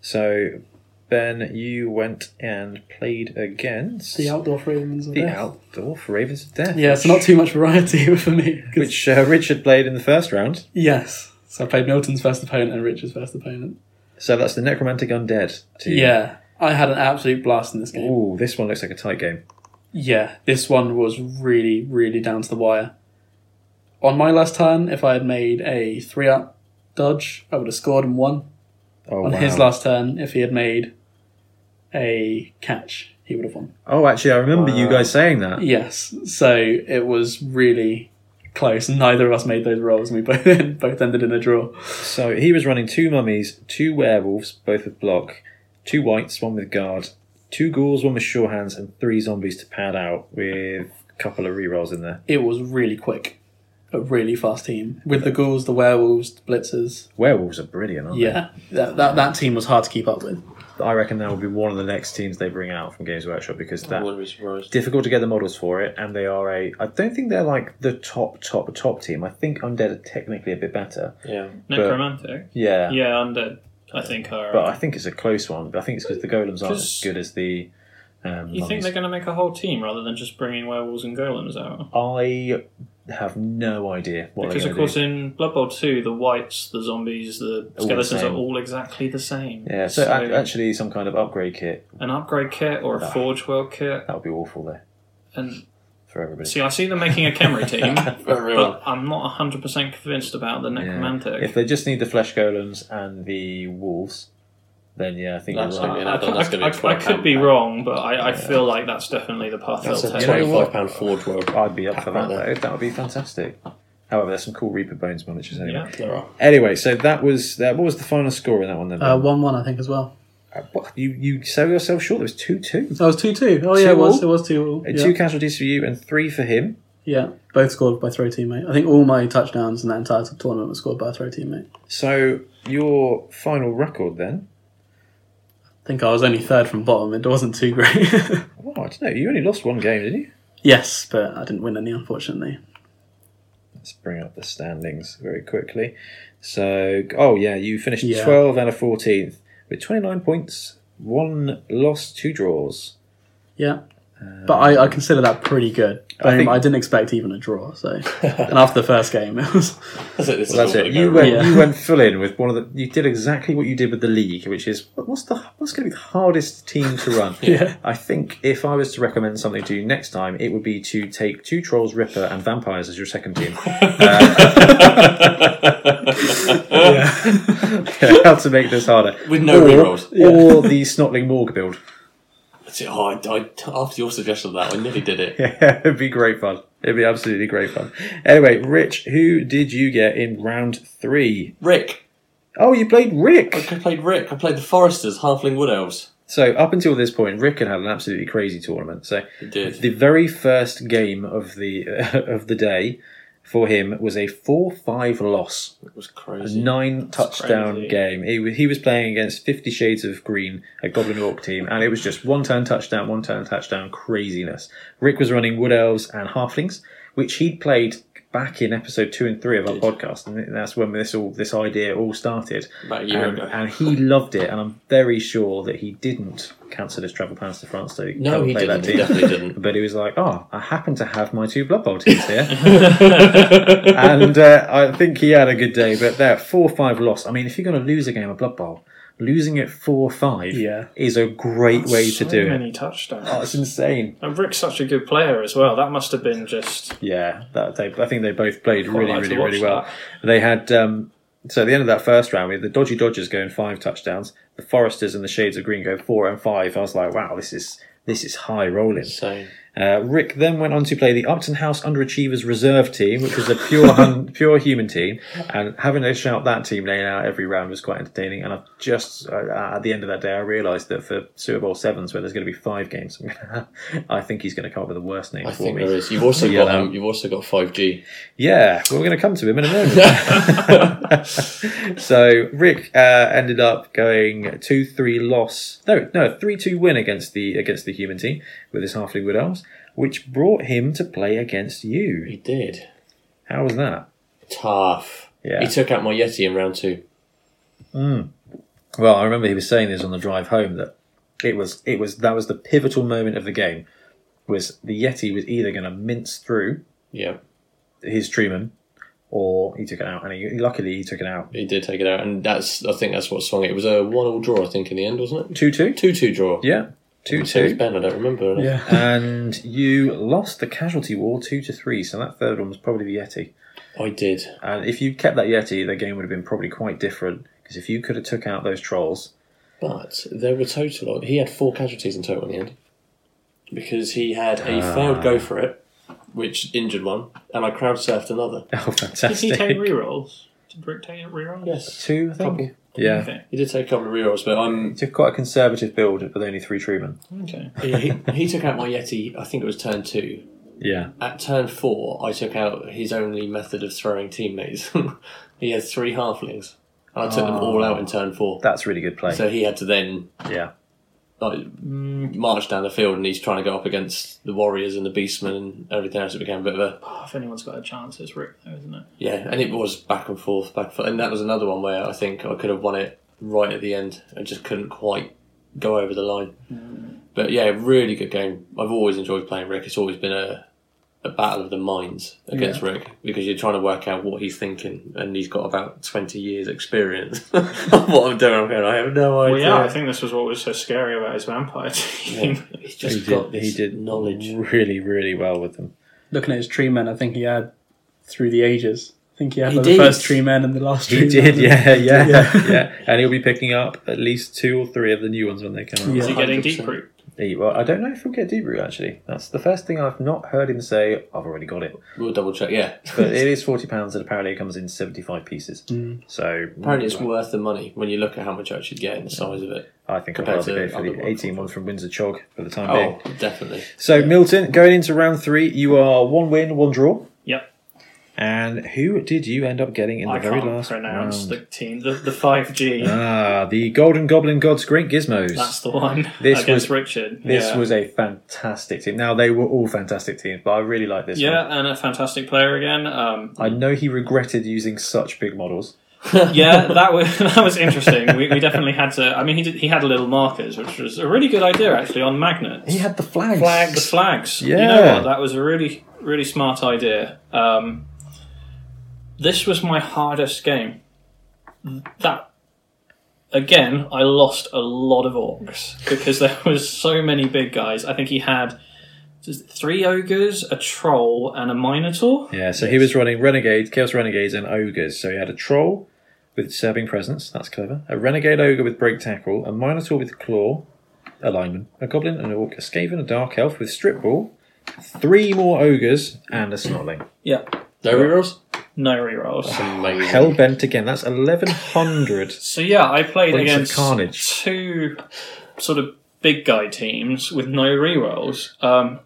Speaker 2: So Ben, you went and played against
Speaker 4: the outdoor freedoms of
Speaker 2: the
Speaker 4: death.
Speaker 2: outdoor for Ravens of Death.
Speaker 4: Yeah, so not too much variety for me. 'cause-
Speaker 2: which uh, Richard played in the first round.
Speaker 4: yes, so I played Milton's first opponent and Richard's first opponent.
Speaker 2: So that's the Necromantic Undead. To you.
Speaker 4: Yeah, I had an absolute blast in this game.
Speaker 2: Ooh, this one looks like a tight game.
Speaker 4: Yeah, this one was really, really down to the wire. On my last turn, if I had made a three up dodge, I would have scored and won.
Speaker 2: Oh,
Speaker 4: on
Speaker 2: wow.
Speaker 4: his last turn, if he had made a catch, he would have won.
Speaker 2: Oh, actually, I remember you
Speaker 1: Wow.
Speaker 2: guys saying that.
Speaker 4: Yes, so it was really close. Neither of us made those rolls, and we both both ended in a draw.
Speaker 2: So he was running two mummies, two werewolves, both with block, two whites, one with guard, two ghouls, one with sure hands, and three zombies to pad out with a couple of rerolls in there.
Speaker 4: It was really quick, a really fast team with the ghouls, the werewolves, the blitzers.
Speaker 2: Werewolves are brilliant, aren't
Speaker 4: Yeah, that, that that team was hard to keep up with.
Speaker 2: they? I reckon that will be one of the next teams they bring out from Games Workshop because
Speaker 1: I
Speaker 2: that
Speaker 1: wouldn't be surprised.
Speaker 2: difficult to get the models for it, and they are a. I don't think they're like the top, top, top team. I think Undead are technically a bit better.
Speaker 1: Yeah.
Speaker 3: Necromantic.
Speaker 2: Yeah.
Speaker 3: Yeah, undead. I think uh, are.
Speaker 2: But I think it's a close one. But I think it's because the golems aren't as
Speaker 3: 'Cause-
Speaker 2: good as the. Um,
Speaker 3: you think
Speaker 2: mummies.
Speaker 3: they're going to make a whole team rather than just bringing werewolves and golems out?
Speaker 2: I have no idea what
Speaker 3: Because
Speaker 2: they're
Speaker 3: of
Speaker 2: going
Speaker 3: course
Speaker 2: to do.
Speaker 3: in Blood Bowl two, the whites, the zombies, the
Speaker 2: the
Speaker 3: skeletons
Speaker 2: same.
Speaker 3: are all exactly the same.
Speaker 2: Yeah, so, ac actually, some kind of upgrade kit
Speaker 3: an upgrade kit or a
Speaker 2: No.
Speaker 3: Forge World kit,
Speaker 2: that would be awful there
Speaker 3: and
Speaker 2: for everybody.
Speaker 3: see, I see them making a Camry team,
Speaker 1: For everyone.
Speaker 3: but I'm not 100 percent convinced about the
Speaker 2: Yeah.
Speaker 3: Necromantic.
Speaker 2: If they just need the flesh golems and the wolves, then yeah, I think
Speaker 1: That's
Speaker 2: you're right.
Speaker 1: not
Speaker 3: I,
Speaker 1: Yeah, that- that's gonna be
Speaker 3: I- I- I could be
Speaker 1: £12
Speaker 3: wrong, but I, I feel like that's definitely the path
Speaker 1: That's
Speaker 3: they'll
Speaker 1: a
Speaker 3: take.
Speaker 2: You know
Speaker 1: twenty-five
Speaker 2: what?
Speaker 1: pound Forge World.
Speaker 2: I'd be up for that.
Speaker 1: Right there.
Speaker 2: Though. That would be fantastic. However, there's some cool Reaper Bones miniatures anyway.
Speaker 3: Yeah.
Speaker 1: There are.
Speaker 2: Anyway, so that was that. What was the final score in that one then?
Speaker 4: Uh, one one, I think, as well.
Speaker 2: Uh, what? you you sell yourself short. There was two two.
Speaker 4: That was two two. Oh yeah,
Speaker 2: Two
Speaker 4: it was
Speaker 2: all?
Speaker 4: it was two all.
Speaker 2: Uh,
Speaker 4: yeah.
Speaker 2: Two casualties for you and three for him.
Speaker 4: Yeah, both scored by throw teammate. I think all my touchdowns in that entire tournament were scored by a throw teammate.
Speaker 2: So your final record then?
Speaker 4: I think I was only third from bottom. It wasn't too great.
Speaker 2: Oh, I don't know. You only lost one game, didn't you?
Speaker 4: yes, but I didn't win any, unfortunately.
Speaker 2: Let's bring up the standings very quickly. So, oh yeah, you finished
Speaker 4: Yeah.
Speaker 2: 12 out of 14th with 29 points, one loss, two draws.
Speaker 4: Yeah. But I, I consider that pretty good.
Speaker 2: I
Speaker 4: I,
Speaker 2: think-
Speaker 4: I didn't expect even a draw. So, and after the first game, it was
Speaker 1: That's it. This
Speaker 2: Well, that's
Speaker 1: is all gonna
Speaker 2: it. You
Speaker 1: go
Speaker 2: went,
Speaker 1: wrong.
Speaker 4: Yeah.
Speaker 2: you went full in with one of the. You did exactly what you did with the league, which is what- what's the what's going to be the hardest team to run.
Speaker 4: Yeah.
Speaker 2: I think if I was to recommend something to you next time, it would be to take two trolls, Ripper, and vampires as your second team. Yeah, how to make this harder
Speaker 1: With no
Speaker 2: or,
Speaker 1: rerolls.
Speaker 2: or the Snotling Morg build.
Speaker 1: That's it. Oh, I, I, after your suggestion of that, I nearly did it.
Speaker 2: Yeah, it'd be great fun. It'd be absolutely great fun. Anyway, Rich, who did you get in round three?
Speaker 1: Rick.
Speaker 2: Oh, you played Rick.
Speaker 1: I played Rick. I played the Foresters, Halfling Wood Elves.
Speaker 2: So up until this point, Rick had had an absolutely crazy tournament. So
Speaker 1: I did.
Speaker 2: the very first game of the of the day for him was a four-five loss,
Speaker 1: It was
Speaker 2: a
Speaker 1: crazy.
Speaker 2: nine touchdown
Speaker 3: crazy.
Speaker 2: game. He was he was playing against Fifty Shades of Green, a Goblin Orc team, and it was just one turn touchdown, one turn touchdown craziness. Rick was running Wood Elves and Halflings, which he'd played back in episode two and three of our
Speaker 1: Did.
Speaker 2: podcast, and that's when this all this idea all started.
Speaker 1: About a year
Speaker 2: And,
Speaker 1: ago.
Speaker 2: and he loved it, and I'm very sure that he didn't cancel his travel plans to France to
Speaker 1: No,
Speaker 2: come
Speaker 1: he
Speaker 2: play
Speaker 1: didn't.
Speaker 2: that
Speaker 1: He
Speaker 2: team.
Speaker 1: definitely didn't.
Speaker 2: But he was like, "Oh, I happen to have my two Blood Bowl teams here," and uh, I think he had a good day. But that four-five loss. I mean, if you're going to lose a game of Blood Bowl, losing it four-five
Speaker 4: Yeah.
Speaker 2: is a great way
Speaker 3: so
Speaker 2: to do it.
Speaker 3: many touchdowns.
Speaker 2: Oh, it's insane.
Speaker 3: And Rick's such a good player as well. That must have been just
Speaker 2: Yeah, that they, I think they both played really,
Speaker 3: like to
Speaker 2: really,
Speaker 3: watch
Speaker 2: really well. They had um, so at the end of that first round, we had the Dodgy Dodgers going five touchdowns, the Foresters and the Shades of Green go four and five. I was like, wow, this is this is high rolling.
Speaker 1: Insane.
Speaker 2: Uh, Rick then went on to play the Upton House Underachievers Reserve Team, which was a pure hun- pure human team, and having to shout that team name out every round was quite entertaining. And I've just uh, at the end of that day, I realised that for Super Bowl sevens, where there's going to be five games, I think he's going to come up with the worst name
Speaker 1: I
Speaker 2: for
Speaker 1: think
Speaker 2: me.
Speaker 1: there is. You've also
Speaker 2: Yeah,
Speaker 1: got
Speaker 2: no.
Speaker 1: um, you've also got five G.
Speaker 2: Yeah, well, we're going to come to him in a moment. so Rick uh, ended up going two three loss. No, no, three two win against the against the human team with his halfling wood elves, which brought him to play against you.
Speaker 1: He did
Speaker 2: How was that?
Speaker 1: tough.
Speaker 2: Yeah.
Speaker 1: He took out my Yeti in round two.
Speaker 2: Well, I remember he was saying this on the drive home that it was it was that was the pivotal moment of the game was the Yeti was either going to mince through
Speaker 1: Yeah,
Speaker 2: his Truman or he took it out, and he, luckily he took it out
Speaker 1: he did take it out, and that's I think that's what swung it. It was a one-all draw, I think, in the end, wasn't it?
Speaker 2: two two.
Speaker 1: Two-two draw.
Speaker 2: Yeah, two
Speaker 1: So it was
Speaker 2: two.
Speaker 1: Ben, I don't remember. I
Speaker 4: Yeah.
Speaker 2: and you lost the casualty war two to three. So that third one was probably the Yeti.
Speaker 1: I did.
Speaker 2: And if you kept that Yeti, the game would have been probably quite different. Because if you could have took out those trolls,
Speaker 1: But there were total. Of, he had four casualties in total in the end because he had a failed go for it, which injured one, and I crowd surfed another.
Speaker 2: oh
Speaker 3: Did he take
Speaker 2: fantastic!
Speaker 3: rerolls? Did Rick take rerolls?
Speaker 1: Yes,
Speaker 2: Two, I think.
Speaker 1: Couple.
Speaker 2: Yeah,
Speaker 3: Okay.
Speaker 1: he did take a couple of rerolls, but I'm.
Speaker 2: he took quite a conservative build with only three Truman.
Speaker 3: Okay.
Speaker 1: He, he took out my Yeti. I think it was turn two.
Speaker 2: Yeah,
Speaker 1: At turn four, I took out his only method of throwing teammates. he had three halflings, and I took them all out in turn four.
Speaker 2: that's really good play.
Speaker 1: So he had to then
Speaker 2: yeah,
Speaker 1: like
Speaker 3: Mm,
Speaker 1: march down the field, and he's trying to go up against the warriors and the beastmen and everything else. It became a bit of a
Speaker 3: Oh, if anyone's got a chance, it's Rick, though, isn't it?
Speaker 1: Yeah, and it was back and forth, back and forth. And that was another one where I think I could have won it right at the end. I just couldn't quite go over the line.
Speaker 3: Mm.
Speaker 1: But yeah, really good game. I've always enjoyed playing Rick. It's always been a, a battle of the minds against Rick because you're trying to work out what he's thinking, and he's got about 20 years' experience of what I'm doing. I'm going, I have no idea.
Speaker 3: Well, yeah, I think this was what was so scary about his vampire team.
Speaker 1: He's
Speaker 2: he
Speaker 1: just
Speaker 2: did.
Speaker 1: got this
Speaker 2: He did
Speaker 1: knowledge.
Speaker 2: really, really well with them.
Speaker 4: Looking at his tree men, I think he had through the ages. I think he had
Speaker 1: He
Speaker 4: like,
Speaker 1: did.
Speaker 4: the first tree men and the last tree
Speaker 2: He did,
Speaker 4: men.
Speaker 2: yeah, yeah, yeah,
Speaker 4: Yeah.
Speaker 2: And he'll be picking up at least two or three of the new ones when they come out.
Speaker 4: Yeah.
Speaker 3: Is he getting deep
Speaker 1: 100%.
Speaker 3: root?
Speaker 2: Hey, Well, I don't know if he'll get deep root actually. That's the first thing I've not heard him say. I've already got it,
Speaker 1: We'll double check, yeah.
Speaker 2: but it is forty pounds, and apparently it comes in seventy-five pieces. So
Speaker 1: Apparently, it's worth the money when you look at how much I actually get and the size of it.
Speaker 2: I think I'll
Speaker 1: compared
Speaker 2: rather
Speaker 1: to
Speaker 2: go for the
Speaker 1: other ones.
Speaker 2: eighteen one from Windsor Chog for the time
Speaker 1: Oh,
Speaker 2: being.
Speaker 1: definitely.
Speaker 2: So Milton, going into round three, you are one win, one draw.
Speaker 3: Yep.
Speaker 2: And who did you end up getting in the
Speaker 3: I
Speaker 2: very
Speaker 3: can't
Speaker 2: last
Speaker 3: pronounce
Speaker 2: round?
Speaker 3: the team. The, the 5G.
Speaker 2: Ah, the Golden Goblin Gods Great Gizmos.
Speaker 3: That's the one.
Speaker 2: This
Speaker 3: against
Speaker 2: was-
Speaker 3: Richard.
Speaker 2: this
Speaker 3: yeah.
Speaker 2: was a fantastic team. Now they were all fantastic teams, but I really like this one.
Speaker 3: Yeah, and a fantastic player again. Um,
Speaker 2: I know he regretted using such big models.
Speaker 3: yeah, that was that was interesting. We, we definitely had to. I mean, he did, he had little markers, which was a really good idea actually on magnets.
Speaker 2: He had the flags.
Speaker 3: the flags. You
Speaker 2: Yeah.
Speaker 3: know what? That was a really really smart idea. Um, this was my hardest game. That again, I lost a lot of orcs because there was so many big guys. I think he had just three ogres, a troll, and a minotaur.
Speaker 2: Yeah, so he was running renegades, chaos renegades, and ogres. So he had a troll with serving presence. That's clever. A renegade ogre with break tackle, a minotaur with claw, a lineman, a goblin, an orc, a skaven, a dark elf with strip ball, three more ogres, and a snotling.
Speaker 3: Yeah,
Speaker 1: No rerolls?
Speaker 3: no rerolls.
Speaker 1: Amazing.
Speaker 2: Hell bent again. That's eleven hundred.
Speaker 3: So yeah, I played
Speaker 2: Points of
Speaker 3: against
Speaker 2: carnage.
Speaker 3: two sort of big guy teams with no rerolls. Um,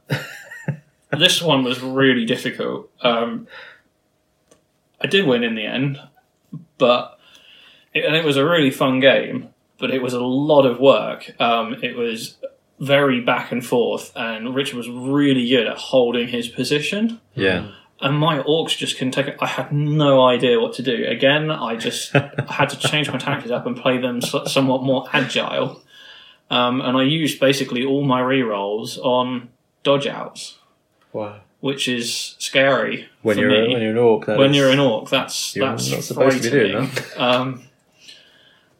Speaker 3: this one was really difficult. Um, I did win in the end, but it, and it was a really fun game, but it was a lot of work. Um, it was very back and forth, and Richard was really good at holding his position
Speaker 2: Yeah.
Speaker 3: and my orcs just couldn't take it. I had no idea what to do. Again, I just I had to change my tactics up and play them so- somewhat more agile. Um, and I used basically all my rerolls on dodge outs,
Speaker 1: Wow.
Speaker 3: which is scary
Speaker 2: When
Speaker 3: for
Speaker 2: you're,
Speaker 3: me.
Speaker 2: when you're an orc, that
Speaker 3: when
Speaker 2: is-
Speaker 3: you're an orc, that's
Speaker 2: You're
Speaker 3: that's
Speaker 2: not supposed to be doing
Speaker 3: frightening. Um,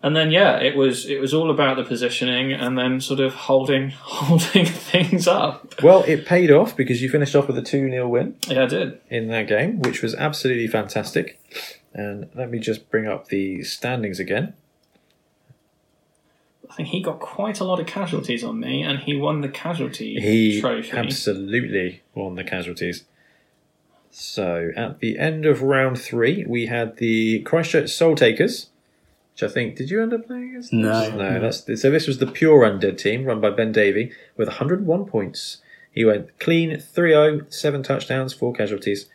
Speaker 3: and then yeah, it was it was all about the positioning and then sort of holding holding things up.
Speaker 2: well, it paid off because you finished off with a two 0 win.
Speaker 3: Yeah, I did.
Speaker 2: in that game, which was absolutely fantastic. And let me just bring up the standings again.
Speaker 3: I I think he got quite a lot of casualties on me, and he won the casualty
Speaker 2: He
Speaker 3: trophy.
Speaker 2: absolutely won the casualties. So at the end of round three, we had the Christchurch Soul Takers, which I think did you end up playing against?
Speaker 4: No.
Speaker 2: this? no. That's so. This was the pure undead team run by Ben Davey with 101 points. He went clean 3-0, seven touchdowns, four casualties.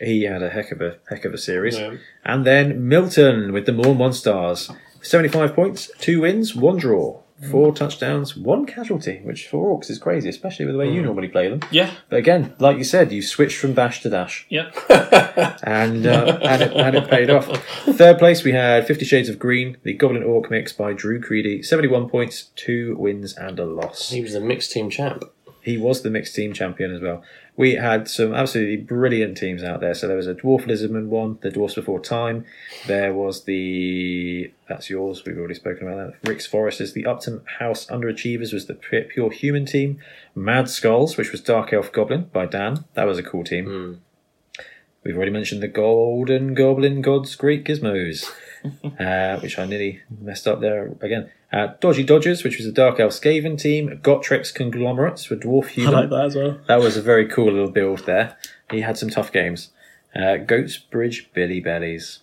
Speaker 2: He had a heck of a heck of a series.
Speaker 5: Yeah.
Speaker 2: And then Milton with the more Monstars, 75 points, two wins, one draw, four touchdowns, one casualty, which for Orcs is crazy, especially with the way you normally play them.
Speaker 3: yeah,
Speaker 2: But again, like you said, you switched from dash to dash,
Speaker 3: yeah.
Speaker 2: and uh, and, it, and it paid off. Third place, we had Fifty Shades of Green, the Goblin Orc mix by Drew Creedy, seventy-one points, two wins and a loss.
Speaker 5: He was the mixed team champ.
Speaker 2: He was the mixed team champion as well. We had some absolutely brilliant teams out there. So there was a Dwarf Lizardman one, the Dwarfs Before Time. There was the. That's yours, we've already spoken about that. Rick's Foresters. The Upton House Underachievers was the pu- Pure Human team. Mad Skulls, which was Dark Elf Goblin by Dan. That was a cool team.
Speaker 4: Hmm.
Speaker 2: We've already mentioned the Golden Goblin God's Great Gizmos, uh, which I nearly messed up there again. Uh, Dodgy Dodgers, which was the Dark Elf Skaven team. Gotrex Conglomerates were Dwarf
Speaker 4: I
Speaker 2: Human.
Speaker 4: like that as well.
Speaker 2: That was a very cool little build there. He had some tough games. Uh, Goats Bridge Billy Bellies.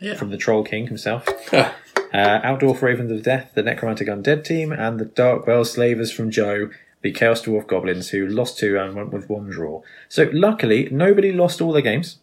Speaker 4: Yeah.
Speaker 2: From the Troll King himself. uh, Outdoor Ravens of Death, the Necromantic Undead team, and the Darkwell Slavers from Joe, the Chaos Dwarf Goblins, who lost two and went with one draw. So luckily, nobody lost all their games.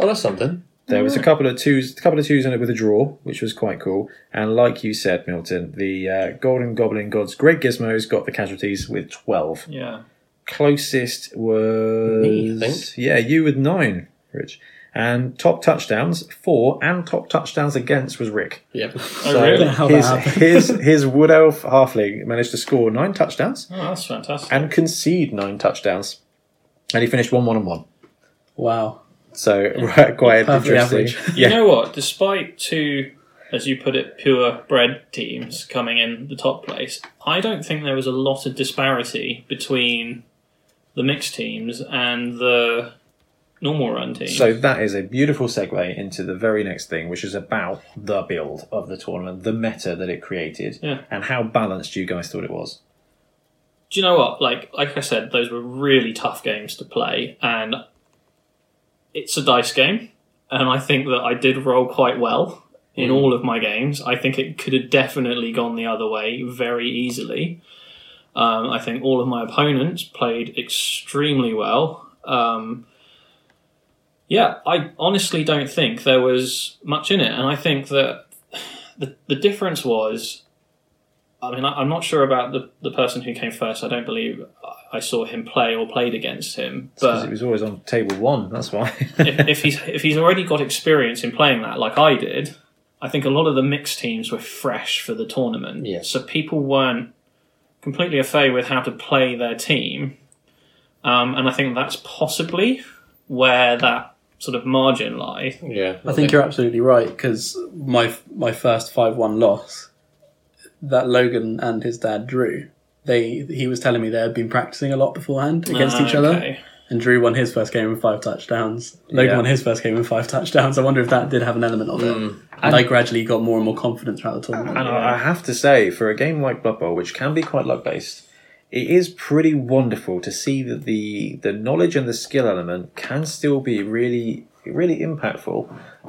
Speaker 5: Oh, that's something.
Speaker 2: There was a couple of twos, a couple of twos in it with a draw, which was quite cool. And like you said, Milton, the uh, Golden Goblin God's Great Gizmos got the casualties with twelve
Speaker 3: Yeah.
Speaker 2: closest was
Speaker 5: Me, I think.
Speaker 2: yeah you with nine rich and top touchdowns four and top touchdowns against was rick
Speaker 5: Yep.
Speaker 3: oh, really?
Speaker 4: Yeah,
Speaker 3: Oh,
Speaker 4: how that
Speaker 2: his,
Speaker 4: happened.
Speaker 2: his his wood elf halfling managed to score nine touchdowns
Speaker 3: that's fantastic.
Speaker 2: and concede nine touchdowns and he finished one one and one
Speaker 4: Wow.
Speaker 2: so quite
Speaker 4: Perfectly
Speaker 2: interesting
Speaker 3: You
Speaker 2: yeah
Speaker 3: know what? Despite two, as you put it, pure bred teams coming in the top place, I don't think there was a lot of disparity between the mixed teams and the normal run teams.
Speaker 2: so that is a beautiful segue into the very next thing which is about the build of the tournament the meta that it created
Speaker 3: Yeah.
Speaker 2: and how balanced you guys thought it was
Speaker 3: do you know what? Like, like I said, those were really tough games to play, and it's a dice game. And I think that I did roll quite well in all of my games. I think it could have definitely gone the other way very easily. Um, I think all of my opponents played extremely well. Um, yeah, I honestly don't think there was much in it, and I think that the the difference was I mean, I, I'm not sure about the, the person who came first. I don't believe I- I saw him play or played against him.
Speaker 2: because it
Speaker 3: But
Speaker 2: was always on table one that's why
Speaker 3: if, if he's if he's already got experience in playing that, like I did, I think a lot of the mixed teams were fresh for the tournament.
Speaker 5: Yeah.
Speaker 3: So people weren't completely au fait with how to play their team, um, and I think that's possibly where that sort of margin lies.
Speaker 5: Yeah.
Speaker 4: I think you're absolutely right because my my first five one loss that Logan and his dad drew. They he was telling me they had been practicing a lot beforehand against each other,
Speaker 3: Ah, Okay.
Speaker 4: and Drew won his first game with five touchdowns. Logan
Speaker 2: Yeah.
Speaker 4: won his first game with five touchdowns. I wonder if that did have an element of it. And I gradually got more and more confident throughout the tournament.
Speaker 2: And I I have to say, for a game like Blood Bowl, which can be quite luck based, it is pretty wonderful to see that the the knowledge and the skill element can still be really really impactful,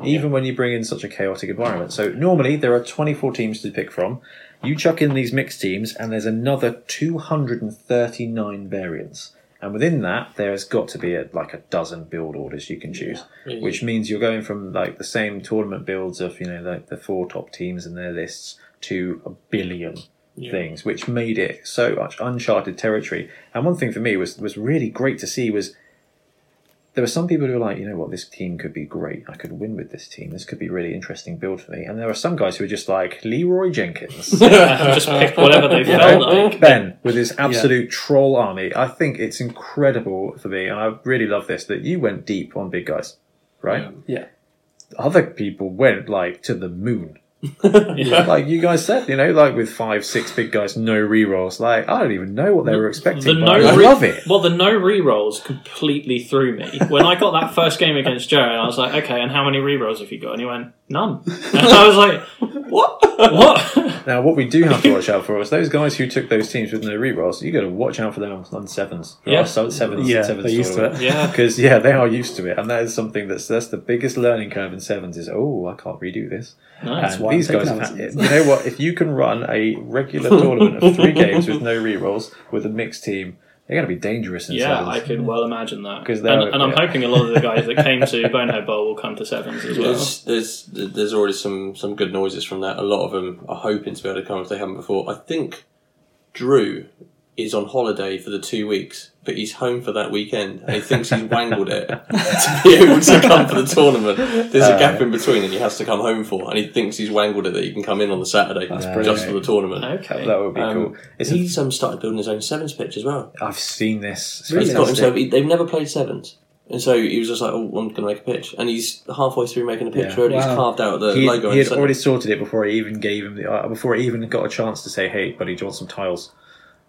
Speaker 2: even when you bring in such a chaotic environment. So normally there are twenty four teams to pick from. You chuck in these mixed teams, and there's another two hundred and thirty nine variants. And within that, there's got to be a, like a dozen build orders you can choose, which means you're going from like the same tournament builds of you know like the four top teams and their lists to a billion things, which made it so much uncharted territory. And one thing for me was was really great to see was there were some people who were like, you know what, this team could be great. I could win with this team. This could be a really interesting build for me. And there were some guys who were just like Leroy Jenkins.
Speaker 3: I just picked whatever they felt like.
Speaker 2: Ben with his absolute troll army. I think it's incredible for me, and I really love this that you went deep on big guys, right?
Speaker 4: Yeah.
Speaker 2: Other people went like to the moon. Like you guys said, you know, like with five, six big guys, no rerolls. Like I don't even know what they were
Speaker 3: The
Speaker 2: expecting.
Speaker 3: no
Speaker 2: but I
Speaker 3: re-
Speaker 2: love it.
Speaker 3: Well, the no re-rolls completely threw me. When I got that first game against Joe, and I was like, okay, and how many re-rolls have you got? And he went, none. And I was like,
Speaker 5: What?
Speaker 3: what?
Speaker 2: Now, what we do have to watch out for is those guys who took those teams with no rerolls. You got to watch out for them on sevens. Who
Speaker 3: Yeah.
Speaker 2: are so- sevens,
Speaker 4: Yeah,
Speaker 2: sevens
Speaker 4: they're used to it.
Speaker 3: yeah.
Speaker 2: Because yeah, they are used to it, and that is something that's that's the biggest learning curve in sevens. Is oh, I can't redo this.
Speaker 3: Nice.
Speaker 2: and
Speaker 4: why I'm
Speaker 2: these guys,
Speaker 4: taking
Speaker 2: have,
Speaker 4: ours.
Speaker 2: you know what? If you can run a regular tournament of three games with no rerolls with a mixed team, they're going to be dangerous in
Speaker 3: Yeah,
Speaker 2: sevens.
Speaker 3: I could well imagine that.
Speaker 2: 'Cause
Speaker 3: And,
Speaker 2: they're-
Speaker 3: and I'm
Speaker 2: yeah.
Speaker 3: hoping a lot of the guys that came to Bonehead Bowl will come to Sevens as well.
Speaker 5: There's, there's there's already some some good noises from that. A lot of them are hoping to be able to come if they haven't before. I think Drew is on holiday for the two weeks, but he's home for that weekend and he thinks he's wangled it to be able to come for the tournament. There's a gap in between that he has to come home for, and he thinks he's wangled it that he can come in on the Saturday just
Speaker 2: brilliant.
Speaker 5: for the tournament.
Speaker 3: Okay.
Speaker 2: That would be
Speaker 5: Um,
Speaker 2: cool. It's a,
Speaker 5: He's um, started building his own sevens pitch as well.
Speaker 2: I've seen this. It's
Speaker 5: He's got
Speaker 2: fantastic.
Speaker 5: himself. He, they've never played sevens, and so he was just like, "Oh, I'm going to make a pitch," and he's halfway through making a pitch
Speaker 2: Yeah.
Speaker 5: already.
Speaker 4: Wow.
Speaker 5: He's carved out the
Speaker 2: he,
Speaker 5: logo.
Speaker 2: he
Speaker 5: and
Speaker 2: had
Speaker 5: sent
Speaker 2: already
Speaker 5: it.
Speaker 2: sorted it before I even gave him the uh, before I even got a chance to say, "Hey, buddy, do you want some tiles?"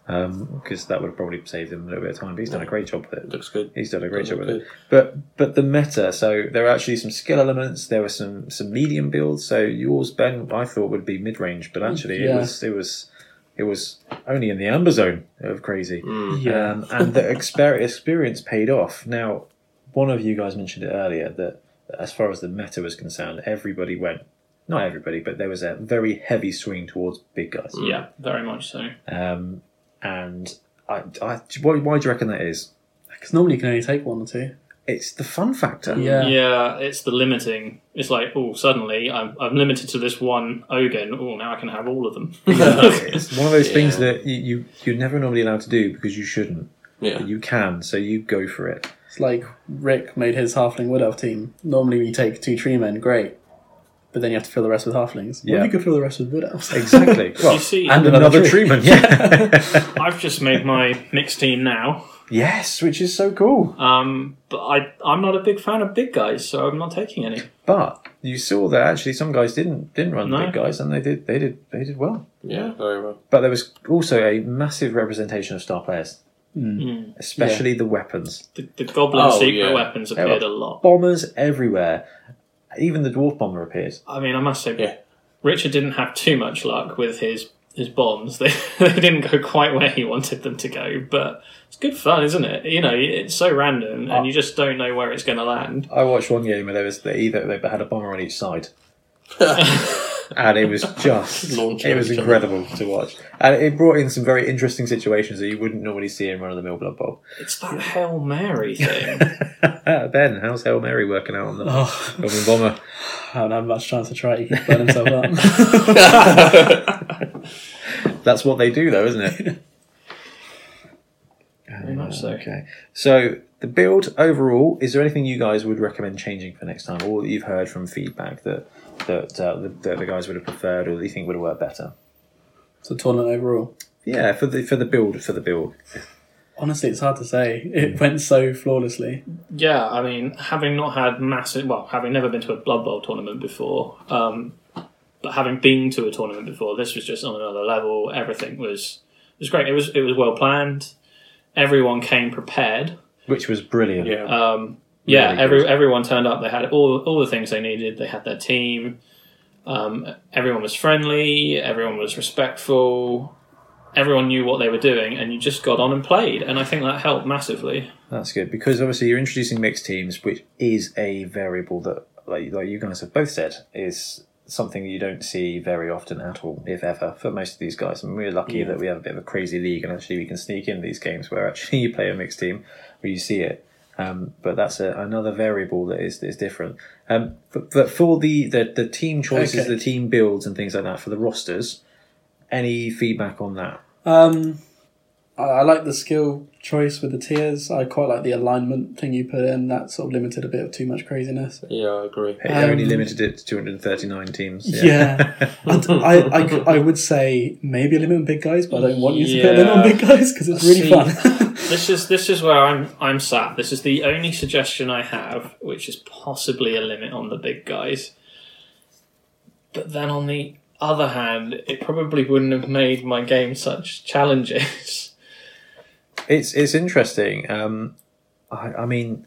Speaker 2: Because that would have probably saved him a little bit of time. But he's done a great job with it.
Speaker 5: looks good.
Speaker 2: He's done a great
Speaker 5: Does
Speaker 2: job
Speaker 5: look
Speaker 2: with it. But but the meta, so there are actually some skill elements. There were some some medium builds. So yours, Ben, I thought would be mid range, but actually it
Speaker 4: yeah.
Speaker 2: was it was it was only in the amber zone of crazy.
Speaker 4: Mm. Yeah.
Speaker 2: Um, and the exper- experience paid off. Now, one of you guys mentioned it earlier that as far as the meta was concerned, everybody went. Not everybody, but there was a very heavy swing towards big guys.
Speaker 3: Yeah, very much so.
Speaker 2: Um, and I, I, why, why do you reckon that is?
Speaker 4: Because normally you can only take one or two.
Speaker 2: It's the fun factor.
Speaker 4: Yeah.
Speaker 3: Yeah. it's the limiting. It's like, oh, suddenly I'm, I'm limited to this one Ogan. Oh, now I can have all of them.
Speaker 2: it's one of those
Speaker 5: Yeah.
Speaker 2: things that you, you you're never normally allowed to do because you shouldn't,
Speaker 5: Yeah,
Speaker 2: but you can, so you go for it.
Speaker 4: It's like Rick made his halfling wood elf team. Normally you take two tree men, great. But then you have to fill the rest with halflings. Well,
Speaker 2: Yeah.
Speaker 4: you could fill the rest with wood elves.
Speaker 2: Exactly. Well,
Speaker 3: see-
Speaker 2: and
Speaker 4: Another
Speaker 2: another,
Speaker 4: tree.
Speaker 2: treatment. Yeah.
Speaker 3: I've just made my mixed team now,
Speaker 2: yes, which is so cool.
Speaker 3: um, but I, I'm not a big fan of big guys, so I'm not taking any.
Speaker 2: But you saw that actually some guys didn't didn't run the
Speaker 3: No.
Speaker 2: big guys, and they did they did they did well.
Speaker 5: yeah, very well.
Speaker 2: But there was also a massive representation of star players,
Speaker 3: Mm.
Speaker 2: especially the weapons.
Speaker 3: The, the goblin
Speaker 5: Oh,
Speaker 3: secret
Speaker 5: yeah.
Speaker 3: weapons
Speaker 2: Yeah,
Speaker 3: appeared a lot.
Speaker 2: Bombers everywhere. Even the dwarf bomber appeared.
Speaker 3: I mean, I must say,
Speaker 5: Yeah.
Speaker 3: Richard didn't have too much luck with his his bombs. They, they didn't go quite where he wanted them to go, but it's good fun, isn't it? You know, it's so random, and you just don't know where it's going to land.
Speaker 2: I watched one game where there was they either they had a bomber on each side, and it was just
Speaker 5: Launch
Speaker 2: it was
Speaker 5: each other.
Speaker 2: incredible to watch, and it brought in some very interesting situations that you wouldn't normally see in run of the mill blood bowl.
Speaker 3: It's that Hail Mary thing.
Speaker 2: ben, how's Hail Mary working out on the
Speaker 4: Oh,
Speaker 2: Goblin bomber?
Speaker 4: I haven't had much chance to try it. He can burn himself up.
Speaker 2: That's what they do, though, isn't it?
Speaker 3: Very much so.
Speaker 2: Okay, so the build overall, is there anything you guys would recommend changing for next time, or that you've heard from feedback that that, uh, the, that the guys would have preferred, or that you think would have worked better?
Speaker 4: So tournament overall.
Speaker 2: Yeah, for the for the build for the build.
Speaker 4: Honestly, it's hard to say. It went so flawlessly.
Speaker 3: Yeah, I mean, having not had massive, well, having never been to a Blood Bowl tournament before, um, but having been to a tournament before, this was just on another level. Everything was it was great. It was it was well planned. Everyone came prepared.
Speaker 2: which was brilliant.
Speaker 5: Yeah,
Speaker 3: Um, yeah,
Speaker 2: Really
Speaker 3: every
Speaker 2: good.
Speaker 3: everyone turned up. They had all all the things they needed. They had their team. Um, everyone was friendly. Everyone was respectful. Everyone knew what they were doing, and you just got on and played. And I think that helped massively.
Speaker 2: That's good because obviously you're introducing mixed teams, which is a variable that, like, like you guys have both said, is something you don't see very often at all, if ever, for most of these guys. And we're lucky that we have a bit of a crazy league, and actually we can sneak in these games where actually you play a mixed team where you see it. Um, but that's a, another variable that is is different. Um, but, but for the, the, the team choices,
Speaker 4: Okay.
Speaker 2: the team builds, and things like that for the rosters, any feedback on that?
Speaker 4: Um, I, I like the skill choice with the tiers. I quite like the alignment thing you put in. That sort of limited a bit of too much craziness.
Speaker 5: yeah, I agree.
Speaker 2: It only
Speaker 4: Um,
Speaker 2: limited it to 239 teams.
Speaker 4: Yeah. And I, I, c- I would say maybe a limit on big guys, but I don't want you to put a limit on
Speaker 3: Yeah.
Speaker 4: big guys because it's really
Speaker 3: See.
Speaker 4: fun.
Speaker 3: This is this is where I'm I'm sat. This is the only suggestion I have, which is possibly a limit on the big guys. But then on the other hand, it probably wouldn't have made my game such challenges.
Speaker 2: It's it's interesting. Um, I, I mean,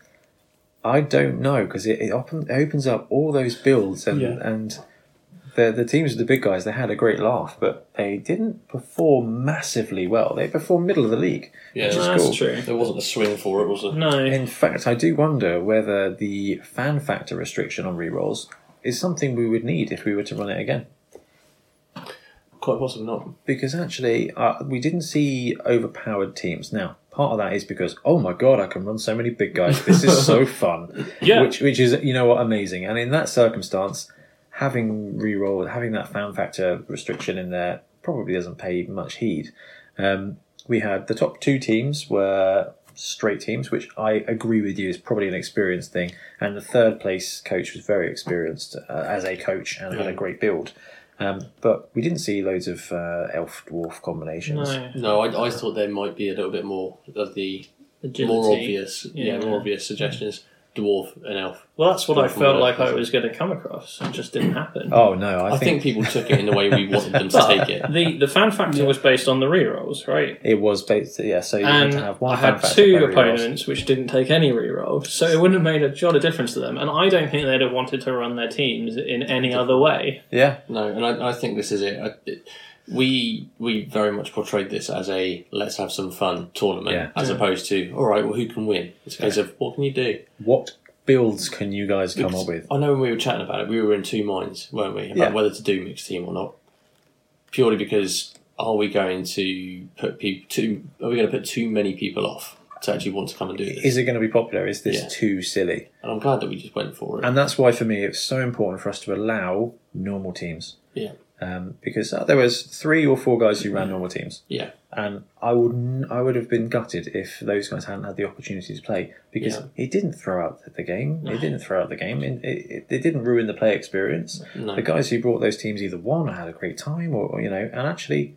Speaker 2: I don't know because it, it open, opens up all those builds and
Speaker 4: Yeah.
Speaker 2: and the the teams of the big guys they had a great laugh, but they didn't perform massively well. They performed middle of the league,
Speaker 1: Yeah,
Speaker 2: which is
Speaker 3: that's
Speaker 2: cool.
Speaker 3: true.
Speaker 1: There wasn't a swing for it, was there?
Speaker 3: No,
Speaker 2: In fact, I do wonder whether the fan factor restriction on rerolls is something we would need if we were to run it again.
Speaker 1: Quite possibly not.
Speaker 2: Because actually, uh, we didn't see overpowered teams. Now, part of that is because oh my god, I can run so many big guys. This is so fun.
Speaker 3: Yeah.
Speaker 2: which which is you know what amazing. And in that circumstance, having reroll, having that fan factor restriction in there probably doesn't pay much heed. Um, we had the top two teams were straight teams, which I agree with you is probably an experienced thing. And the third place coach was very experienced uh, as a coach and had a great build. Um, but we didn't see loads of uh, elf dwarf combinations.
Speaker 3: no.
Speaker 1: No, I, I thought there might be a little bit more of the more
Speaker 3: Agility.
Speaker 1: obvious, yeah,
Speaker 3: Yeah.
Speaker 1: more obvious suggestions. Dwarf and elf.
Speaker 3: Well, that's what I
Speaker 1: Different
Speaker 3: felt
Speaker 1: word,
Speaker 3: like I
Speaker 1: isn't it?
Speaker 3: was going to come across. It just didn't happen.
Speaker 2: Oh no, I,
Speaker 1: I, think, people took it in the way we wanted them to take it.
Speaker 3: The the fan factor was based on the rerolls, right?
Speaker 2: it was based. Yeah, so you had
Speaker 3: And
Speaker 2: to have one.
Speaker 3: I
Speaker 2: fan
Speaker 3: had
Speaker 2: factor
Speaker 3: two
Speaker 2: per rerolls.
Speaker 3: opponents which didn't take any rerolls, so it wouldn't have made a jot of difference to them. And I don't think they'd have wanted to run their teams in any other way.
Speaker 2: Yeah,
Speaker 1: No, and I, I think this is it. I, it. We we very much portrayed this as a let's have some fun tournament,
Speaker 2: Yeah.
Speaker 1: as opposed to all right, well, who can win? It's a case of what can you do.
Speaker 2: what builds can you guys come up with?
Speaker 1: I know when we were chatting about it, we were in two minds, weren't we, about
Speaker 2: Yeah.
Speaker 1: whether to do mixed team or not. Purely because are we going to put people too? Are we going to put too many people off to actually want to come and do this?
Speaker 2: Is it going to be popular? Is this
Speaker 1: Yeah.
Speaker 2: too silly?
Speaker 1: and I'm glad that we just went for it.
Speaker 2: And that's why for me it's so important for us to allow normal teams.
Speaker 1: Yeah.
Speaker 2: Um, because uh, there was three or four guys who ran normal teams,
Speaker 1: yeah,
Speaker 2: and I would n- I would have been gutted if those guys hadn't had the opportunity to play because
Speaker 1: Yeah.
Speaker 2: it didn't throw out the game. It didn't throw out the game. It, it, it didn't ruin the play experience.
Speaker 1: No.
Speaker 2: The guys who brought those teams either won or had a great time, or, or, you know, and actually.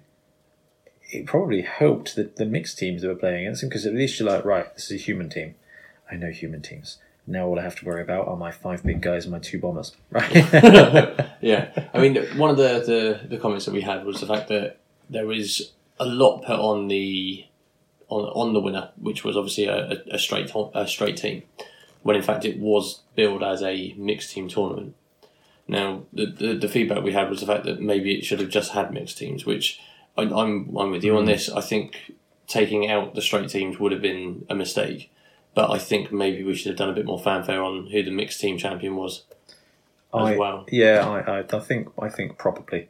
Speaker 2: It probably helped the, the mixed teams that were playing against them because at least you're like, right, this is a human team. I know human teams. Now all I have to worry about are my five big guys and my two bombers. Right?
Speaker 1: yeah. I mean, one of the, the the comments that we had was the fact that there was a lot put on the on on the winner, which was obviously a, a, a straight to- a straight team, when in fact it was billed as a mixed team tournament. Now, the, the the feedback we had was the fact that maybe it should have just had mixed teams, which I, I'm I'm with you on this. I think taking out the straight teams would have been a mistake. But I think maybe we should have done a bit more fanfare on who the mixed team champion was.
Speaker 2: I,
Speaker 1: well.
Speaker 2: Yeah, I, I, I think I think probably.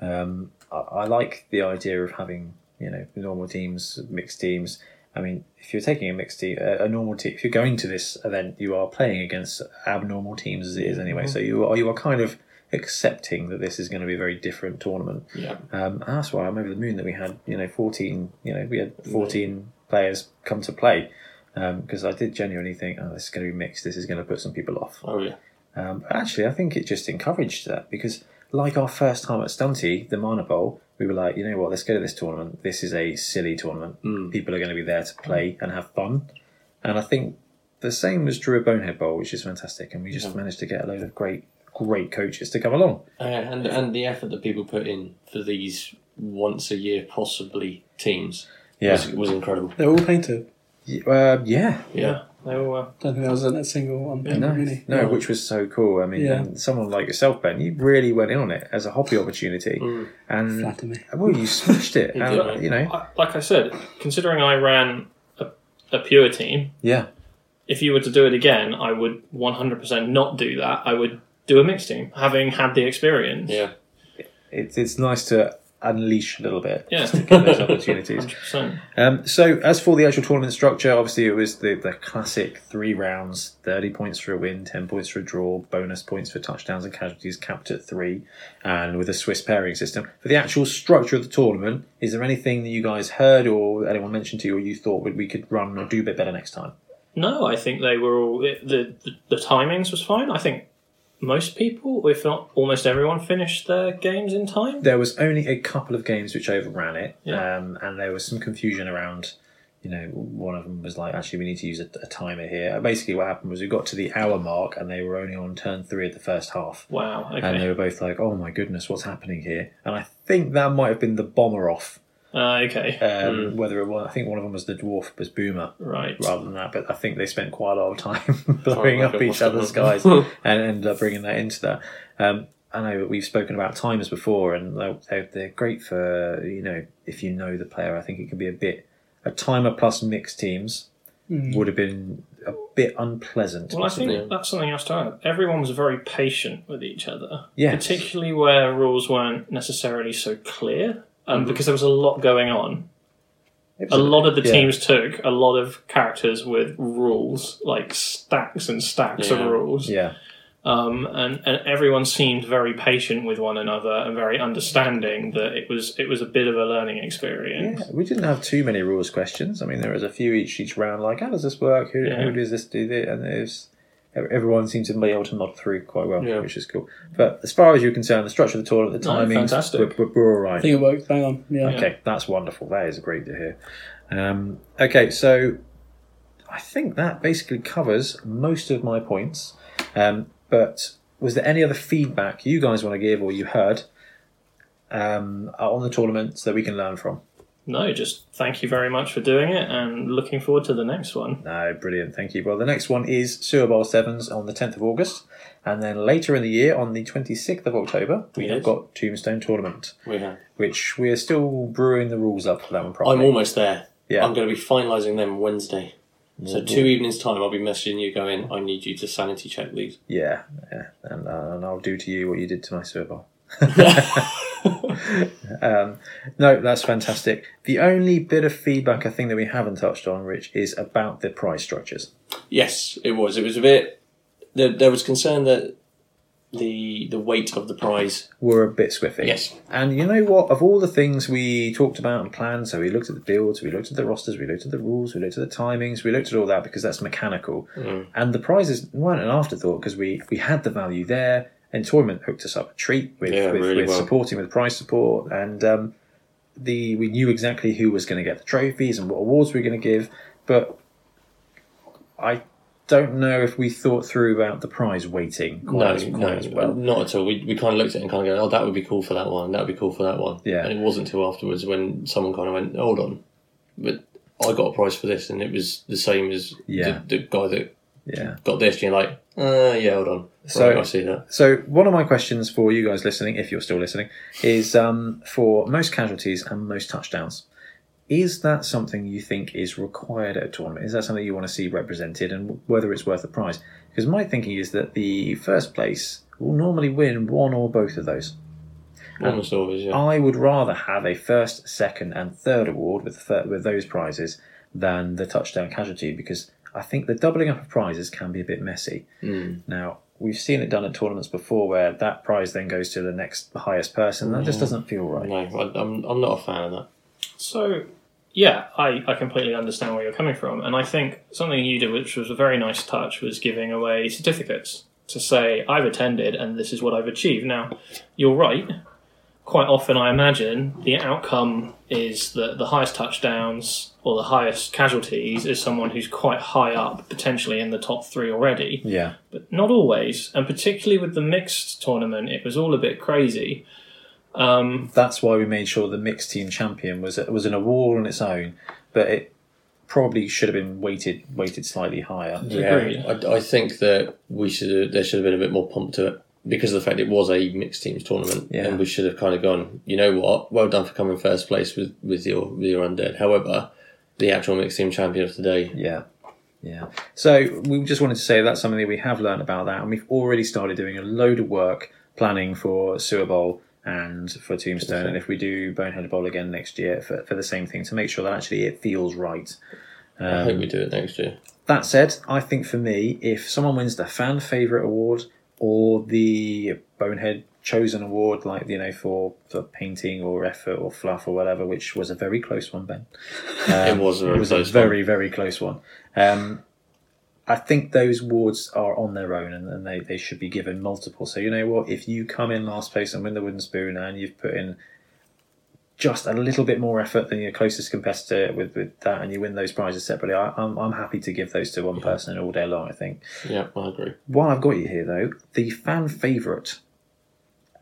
Speaker 2: Um, I, I like the idea of having you know normal teams, mixed teams. I mean, if you're taking a mixed team, a, a normal team, if you're going to this event, you are playing against abnormal teams as it is anyway.
Speaker 1: Mm-hmm.
Speaker 2: So you are you are kind of accepting that this is going to be a very different tournament.
Speaker 1: Yeah.
Speaker 2: Um, and that's why I'm over the moon that we had, you know, 14, you know, we had 14 players come to play. Because I did genuinely think, oh, this is going to be mixed. This is going to put some people off.
Speaker 1: Oh yeah.
Speaker 2: Um, but actually, I think it just encouraged that because, like our first time at Stunty, the Minor Bowl, we were like, you know what, let's go to this tournament. This is a silly tournament. People are going to be there to play and have fun. And I think the same was true at Bonehead Bowl, which is fantastic. And we just managed to get a load of great, great coaches to come along.
Speaker 1: Uh, and and the effort that people put in for these once a year possibly teams was, was incredible.
Speaker 4: They're all painted.
Speaker 2: Y- Uh, yeah.
Speaker 1: Yeah.
Speaker 3: They all were.
Speaker 4: Don't think there was a single one painted,
Speaker 2: No,
Speaker 4: really.
Speaker 2: no, which was so cool. I mean,
Speaker 4: Yeah.
Speaker 2: and someone like yourself, Ben, you really went in on it as a hobby opportunity, and
Speaker 4: Flatter me.
Speaker 2: well, you smashed it.
Speaker 1: You
Speaker 2: and,
Speaker 1: did, mate.
Speaker 2: you know,
Speaker 3: I, like I said, considering I ran a, a pure team,
Speaker 2: yeah,
Speaker 3: if you were to do it again, I would 100% not do that. I would do a mixed team, having had the experience.
Speaker 1: Yeah.
Speaker 2: it's it's nice to unleash a little bit.
Speaker 3: Yeah.
Speaker 2: those opportunities.
Speaker 3: 100%.
Speaker 2: Um, so, as for the actual tournament structure, obviously it was the, the classic three rounds 30 points for a win, 10 points for a draw, bonus points for touchdowns and casualties capped at three, and with a Swiss pairing system. For the actual structure of the tournament, is there anything that you guys heard or anyone mentioned to you or you thought we- we could run or do a bit better next time?
Speaker 3: No, I think they were all the, the the timings was fine. I think most people, if not almost everyone, finished their games in time.
Speaker 2: There was only a couple of games which overran it,
Speaker 3: Yeah.
Speaker 2: um, and there was some confusion around. You know, one of them was like, actually, we need to use a, a timer here. Basically, what happened was we got to the hour mark, and they were only on turn three of the first half.
Speaker 3: Wow. Okay.
Speaker 2: and they were both like, "Oh my goodness, what's happening here?" And I think that might have been the bomber off
Speaker 3: Uh, okay.
Speaker 2: Um, Whether it was, I think one of them was the dwarf was Boomer
Speaker 3: Right.
Speaker 2: rather than that, but I think they spent quite a lot of time blowing
Speaker 5: Oh,
Speaker 2: up
Speaker 5: okay,
Speaker 2: each
Speaker 5: what's that
Speaker 2: other's
Speaker 5: one?
Speaker 2: guys and ended up bringing that into that. Um, I know we've spoken about timers before, and they're, they're, they're great for you know if you know the player. I think it can be a bit a timer plus mixed teams
Speaker 3: Hmm.
Speaker 2: would have been a bit unpleasant.
Speaker 3: Well, I think
Speaker 5: possibly.
Speaker 3: that's something else to add. Everyone was very patient with each other,
Speaker 2: Yes.
Speaker 3: particularly where rules weren't necessarily so clear, um, because there was a lot going on.
Speaker 2: It was
Speaker 3: A lot of the
Speaker 2: yeah.
Speaker 3: teams took a lot of characters with rules, like stacks and stacks
Speaker 5: Yeah.
Speaker 3: of rules,
Speaker 2: yeah.
Speaker 3: um, and and everyone seemed very patient with one another and very understanding that it was it was a bit of a learning experience.
Speaker 2: Yeah, we didn't have too many rules questions. I mean, there was a few each each round, like how does this work? Who,
Speaker 3: Yeah.
Speaker 2: who does this do? This? And it was, everyone seems to be able to nod through quite well,
Speaker 5: Yeah.
Speaker 2: which is cool. But as far as you're concerned, the structure of the tournament, the
Speaker 3: No,
Speaker 2: timings,
Speaker 3: fantastic.
Speaker 2: we're- we're, we're all right.
Speaker 4: I think it worked. Hang on. Yeah.
Speaker 2: Okay, that's wonderful. That is great to hear. Um, okay, so I think that basically covers most of my points. Um, but was there any other feedback you guys want to give or you heard um, on the tournament so that we can learn from?
Speaker 3: No, just thank you very much for doing it, and looking forward to the next one.
Speaker 2: No, brilliant. Thank you. Well, the next one is Sewer Bowl Sevens on the 10th of August. And then later in the year, on the 26th of October, we have
Speaker 5: Yes.
Speaker 2: got Tombstone Tournament,
Speaker 5: We have.
Speaker 2: which we're still brewing the rules up for that one probably.
Speaker 5: I'm almost there.
Speaker 2: Yeah.
Speaker 5: I'm going to be finalising them Wednesday. So two evenings time, I'll be messaging you going, I need you to sanity check these.
Speaker 2: Yeah, yeah. And, uh, and I'll do to you what you did to my Sewer Bowl. um, no, that's fantastic. The only bit of feedback I think that we haven't touched on, Rich, is about the prize structures.
Speaker 5: Yes, it was. It was a bit. There, there was concern that the the weight of the prize.
Speaker 2: We're a bit squiffy.
Speaker 5: Yes.
Speaker 2: And you know what? Of all the things we talked about and planned, so we looked at the builds, we looked at the rosters, we looked at the rules, we looked at the timings, we looked at all that because that's mechanical.
Speaker 5: Mm.
Speaker 2: And the prizes weren't an afterthought because we, we had the value there. And Tournament hooked us up a treat with,
Speaker 5: Yeah,
Speaker 2: with,
Speaker 5: really
Speaker 2: with
Speaker 5: well.
Speaker 2: supporting with prize support. And um, the we knew exactly who was going to get the trophies and what awards we were going to give. But I don't know if we thought through about the prize weighting quite,
Speaker 5: No,
Speaker 2: as, quite
Speaker 5: no,
Speaker 2: as well.
Speaker 5: not at all. We, we kind of looked at it and kind of go, oh, that would be cool for that one. That would be cool for that one.
Speaker 2: Yeah.
Speaker 5: And it wasn't till afterwards when someone kind of went, hold on, but I got a prize for this, and it was the same as
Speaker 2: Yeah.
Speaker 5: the, the guy that
Speaker 2: Yeah.
Speaker 5: got this. And you're like, uh, yeah, hold on.
Speaker 2: So-
Speaker 5: right, I see that.
Speaker 2: So one of my questions for you guys listening, if you're still listening, is um, for most casualties and most touchdowns, is that something you think is required at a tournament? Is that something you want to see represented, and whether it's worth a prize? Because my thinking is that the first place will normally win one or both of those. Uh,
Speaker 5: Almost always, yeah.
Speaker 2: I would rather have a first, second, and third award with the fir- with those prizes than the touchdown casualty because I think the doubling up of prizes can be a bit messy. Now we've seen it done at tournaments before where that prize then goes to the next highest person. That just doesn't feel right.
Speaker 5: No, I, I'm, I'm not a fan of that.
Speaker 3: So, yeah, I, I completely understand where you're coming from. And I think something you did, which was a very nice touch, was giving away certificates to say, I've attended and this is what I've achieved. Now, you're right. Quite often, I imagine the outcome is that the highest touchdowns or the highest casualties is someone who's quite high up, potentially in the top three already
Speaker 2: Yeah,
Speaker 3: but not always. And particularly with the mixed tournament, it was all a bit crazy. Um,
Speaker 2: that's why we made sure the mixed team champion was was an award on its own, but it probably should have been weighted weighted slightly higher.
Speaker 3: Agreed.
Speaker 5: I, I think that we should have, there should have been a bit more pump to it because of the fact it was a mixed teams tournament,
Speaker 2: Yeah.
Speaker 5: and we should have kind of gone. You know what? Well done for coming first place with with your with your undead. However, the actual mixed team champion of today.
Speaker 2: Yeah. Yeah. So we just wanted to say that's something that we have learned about that, and we've already started doing a load of work planning for Sewer Bowl and for Tombstone, and if we do Bonehead Bowl again next year for, for the same thing to make sure that actually it feels right. Um,
Speaker 5: I hope we do it next year.
Speaker 2: That said, I think for me, if someone wins the fan favorite award or the Bonehead chosen award, like you know for for painting or effort or fluff or whatever, which was a very close one, Ben. Um,
Speaker 5: it was a
Speaker 2: It
Speaker 5: very
Speaker 2: was a
Speaker 5: close one.
Speaker 2: very, very close one. Um, I think those wards are on their own and, and they, they should be given multiple. So, you know what? If you come in last place and win the wooden spoon and you've put in just a little bit more effort than your closest competitor with, with that and you win those prizes separately, I, I'm, I'm happy to give those to one person all day long, I think.
Speaker 5: Yeah, I agree.
Speaker 2: While I've got you here, though, the fan favourite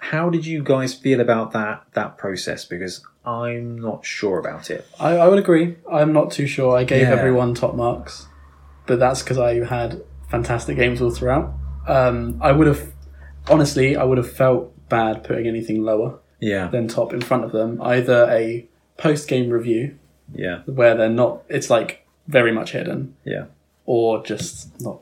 Speaker 2: how did you guys feel about that that process? Because I'm not sure about it.
Speaker 4: I, I would agree. I'm not too sure. I gave
Speaker 2: Yeah.
Speaker 4: everyone top marks, but that's because I had fantastic games all throughout. Um, I would have, honestly, I would have felt bad putting anything lower
Speaker 2: Yeah,
Speaker 4: than top in front of them. Either a post game review
Speaker 2: yeah,
Speaker 4: where they're not, it's like very much hidden,
Speaker 2: yeah.
Speaker 4: or just not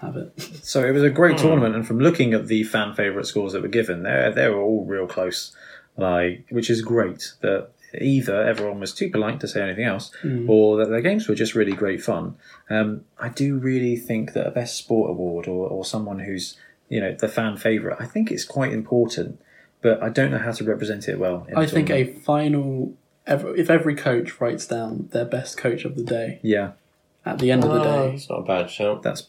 Speaker 4: have it.
Speaker 2: So it was a
Speaker 4: Hmm.
Speaker 2: great tournament, and from looking at the fan favorite scores that were given, they they were all real close. Like, which is great that either everyone was too polite to say anything else,
Speaker 4: Hmm.
Speaker 2: or that their games were just really great fun. Um, I do really think that a best sport award or or someone who's you know the fan favorite, I think it's quite important, but I don't know how to represent it well. In
Speaker 4: I
Speaker 2: the
Speaker 4: think
Speaker 2: tournament.
Speaker 4: a final, ev if every coach writes down their best coach of the day
Speaker 2: yeah,
Speaker 4: at the end of the
Speaker 5: Oh,
Speaker 3: Uh,
Speaker 4: day,
Speaker 5: it's not a bad shout.
Speaker 2: that's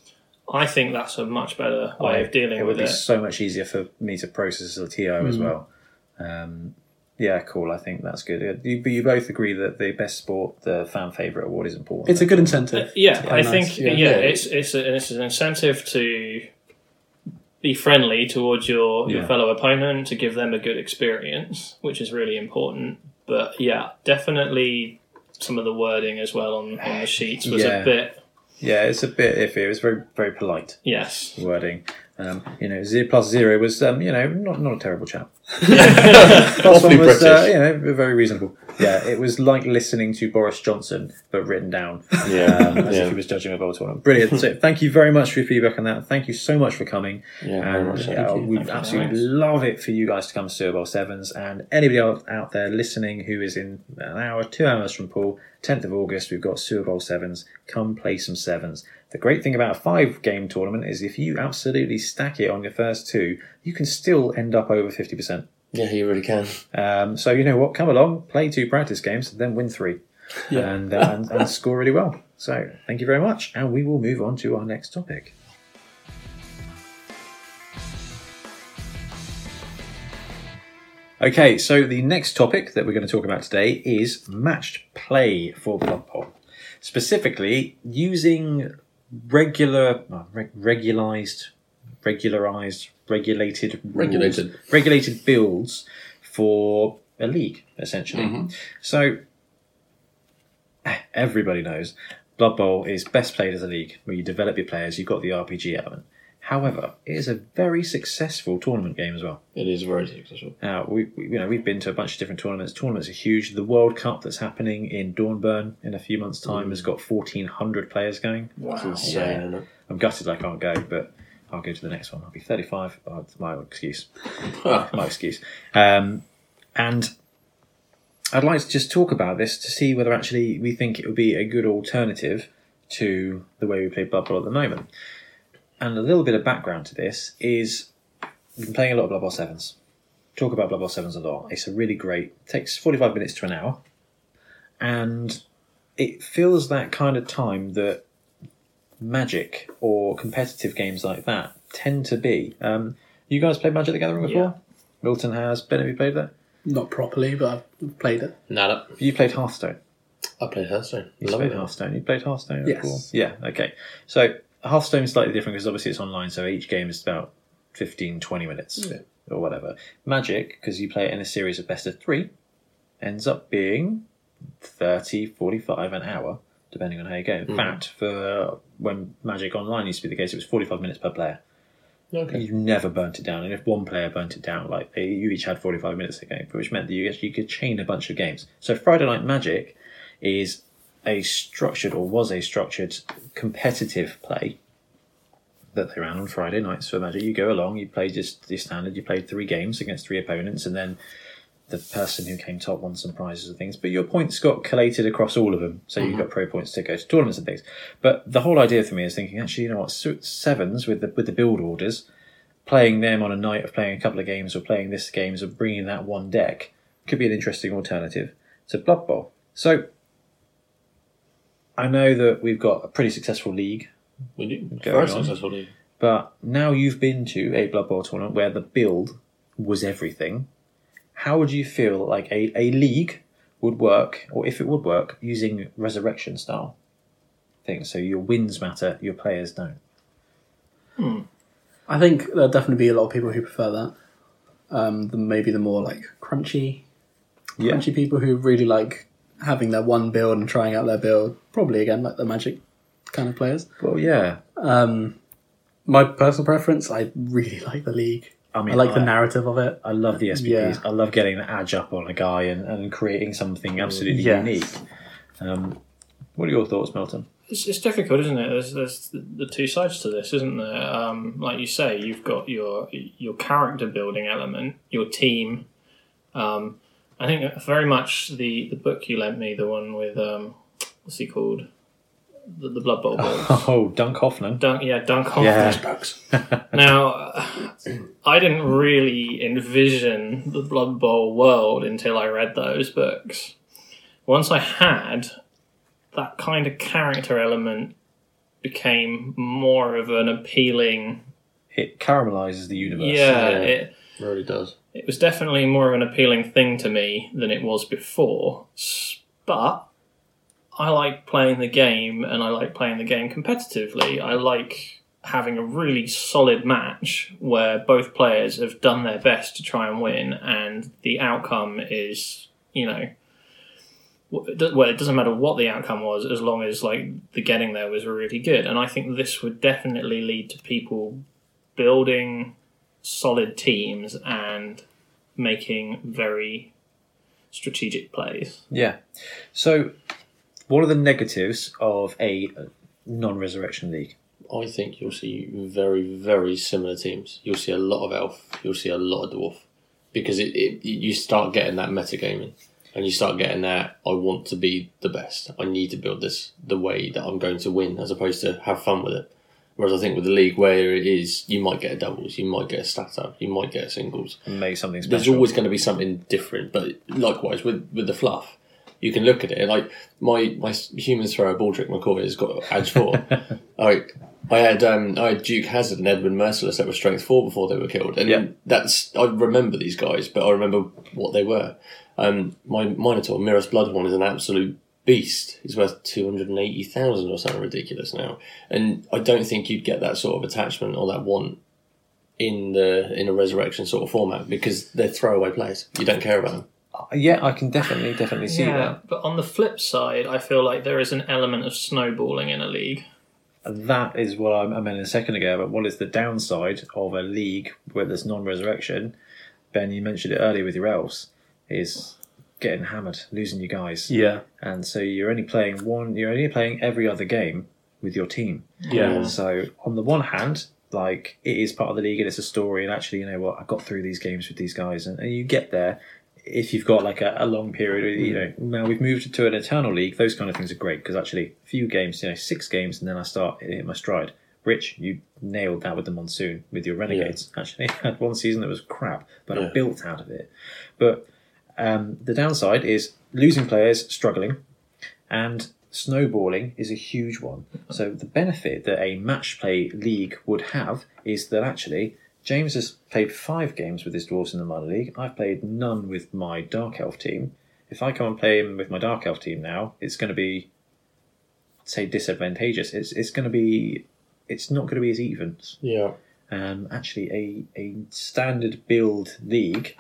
Speaker 3: I think that's a much better way of dealing
Speaker 2: it would
Speaker 3: with
Speaker 2: be
Speaker 3: it.
Speaker 2: so much easier for me to process as a TO as well. Um, yeah, cool. I think that's good. Uh, You, but you both agree that the best sport, the fan favorite award, is important.
Speaker 4: it's a good incentive.
Speaker 3: uh, yeah, I
Speaker 4: nice,
Speaker 3: think
Speaker 4: yeah.
Speaker 3: yeah,
Speaker 5: Yeah.
Speaker 3: it's it's, a, it's an incentive to be friendly towards your, your
Speaker 2: Yeah.
Speaker 3: fellow opponent to give them a good experience, which is really important. But yeah, definitely some of the wording as well on, on the sheets was
Speaker 2: Yeah.
Speaker 3: a bit
Speaker 2: yeah, it's a bit iffy. It was very very polite
Speaker 3: yes.
Speaker 2: wording. Um, you know, zero plus zero was um, you know not not a terrible chat. Plus
Speaker 5: Awfully
Speaker 2: one was uh,
Speaker 5: British.
Speaker 2: you know very reasonable. Yeah, it was like listening to Boris Johnson but written down.
Speaker 5: Yeah,
Speaker 2: um, as if
Speaker 5: yeah.
Speaker 2: he was judging a bowl tournament. Brilliant. So thank you very much for your feedback on that. Thank you so much for coming.
Speaker 5: Yeah, very
Speaker 2: and,
Speaker 5: much so.
Speaker 2: yeah,
Speaker 4: Thank you.
Speaker 2: we'd
Speaker 3: Thank you
Speaker 2: absolutely
Speaker 3: very
Speaker 2: love it for you guys to come to Super Bowl Sevens and anybody else out there listening who is in an hour, two hours from Paul, 10th of August, we've got Super Bowl Sevens. Come play some sevens. The great thing about a five game tournament is if you absolutely stack it on your first two, you can still end up over 50%.
Speaker 5: Yeah, you really can.
Speaker 2: Um, so you know what? Come along, play two practice games, then win three,
Speaker 4: Yeah.
Speaker 2: and, uh, and and score really well. So thank you very much, and we will move on to our next topic. Okay, so the next topic that we're going to talk about today is matched play for Blood Bowl. Specifically, using regular, uh, reg- regularized, regularized, regulated, rules-
Speaker 5: Regulated.
Speaker 2: regulated builds for a league, essentially.
Speaker 1: Mm-hmm.
Speaker 5: Mm-hmm.
Speaker 2: So everybody knows Blood Bowl is best played as a league where you develop your players, you've got the RPG element. However, it is a very successful tournament game as well.
Speaker 5: It is very successful.
Speaker 2: Now we, we you know we've been to a bunch of different tournaments. Tournaments are huge. The World Cup that's happening in Dornbirn in a few months' time has got fourteen hundred players going.
Speaker 5: It's
Speaker 1: uh,
Speaker 5: insane, isn't it?
Speaker 2: I'm gutted I can't go, but I'll go to the next one. I'll be thirty five. Oh, it's my excuse. my excuse. Um, and I'd like to just talk about this to see whether actually we think it would be a good alternative to the way we play Blood Bowl at the moment. And a little bit of background to this is we've been playing a lot of Blood Bowl sevens. Talk about Blood Bowl sevens a lot. It's a really great. Takes forty five minutes to an hour, and it feels that kind of time that Magic or competitive games like that tend to be. Um, you guys played Magic the Gathering before? Milton has. Ben, have you played that?
Speaker 4: Not properly, but I've played it.
Speaker 5: Nada.
Speaker 2: You played Hearthstone.
Speaker 5: I played Hearthstone.
Speaker 2: You
Speaker 5: Love
Speaker 2: played
Speaker 5: it.
Speaker 2: Hearthstone. You played Hearthstone.
Speaker 4: Yes.
Speaker 2: Cool. Yeah. Okay. So Hearthstone is slightly different because obviously it's online, so each game is about 15, 20 minutes or whatever. Magic, because you play it in a series of best of three, ends up being 30, 45 an hour, depending on how you go.
Speaker 5: Mm.
Speaker 2: In fact, for when Magic Online used to be the case, it was 45 minutes per player.
Speaker 5: Okay.
Speaker 2: You never burnt it down, and if one player burnt it down, like they, you each had forty-five minutes a game, which meant that you actually could chain a bunch of games. So Friday Night Magic is a structured or was a structured competitive play that they ran on Friday nights for Magic. You go along, you play just the standard, you played three games against three opponents, and then the person who came top won some prizes and things. But your points got collated across all of them, so you got pro points to go to tournaments and things. But the whole idea for me is thinking, actually, you know what, se- sevens with the with the build orders, playing them on a night of playing a couple of games or playing this games or bringing that one deck could be an interesting alternative to Blood Bowl. So. I know that we've got a pretty successful league
Speaker 5: We do.
Speaker 2: Go
Speaker 5: Very
Speaker 2: on.
Speaker 5: successful. league.
Speaker 2: but now you've been to a Blood Bowl tournament where the build was everything. How would you feel like a, a league would work, or if it would work, using resurrection style things? So your wins matter, your players don't.
Speaker 4: I think there'll definitely be a lot of people who prefer that. um, the, maybe the more like crunchy,
Speaker 2: Yeah.
Speaker 4: crunchy people who really like having their one build and trying out their build. Probably again like the magic kind of players.
Speaker 2: Well, yeah.
Speaker 4: Um, my personal preference, I really like the league.
Speaker 2: I mean,
Speaker 4: I like the narrative of it.
Speaker 2: I love the SPPs.
Speaker 4: Yeah.
Speaker 2: I love getting the edge up on a guy and, and creating something absolutely
Speaker 4: Yes.
Speaker 2: unique. Um, what are your thoughts, Milton?
Speaker 3: It's, it's difficult, isn't it? There's, there's the two sides to this, isn't there? Um, like you say, you've got your your character building element, your team. Um, I think very much the, the book you lent me, the one with um, what's he called, the, the Blood Bowl. book.
Speaker 2: Oh, Dunk Hoffman.
Speaker 3: Dunk, yeah, Dunk Hoffman.
Speaker 2: Yeah.
Speaker 3: Now, I didn't really envision the Blood Bowl world until I read those books. Once I had, that kind of character element became more of an appealing.
Speaker 2: It caramelizes the universe.
Speaker 3: yeah,
Speaker 1: yeah.
Speaker 3: It,
Speaker 1: Really does.
Speaker 3: it was definitely more of an appealing thing to me than it was before. S- But I like playing the game and I like playing the game competitively. I like having a really solid match where both players have done their best to try and win and the outcome is, you know, w- it do- well, it doesn't matter what the outcome was as long as like the getting there was really good. And I think this would definitely lead to people building solid teams and making very strategic plays.
Speaker 2: Yeah. So, what are the negatives of a non-resurrection league?
Speaker 1: I think you'll see very, very similar teams. You'll see a lot of elf. You'll see a lot of dwarf, because it, it you start getting that metagaming, and you start getting that I want to be the best. I need to build this the way that I'm going to win, as opposed to have fun with it. Whereas I think with the league where it is, you might get a doubles, you might get a stat up, you might get a singles.
Speaker 2: And make something special.
Speaker 1: There's always going to be something different. But likewise with with the fluff, you can look at it like my my human thrower Baldrick McCoy has got edge four. I I had um I had Duke Hazard and Edwin Merciless that were strength four before they were killed, and
Speaker 2: Yeah.
Speaker 1: that's I remember these guys, but I remember what they were. Um, my Minotaur Mirror's Bloodhorn is an absolute beast. He's worth two hundred and eighty thousand or something ridiculous now, and I don't think you'd get that sort of attachment or that want in the in a resurrection sort of format because they're throwaway players. You don't care about them.
Speaker 2: yeah, I can definitely, definitely see
Speaker 3: but on the flip side, I feel like there is an element of snowballing in a league.
Speaker 2: that. That is what I I meant a second ago. But what is the downside of a league where there's non-resurrection? Ben, you mentioned it earlier with your elves. Is getting hammered, losing your guys,
Speaker 4: Yeah,
Speaker 2: and so you're only playing one. You're only playing every other game with your team.
Speaker 4: yeah,
Speaker 2: So on the one hand, like it is part of the league and it's a story, and actually, you know what, I got through these games with these guys, and, and you get there if you've got like a, a long period. You know, now we've moved to an eternal league. Those kind of things are great because actually, a few games, you know, six games, and then I start hitting my stride. Rich, you nailed that with the monsoon with your renegades. Actually, I had one season that was crap, but I
Speaker 1: Yeah.
Speaker 2: built out of it. But um, the downside is losing players, struggling, and snowballing is a huge one. So the benefit that a match play league would have is that actually James has played five games with his dwarves in the minor league. I've played none with my dark elf team. If I come and play him with my dark elf team now, it's going to be say disadvantageous. It's it's going to be it's not going to be as even.
Speaker 1: Yeah.
Speaker 2: Um, actually, a a standard build league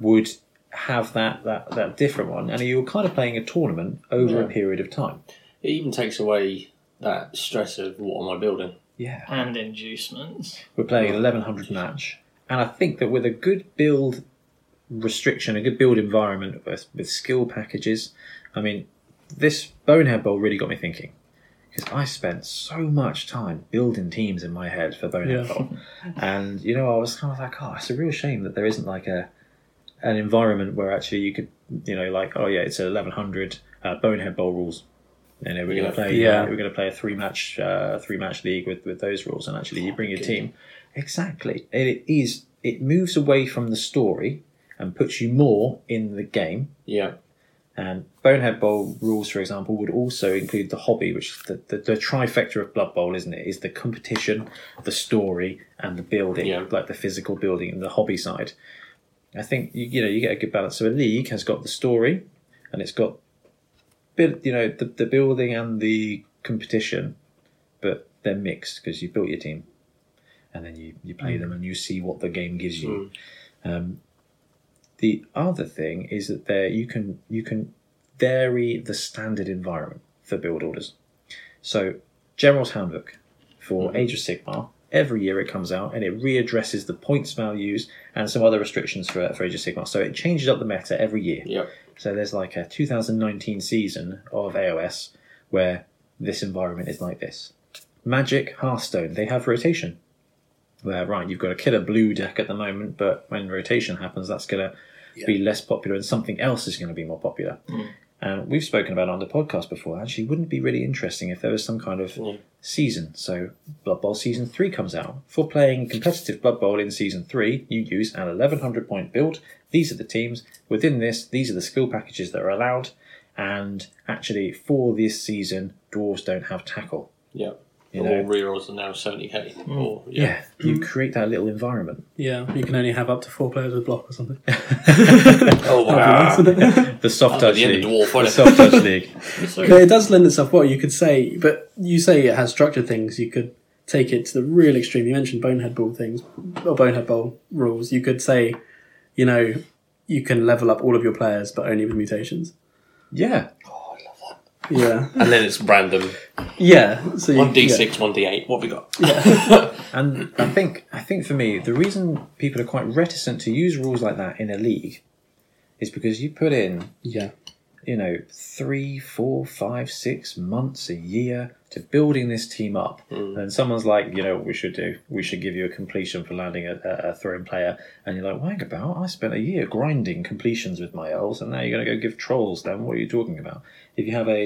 Speaker 2: would have that, that, that different one, and you're kind of playing a tournament over a period of time.
Speaker 1: It even takes away that stress of what am I building?
Speaker 2: Yeah.
Speaker 3: And inducements.
Speaker 2: We're playing an 1100 match, and I think that with a good build restriction, a good build environment with, with skill packages, I mean, this Bonehead Bowl really got me thinking. Because I spent so much time building teams in my head for Bonehead
Speaker 4: Yeah.
Speaker 2: Bowl. And, you know, I was kind of like, oh, it's a real shame that there isn't like a an environment where actually you could, you know, like, oh, yeah, it's 1100 uh, Bonehead Bowl rules. You know, we're
Speaker 1: Yeah.
Speaker 2: going to play uh,
Speaker 4: Yeah.
Speaker 2: we're going to play a three match uh, three match league with, with those rules and actually you bring your team exactly And it is it moves away from the story and puts you more in the game
Speaker 1: Yeah.
Speaker 2: and Um, bonehead bowl rules for example would also include the hobby which is the, the, the trifecta of blood bowl isn't it is the competition the story and the building
Speaker 1: Yeah.
Speaker 2: like the physical building and the hobby side i think you, you know you get a good balance so a league has got the story and it's got bit you know the, the building and the competition but they're mixed because you built your team and then you, you play them and you see what the game gives you Um, the other thing is that there you can you can vary the standard environment for build orders. So General's Handbook for Age of Sigmar. Every year it comes out and it readdresses the points values and some other restrictions for, for Age of Sigmar. So it changes up the meta every year.
Speaker 5: Yep.
Speaker 2: So there's like a 2019 season of AOS where this environment is like this. Magic, Hearthstone, they have rotation. Where, right, you've got a killer blue deck at the moment, but when rotation happens, that's going to be less popular and something else is going to be more popular. And Uh, we've spoken about it on the podcast before. Actually, wouldn't it be really interesting if there was some kind of
Speaker 5: Hmm.
Speaker 2: season? So, Blood Bowl Season 3 comes out. For playing competitive Blood Bowl in Season 3, you use an 1100 point build. These are the teams. Within this, these are the skill packages that are allowed. And actually, for this season, dwarves don't have tackle.
Speaker 5: Yep.
Speaker 2: You
Speaker 5: All
Speaker 2: know?
Speaker 5: rerolls are now 70k. Or,
Speaker 2: Yeah, you create that little environment.
Speaker 4: Yeah, you can only have up to four players with block or something.
Speaker 5: Oh, wow.
Speaker 4: That'd be nice, wouldn't it?
Speaker 2: The
Speaker 5: That'd
Speaker 2: soft touch
Speaker 5: be the end
Speaker 2: league.
Speaker 5: of dwarf,
Speaker 2: the
Speaker 5: wouldn't it?
Speaker 2: soft touch league.
Speaker 4: But it does lend itself well. You could say, but you say it has structured things. You could take it to the real extreme. You mentioned bonehead ball things or bonehead bowl rules. You could say, you know, you can level up all of your players, but only with mutations.
Speaker 2: Yeah,
Speaker 4: Yeah,
Speaker 5: and then it's random.
Speaker 4: yeah. So you,
Speaker 5: One d6, one d8. What we got?
Speaker 2: and I think I think for me the reason people are quite reticent to use rules like that in a league is because you put in
Speaker 4: Yeah,
Speaker 2: you know three, four, five, six months a year to building this team up,
Speaker 5: Mm.
Speaker 2: and someone's like, you know, what we should do, we should give you a completion for landing a, a, a thrown player, and you're like, wang about, I spent a year grinding completions with my elves, and now you're going to go give trolls. Then what are you talking about? If you have a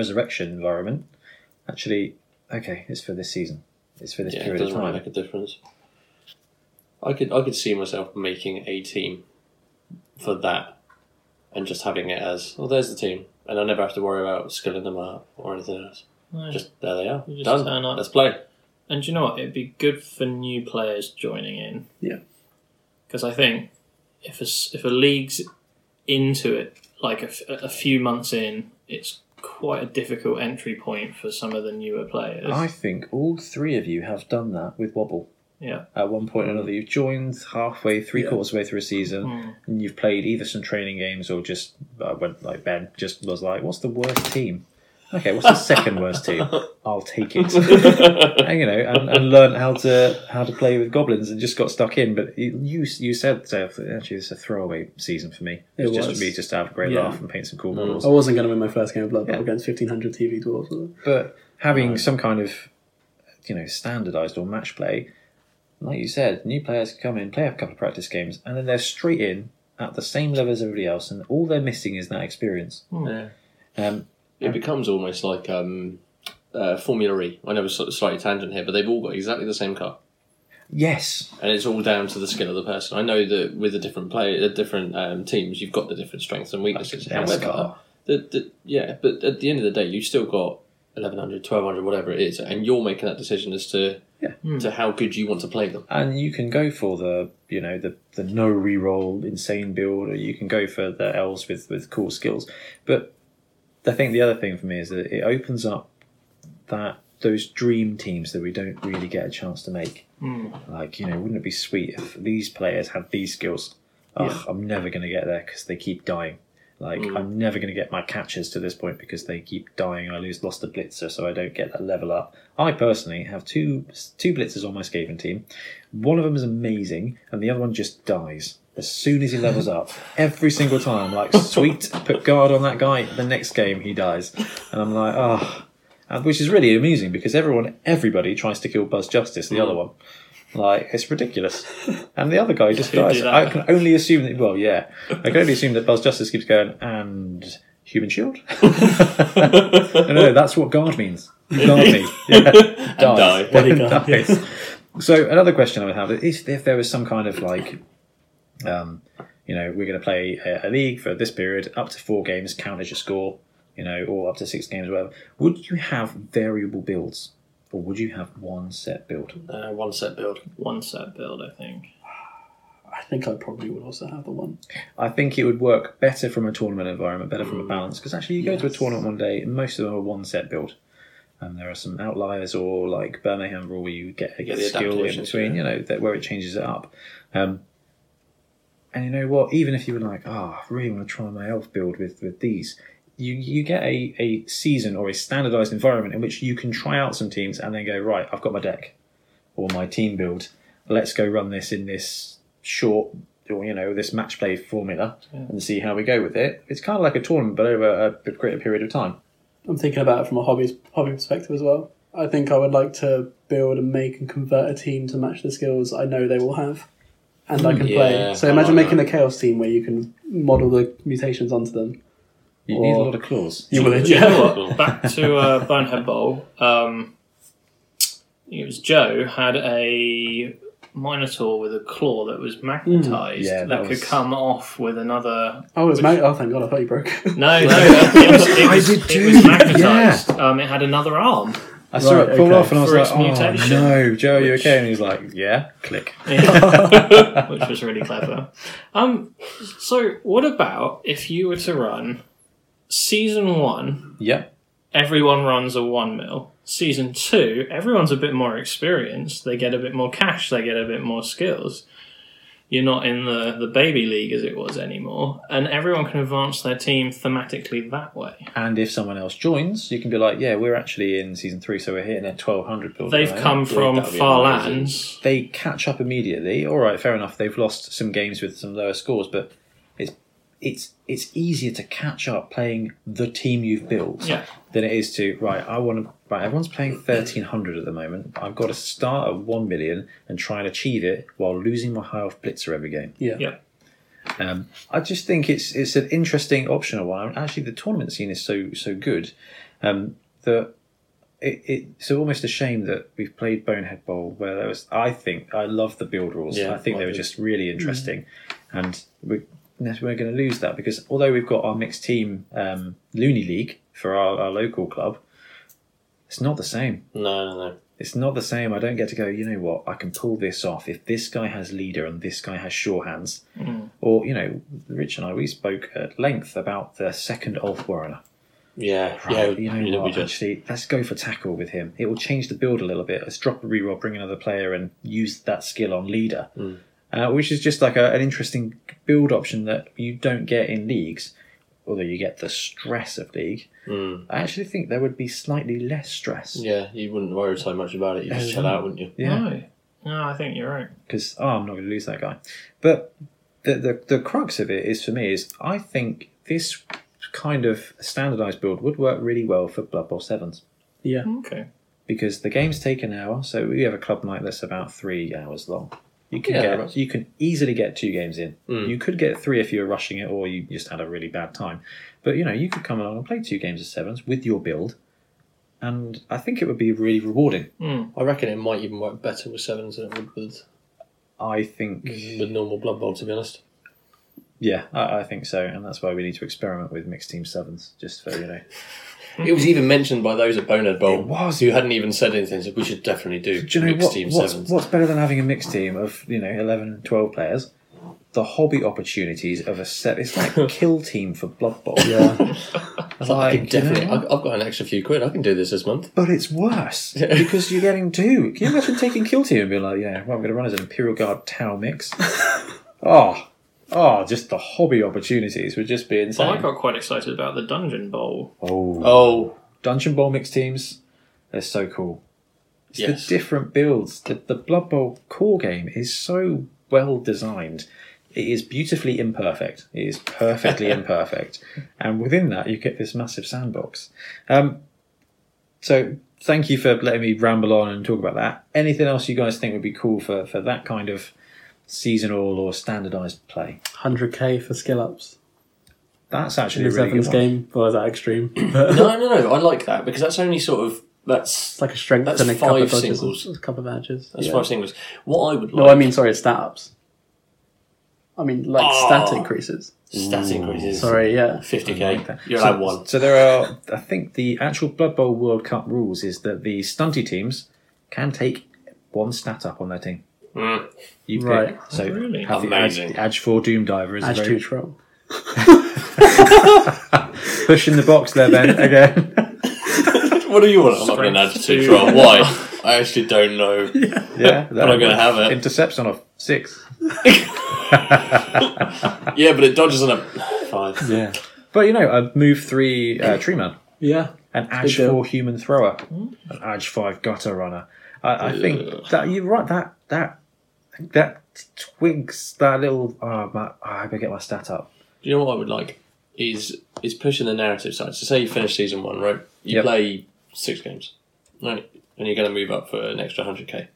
Speaker 2: resurrection environment, actually, okay, it's for this season. It's for this
Speaker 5: Yeah, it
Speaker 2: period of
Speaker 5: doesn't
Speaker 2: time.
Speaker 5: really make a difference. I could I could see myself making a team for that, and just having it as well. There's the team, and I never have to worry about skilling them up or anything else.
Speaker 3: Right.
Speaker 5: Just there they are.
Speaker 3: You just
Speaker 5: Done.
Speaker 3: turn up.
Speaker 5: Let's play.
Speaker 3: And do you know what? It'd be good for new players joining in.
Speaker 4: Yeah.
Speaker 3: Because I think if a, s- if a league's into it, like a, f- a few months in, it's quite a difficult entry point for some of the newer players.
Speaker 2: I think all three of you have done that with Wobble.
Speaker 3: Yeah.
Speaker 2: At one point or another, you've joined halfway, three
Speaker 4: Yeah. Hmm.
Speaker 2: quarters of the way through a season, and you've played either some training games or just uh, went like Ben just was like, "What's the worst team? Okay, what's the second worst team? I'll take it." and you know, and, and learn how to how to play with goblins, and just got stuck in. But you you you said uh, actually, this is a throwaway season for me.
Speaker 4: It
Speaker 2: It's just
Speaker 4: was.
Speaker 2: for me just to have a great
Speaker 4: Yeah.
Speaker 2: laugh and paint some cool models.
Speaker 4: I wasn't going to win my first game of Blood Bowl
Speaker 2: Yeah.
Speaker 4: against fifteen hundred TV dwarves. Was it?
Speaker 2: But having some kind of, you know, standardized or match play, like you said, new players come in, play a couple of practice games, and then they're straight in at the same level as everybody else, and all they're missing is that experience.
Speaker 3: Hmm.
Speaker 5: Yeah.
Speaker 2: Um,
Speaker 5: It becomes almost like um, uh, Formula E. I know it's sort of slightly tangent here, but they've all got exactly the same car,
Speaker 2: yes,
Speaker 5: and it's all down to the skill of the person. I know that with the different play, the different um, teams, you've got the different strengths and weaknesses. However,
Speaker 2: NASCAR.
Speaker 5: the, the, yeah, but at the end of the day, you've still got 1100, 1200, whatever it is, and you're making that decision as to
Speaker 2: Yeah.
Speaker 5: to how good you want to play them.
Speaker 2: and you can go for the you know the the no reroll insane build, or you can go for the elves with with cool skills. But I think the other thing for me is that it opens up that those dream teams that we don't really get a chance to make. Like you know, wouldn't it be sweet if these players had these skills? Ugh, I'm never going to get there because they keep dying. Like I'm never going to get my catches to this point because they keep dying. I lose lost the blitzer, so I don't get that level up. I personally have two two blitzers on my Skaven team. One of them is amazing, and the other one just dies as soon as he levels up. Every single time, like sweet, put guard on that guy. The next game he dies, and I'm like, ah, oh. which is really amusing because everyone, everybody tries to kill Buzz Justice, the
Speaker 3: Mm.
Speaker 2: other one. Like it's ridiculous, and the other guy just
Speaker 3: do
Speaker 2: dies.
Speaker 3: that.
Speaker 2: I can only assume that. Well, yeah, I can only assume that Buzz Justice keeps going and Human Shield. no, no, that's what guard means. You guard me. Yeah. Dies.
Speaker 5: die.
Speaker 4: Bodyguard.
Speaker 2: Dies. So another question I would have is if there was some kind of like, um, you know, we're going to play a, a league for this period, up to four games, count as your score, you know, or up to six games, whatever. Would you have variable builds, or would you have one set build?
Speaker 5: Uh, one set build.
Speaker 3: One set build, I think.
Speaker 4: I think I probably would also have the one.
Speaker 2: I think it would work better from a tournament environment, better from a balance, because actually you go to a tournament one day, and most of them are one set build. And there are some outliers or like Birmingham rule where you get a
Speaker 5: get the
Speaker 2: skill in
Speaker 5: adaptations,
Speaker 2: between,
Speaker 5: yeah.
Speaker 2: you know, that where it changes it up. Um, And you know what? Even if you were like, oh, I really want to try my elf build with, with these, you, you get a, a season or a standardized environment in which you can try out some teams and then go, right, I've got my deck or my team build. Let's go run this in this short, or you know, this match play formula and see how we go with it. It's kind of like a tournament, but over a p- greater period of time.
Speaker 4: I'm thinking about it from a hobby hobby perspective as well. I think I would like to build and make and convert a team to match the skills I know they will have, and I can
Speaker 5: yeah,
Speaker 4: play. So
Speaker 5: I
Speaker 4: imagine
Speaker 5: like
Speaker 4: making a chaos team where you can model the mutations onto them.
Speaker 2: You need a
Speaker 4: Or-
Speaker 2: lot of claws.
Speaker 4: You will,
Speaker 3: Do you know
Speaker 4: yeah.
Speaker 3: what? Back to uh, Bonehead Bowl. Um, it was Joe had a Minotaur with a claw that was magnetized
Speaker 2: Yeah,
Speaker 3: Hmm.
Speaker 2: that
Speaker 3: that, could
Speaker 2: was-
Speaker 3: come off with another.
Speaker 4: Oh, it's mag- oh, thank God! I thought you broke.
Speaker 3: No, no, it was, it
Speaker 2: I
Speaker 3: was,
Speaker 2: did
Speaker 3: it
Speaker 2: too.
Speaker 3: was magnetized. Um, it had another arm.
Speaker 2: I saw
Speaker 4: Right,
Speaker 2: it pull
Speaker 4: okay.
Speaker 2: off, and I was
Speaker 3: For
Speaker 2: like,
Speaker 3: its
Speaker 2: "Oh
Speaker 3: mutation,
Speaker 2: no, Joe, you
Speaker 3: which-
Speaker 2: okay?" And he's like, "Yeah." Click.
Speaker 3: Yeah. which was really clever. Um, so, what about if you were to run season one?
Speaker 2: Yep.
Speaker 3: Everyone runs a one mil. Season two, everyone's a bit more experienced. They get a bit more cash. They get a bit more skills. You're not in the the baby league as it was anymore, and everyone can advance their team thematically that way.
Speaker 2: And if someone else joins, you can be like, "Yeah, we're actually in season three, so we're hitting a twelve hundred build." at the
Speaker 3: They've
Speaker 2: moment."
Speaker 3: come from
Speaker 5: that'd be
Speaker 3: far
Speaker 5: amazing.
Speaker 3: lands.
Speaker 2: They catch up immediately. All right, fair enough. They've lost some games with some lower scores, but it's it's it's easier to catch up playing the team you've built
Speaker 3: Yeah.
Speaker 2: than it is to right. I want to right. Everyone's playing thirteen hundred at the moment. I've got to start at one million and try and achieve it while losing my high off blitzer every game.
Speaker 4: yeah.
Speaker 3: Yeah.
Speaker 2: Um, I just think it's it's an interesting optional one. And Actually, the tournament scene is so so good um, that it, it, it's almost a shame that we've played Bonehead Bowl, where there was. I think I love the build rules.
Speaker 5: Yeah,
Speaker 2: I think they
Speaker 5: I do.
Speaker 2: were
Speaker 5: Mm-hmm.
Speaker 2: just really interesting, and we we're going to lose that because although we've got our mixed team um, Looney League for our, our local club, it's not the same.
Speaker 5: No, no, no.
Speaker 2: It's not the same. I don't get to go, you know what, I can pull this off if this guy has leader and this guy has sure hands.
Speaker 5: Hmm.
Speaker 2: Or, you know, Rich and I, we spoke at length about the second Ulf Warrener.
Speaker 5: Yeah,
Speaker 2: Right,
Speaker 5: yeah.
Speaker 2: you
Speaker 5: you
Speaker 2: know
Speaker 5: know, we
Speaker 2: what,
Speaker 5: just
Speaker 2: actually, let's go for tackle with him. It will change the build a little bit. Let's drop a reroll, bring another player and use that skill on leader.
Speaker 5: Hmm.
Speaker 2: Uh, which is just like a, an interesting build option that you don't get in leagues. Although you get the stress of league,
Speaker 5: Mm.
Speaker 2: I actually think there would be slightly less stress.
Speaker 5: yeah. You wouldn't worry so much about it. You just
Speaker 2: Yeah.
Speaker 5: chill out, wouldn't you?
Speaker 2: Yeah.
Speaker 3: No. No, Ah, I think you're right.
Speaker 2: because oh, I'm not going to lose that guy. But the, the the crux of it is for me is I think this kind of standardized build would work really well for Blood Bowl sevens
Speaker 3: Okay.
Speaker 2: because the games take an hour, so we have a club night that's about three hours long. You can
Speaker 5: Yeah,
Speaker 2: get
Speaker 5: that's-
Speaker 2: you can easily get two games in.
Speaker 5: Mm.
Speaker 2: You could get three if you were rushing it or you just had a really bad time. But you know you could come along and play two games of sevens with your build, and I think it would be really rewarding.
Speaker 3: Hmm.
Speaker 5: I reckon it might even work better with sevens than it would with,
Speaker 2: I think
Speaker 5: with normal blood bowl. To be honest,
Speaker 2: Yeah, I, I think so, and that's why we need to experiment with mixed team sevens, just for you know.
Speaker 5: it was even mentioned by those at Bonehead Bowl
Speaker 2: Hmm. It was.
Speaker 5: who hadn't even said anything. Said we should definitely do,
Speaker 2: Do you know
Speaker 5: mixed
Speaker 2: what,
Speaker 5: team
Speaker 2: what's,
Speaker 5: sevens.
Speaker 2: what's better than having a mixed team of you know 11, 12 players? The hobby opportunities of a set. It's like kill team for Blood Bowl.
Speaker 4: Yeah.
Speaker 2: It's
Speaker 5: I can
Speaker 2: like, do you know
Speaker 5: definitely.
Speaker 2: what?
Speaker 5: I- I've got an extra few quid. I can do this this month.
Speaker 2: but it's worse because you're getting two. Can you imagine taking kill team and being like, yeah, what I'm going to run is an Imperial Guard Tau mix? oh, oh, just the hobby opportunities would just be insane.
Speaker 3: Well, I got quite excited about the Dungeon Bowl.
Speaker 2: oh.
Speaker 5: Oh,
Speaker 2: Dungeon Bowl mixed teams, they're so cool. It's
Speaker 5: Yes.
Speaker 2: the different builds. The, the Blood Bowl core game is so well designed. It is beautifully imperfect. It is perfectly imperfect. And within that, you get this massive sandbox. Um, so, thank you for letting me ramble on and talk about that. Anything else you guys think would be cool for, for that kind of seasonal or standardized play?
Speaker 4: 100k for skill ups
Speaker 2: That's
Speaker 4: in
Speaker 2: actually a
Speaker 4: this
Speaker 2: really good
Speaker 4: Evans
Speaker 2: one.
Speaker 4: game. Well, is that extreme? But
Speaker 5: no, no, no. I like that because that's only sort of that's
Speaker 4: it's like a strength
Speaker 5: That's
Speaker 4: and a couple
Speaker 5: five
Speaker 4: of dodges,
Speaker 5: singles.
Speaker 4: and a couple of edges.
Speaker 5: that's five singles. What I would
Speaker 4: No,
Speaker 5: like
Speaker 4: I mean sorry, stat ups. I mean like
Speaker 5: Oh.
Speaker 4: stat increases.
Speaker 5: stat increases.
Speaker 4: Sorry, yeah.
Speaker 5: fifty
Speaker 2: I
Speaker 5: k.
Speaker 2: like that.
Speaker 5: You're
Speaker 2: so,
Speaker 5: allowed one.
Speaker 2: So there are, I think, the actual Blood Bowl World Cup rules is that the stunty teams can take one stat up on their team.
Speaker 5: Mm.
Speaker 2: You pick.
Speaker 4: Right.
Speaker 2: So
Speaker 3: Really?
Speaker 2: have
Speaker 5: Amazing.
Speaker 2: the Adge, Adge Four Doom Diver is
Speaker 4: Add
Speaker 2: very
Speaker 4: two troll.
Speaker 2: pushing the box there, Ben. Again.
Speaker 5: What do you want? I'm not going to add
Speaker 3: Strength
Speaker 5: two.
Speaker 3: two.
Speaker 5: Troll. Why? I actually don't know.
Speaker 2: Yeah,
Speaker 5: I'm gonna have it.
Speaker 2: Intercepts on a six.
Speaker 1: yeah, but it dodges on a fine.
Speaker 4: Yeah.
Speaker 2: But you know, a move three uh, tree man,
Speaker 4: Yeah.
Speaker 2: an
Speaker 4: big
Speaker 2: Age
Speaker 4: deal.
Speaker 2: four human thrower,
Speaker 1: Hmm.
Speaker 2: an Age five gutter runner. I, I think that you're right. That that that twigs that little. Oh, my, I better get my stat up.
Speaker 1: Do you know what I would like? Is is pushing the narrative side. So say you finish season one, right? You
Speaker 2: Yep.
Speaker 1: play six games, right? And you're going to move up for an extra hundred k.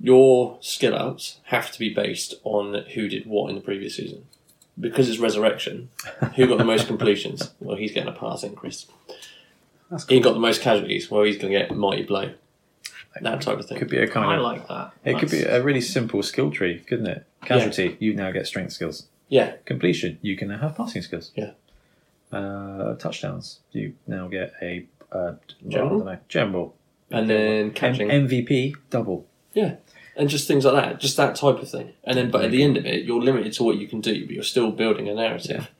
Speaker 1: Your skill ups have to be based on who did what in the previous season, because it's resurrection. Who got the most completions? Well, he's getting a pass increase.
Speaker 4: That's
Speaker 1: He got the most casualties. Well, he's going to get mighty blow. That type of thing.
Speaker 2: Could be a
Speaker 3: I
Speaker 2: kind of.
Speaker 3: like that.
Speaker 2: It could be
Speaker 3: That's-
Speaker 2: a really simple skill tree, couldn't it? Casualty, you now get strength skills.
Speaker 1: Yeah.
Speaker 2: Completion, you can now have passing skills.
Speaker 1: Yeah.
Speaker 2: Uh, touchdowns, you now get a uh,
Speaker 1: General?
Speaker 2: I don't know, general.
Speaker 1: And then catching.
Speaker 2: M- MVP double.
Speaker 1: and just things like that, just that type of thing. And then, but at the end of it, you're limited to what you can do, but you're still building a narrative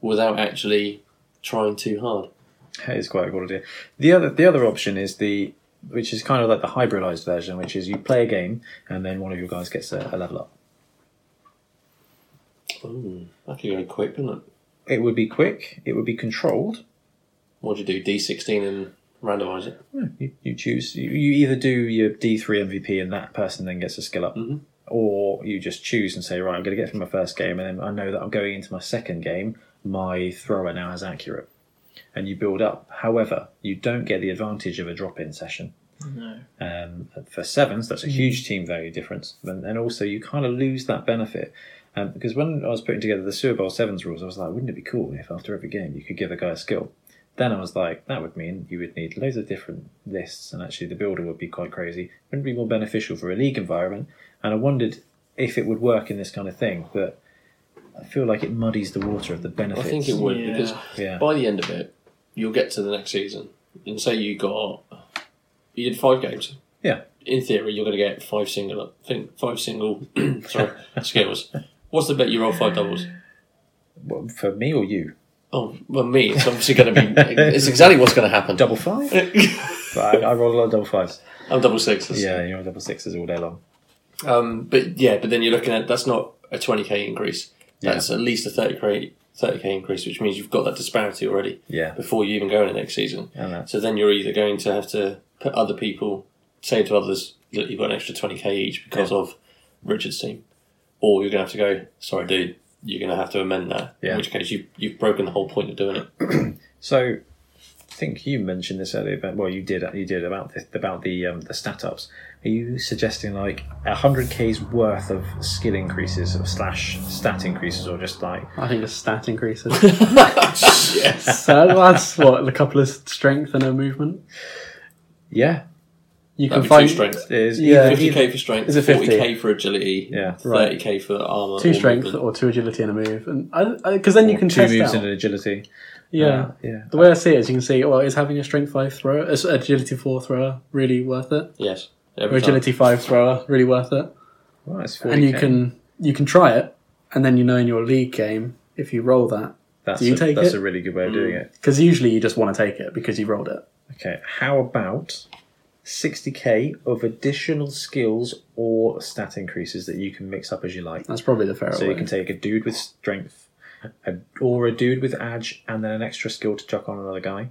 Speaker 1: without actually trying too hard.
Speaker 2: That is quite a good idea. The other the other option is the which is kind of like the hybridized version, which is you play a game and then one of your guys gets a, a level up.
Speaker 1: Ooh, that could go quick, couldn't it?
Speaker 2: It would be quick. It would be controlled.
Speaker 1: What'd you do? D sixteen and randomize it.
Speaker 2: Yeah, You, you choose. You, you either do your D three MVP and that person then gets a skill up,
Speaker 1: Mhm.
Speaker 2: or you just choose and say, right, I'm going to get through my first game, and then I know that I'm going into my second game. My thrower now has accurate, and you build up. However, you don't get the advantage of a drop in session.
Speaker 3: No.
Speaker 2: um, for sevens, that's a huge team value difference. And, and also, you kind of lose that benefit. Um, because when I was putting together the Super Bowl sevens rules, I was like, wouldn't it be cool if after every game you could give a guy a skill? Then I was like, that would mean you would need loads of different lists, and actually the builder would be quite crazy. Wouldn't it be more beneficial for a league environment? And I wondered if it would work in this kind of thing, but I feel like it muddies the water of the
Speaker 1: I
Speaker 2: benefits.
Speaker 1: think it would
Speaker 3: Yeah.
Speaker 1: because
Speaker 2: Yeah.
Speaker 1: by the end of it, you'll get to the next season and say you got you did five games.
Speaker 2: Yeah.
Speaker 1: In theory, you're going to get five single think five single sorry skills. What's the bet you roll five doubles?
Speaker 2: Well, for me or you?
Speaker 1: Oh, well, me. It's obviously going to be. It's exactly what's going to happen.
Speaker 2: Double five? I, I roll a lot of double fives.
Speaker 1: I'm double sixes.
Speaker 2: Yeah, you're on double sixes all day long.
Speaker 1: Um, but yeah, but then you're looking at that's not a 20k increase. That's at least a 30k 30k increase, which means you've got that disparity already
Speaker 2: Yeah.
Speaker 1: before you even go into next season.
Speaker 2: And that's
Speaker 1: So then you're either going to have to put other people say to others that you've got an extra 20k each because of Richard's team, or you're going to have to go. Sorry, dude. You're going to have to amend that.
Speaker 2: Yeah.
Speaker 1: In which case, you you've broken the whole point of doing it.
Speaker 2: So, I think you mentioned this earlier, but well, you did. You did about the, about the um, the stat ups. Are you suggesting like hundred k's worth of skill increases or slash stat increases, or just like
Speaker 4: I think the stat increases. So that's what a couple of strength and a movement.
Speaker 2: yeah,
Speaker 4: You
Speaker 1: That'd
Speaker 4: can
Speaker 1: be two
Speaker 4: find
Speaker 1: strength.
Speaker 2: there's
Speaker 4: Yeah.
Speaker 2: either-
Speaker 1: 50k for strength,
Speaker 4: Is it 50?
Speaker 1: 40k for agility,
Speaker 2: Yeah.
Speaker 1: 30k for armor,
Speaker 4: two
Speaker 1: or
Speaker 4: strength
Speaker 1: movement.
Speaker 4: or two agility and a move, and because then you can
Speaker 2: two
Speaker 4: test
Speaker 2: moves
Speaker 4: out.
Speaker 2: and an agility?
Speaker 4: yeah.
Speaker 2: Uh, yeah.
Speaker 4: the way I see it is, you can see, well, is having a strength five thrower, is agility four thrower really worth it,
Speaker 1: Yes.
Speaker 4: or
Speaker 1: Every time.
Speaker 4: agility five thrower really worth it?
Speaker 2: Well, that's 40K.
Speaker 4: And you can you can try it, and then you know in your league game if you roll that,
Speaker 2: That's
Speaker 4: do you
Speaker 2: a,
Speaker 4: take
Speaker 2: That's
Speaker 4: it? Mm.
Speaker 2: a really good way of doing it.
Speaker 4: because usually you just want to take it because you rolled it.
Speaker 2: Okay, how about? 60k of additional skills or stat increases that you can mix up as you like.
Speaker 4: That's probably the fairer
Speaker 2: So
Speaker 4: way.
Speaker 2: you can take a dude with strength, a, or a dude with edge, and then an extra skill to chuck on another guy,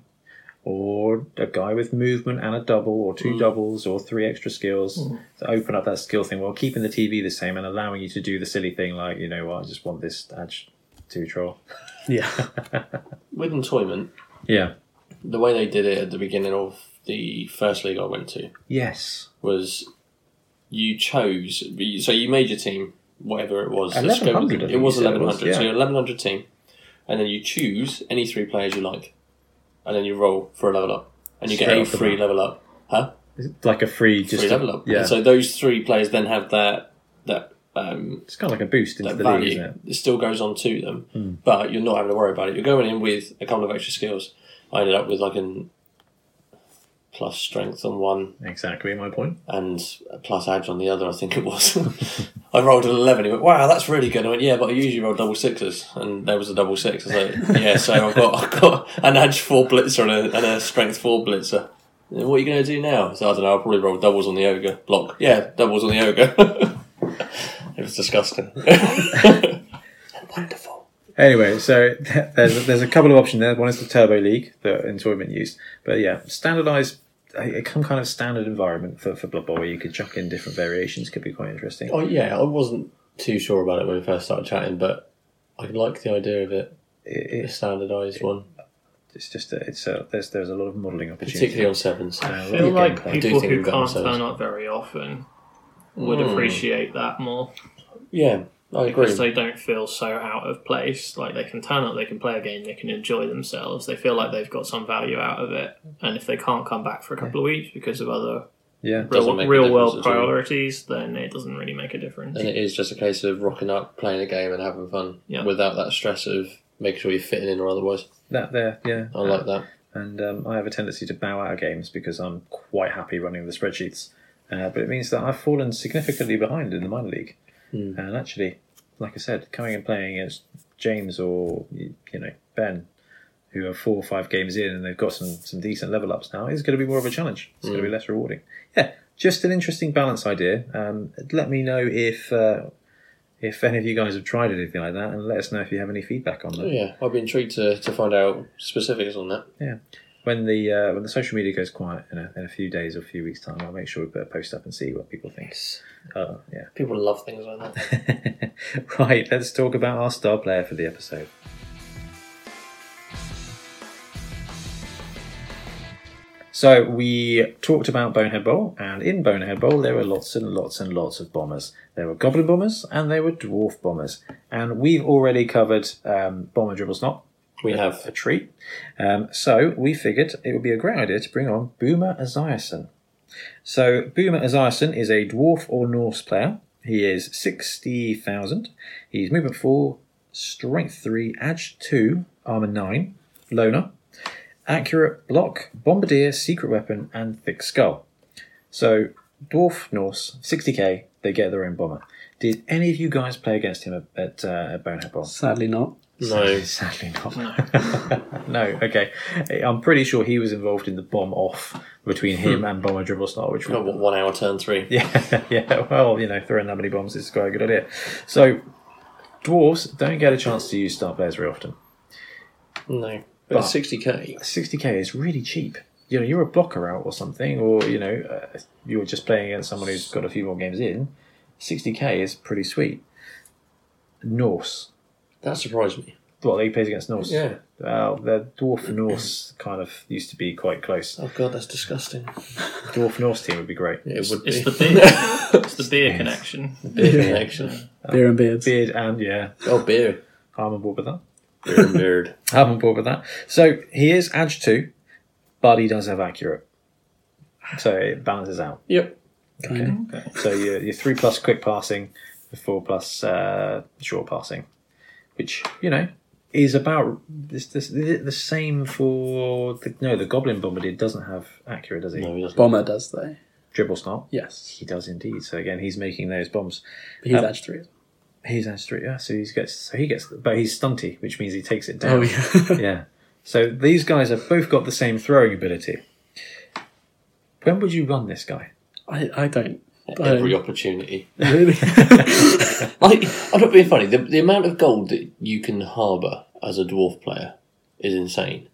Speaker 2: or a guy with movement and a double, or two doubles, or three extra skills to open up that skill thing while keeping the TV the same and allowing you to do the silly thing like you know what I just want this edge to troll.
Speaker 4: yeah,
Speaker 1: With employment,
Speaker 2: Yeah.
Speaker 1: the way they did it at the beginning of the first league I went to
Speaker 2: Yes.
Speaker 1: was you chose, so you made your team, whatever it was. the
Speaker 2: 1100,
Speaker 1: scope-
Speaker 2: I
Speaker 1: It
Speaker 2: think
Speaker 1: was
Speaker 2: you said it
Speaker 1: 1100.
Speaker 2: was, yeah.
Speaker 1: So your 1100 team, and then you choose any three players you like, and then you roll for a level up, and you
Speaker 2: Straight
Speaker 1: get a
Speaker 2: off the
Speaker 1: free
Speaker 2: bat.
Speaker 1: level up. Huh?
Speaker 2: Like a free just
Speaker 1: Free
Speaker 2: a-
Speaker 1: level up.
Speaker 2: Yeah.
Speaker 1: And so those three players then have that that um,
Speaker 2: it's kind of like a boost into
Speaker 1: that
Speaker 2: the league,
Speaker 1: value
Speaker 2: isn't it? Hmm.
Speaker 1: it still goes on to them, but you're not having to worry about it. You're going in with a couple of extra skills. I ended up with like an plus strength on one
Speaker 2: Exactly my point.
Speaker 1: and a plus edge on the other. I think it was. I rolled an eleven. He went, "Wow, that's really good." I went, "Yeah, but I usually roll double sixes, and there was a double six. I was like, "Yeah, so I've got I've got an edge four blitzer and a, and a strength four blitzer." "Then What are you going to do now? So I don't know. I'll probably roll doubles on the ogre block. Yeah, doubles on the ogre. it It was disgusting. Wonderful.
Speaker 2: Anyway, so th- there's a, there's a couple of options there. One is the Turbo League that Entoyment used, but yeah, standardized, a, some kind of standard environment for for Blood Bowl where you could chuck in different variations could be quite interesting.
Speaker 1: Oh yeah, I wasn't too sure about it when we first started chatting, but I like the idea of it,
Speaker 2: It-
Speaker 1: the
Speaker 2: it's,
Speaker 1: standardised one,
Speaker 2: it's just a, it's a, there's there's a lot of modelling
Speaker 1: particularly
Speaker 2: opportunity.
Speaker 1: on sevens.
Speaker 2: Uh,
Speaker 3: I feel
Speaker 2: Yeah,
Speaker 3: like
Speaker 2: gameplay.
Speaker 1: I do
Speaker 3: people
Speaker 1: think
Speaker 3: who
Speaker 1: we've got
Speaker 3: can't
Speaker 1: ourselves.
Speaker 3: turn up very often would
Speaker 1: Mm.
Speaker 3: appreciate that more
Speaker 1: Yeah, I agree.
Speaker 3: because they don't feel so out of place. Like they can turn up, they can play a game, they can enjoy themselves. They feel like they've got some value out of it. And if they can't come back for a couple of weeks because of other
Speaker 2: Yeah,
Speaker 1: Doesn't
Speaker 3: real,
Speaker 1: make a
Speaker 3: real
Speaker 1: difference
Speaker 3: world
Speaker 1: at all.
Speaker 3: priorities, then it doesn't really make a difference.
Speaker 1: And it is just a case of rocking up, playing a game, and having fun
Speaker 3: Yeah.
Speaker 1: without that stress of making sure you're fitting in or otherwise.
Speaker 2: that there, yeah.
Speaker 1: I like that.
Speaker 2: and um, I have a tendency to bow out of games because I'm quite happy running the spreadsheets. Uh, but it means that I've fallen significantly behind in the minor league. And actually, like I said, coming and playing against James or you know Ben, who are four or five games in and they've got some some decent level ups now, is going to be more of a challenge. It's going to be less rewarding. Yeah, just an interesting balance idea. Um, let me know if. Uh, if any of you guys have tried anything like that, and let us know if you have any feedback on that.
Speaker 1: Oh, yeah, I'd be intrigued to, to find out specifics on that.
Speaker 2: when the uh, when the social media goes quiet in a, in a few days or a few weeks time, I'll make sure we put a post up and see what people think. Uh,
Speaker 1: People love things like that.
Speaker 2: yeah. right, let's talk about our star player for the episode. So we talked about Bonehead Bowl, and in Bonehead Bowl there were lots and lots and lots of bombers. There were goblin bombers and there were dwarf bombers, and we've already covered um, bomber dribble snot
Speaker 1: We
Speaker 2: a
Speaker 1: have.
Speaker 2: treat. Um, so we figured it would be a great idea to bring on Boomer Esiason. So Boomer Esiason is a dwarf or Norse player. He is 60,000. He's movement 4, strength 3, edge 2, armor 9, loner, accurate block, bombardier, secret weapon, and thick skull. So dwarf Norse, 60k, they get their own bomber. Did any of you guys play against him at, at, uh, at Bonehead Bowl?
Speaker 4: Sadly, not.
Speaker 1: No.
Speaker 2: Sadly not. no, okay. I'm pretty sure he was involved in the bomb off between him and Bomber Dribble Star, which
Speaker 1: Hmm. Oh, what, one hour turn three.
Speaker 2: yeah, yeah. Well, you know, throwing that many bombs is quite a good idea. So, dwarves don't get a chance to use star players very often.
Speaker 1: No.
Speaker 2: But-
Speaker 1: But sixty k.
Speaker 2: 60k is really cheap. You know, you're a blocker out or something, or you know, uh, you're just playing against someone who's got a few more games in. 60k is pretty sweet. Norse.
Speaker 1: That surprised me.
Speaker 2: Well, they plays against Norse.
Speaker 1: Yeah.
Speaker 2: Uh, the dwarf Norse kind of used to be quite close.
Speaker 1: Oh god, that's disgusting.
Speaker 2: Dwarf Norse team would be great.
Speaker 1: It would
Speaker 3: It's
Speaker 1: be
Speaker 3: the beer. it's the beer connection.
Speaker 1: beer connection.
Speaker 4: Beer and beards.
Speaker 2: Beard and yeah,
Speaker 1: Oh beer.
Speaker 2: I'm on board with that.
Speaker 1: Beer and beard.
Speaker 2: I'm on board with that. So he is edge two, but he does have accurate, so it balances out.
Speaker 1: Yep.
Speaker 4: Kind of.
Speaker 2: So you're, you're three plus quick passing, four plus uh, short passing, which you know is about this, this the same for the, no the goblin bombardier doesn't have accurate, does he?
Speaker 1: No, he doesn't.
Speaker 4: Bomber does though.
Speaker 2: Dribble snot.
Speaker 4: Yes,
Speaker 2: He does indeed. So again, he's making those bombs.
Speaker 4: but he's
Speaker 2: Um,
Speaker 4: edge three.
Speaker 2: He's edge three. Yeah, so he gets so he gets, but he's stunty, which means he takes it down.
Speaker 4: Oh yeah.
Speaker 2: yeah. So these guys have both got the same throwing ability. When would you run this guy?
Speaker 4: I, I don't
Speaker 1: Every opportunity.
Speaker 4: really.
Speaker 1: Like, I'm not being funny. The, the amount of gold that you can harbour as a dwarf player is insane.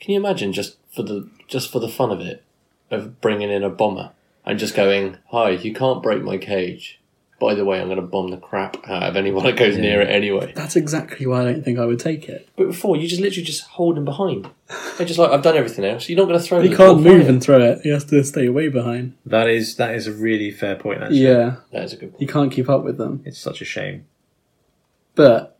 Speaker 1: Can you imagine just for the just for the fun of it, of bringing in a bomber and just going, "Hi, you can't break my cage." By the way, I'm going to bomb the crap out of anyone that goes near it anyway.
Speaker 4: That's exactly why I don't think I would take it.
Speaker 1: But before, you just literally just hold him behind. They're just like, "I've done everything else. You're not going to throw."
Speaker 4: But
Speaker 1: the
Speaker 4: he can't
Speaker 1: dwarf
Speaker 4: move
Speaker 1: away."
Speaker 4: and throw it. He has to stay way behind.
Speaker 2: That is that is a really fair point. Actually,
Speaker 4: Yeah,
Speaker 1: That is a good
Speaker 4: he
Speaker 1: point.
Speaker 4: can't keep up with them.
Speaker 2: it's such a shame.
Speaker 4: But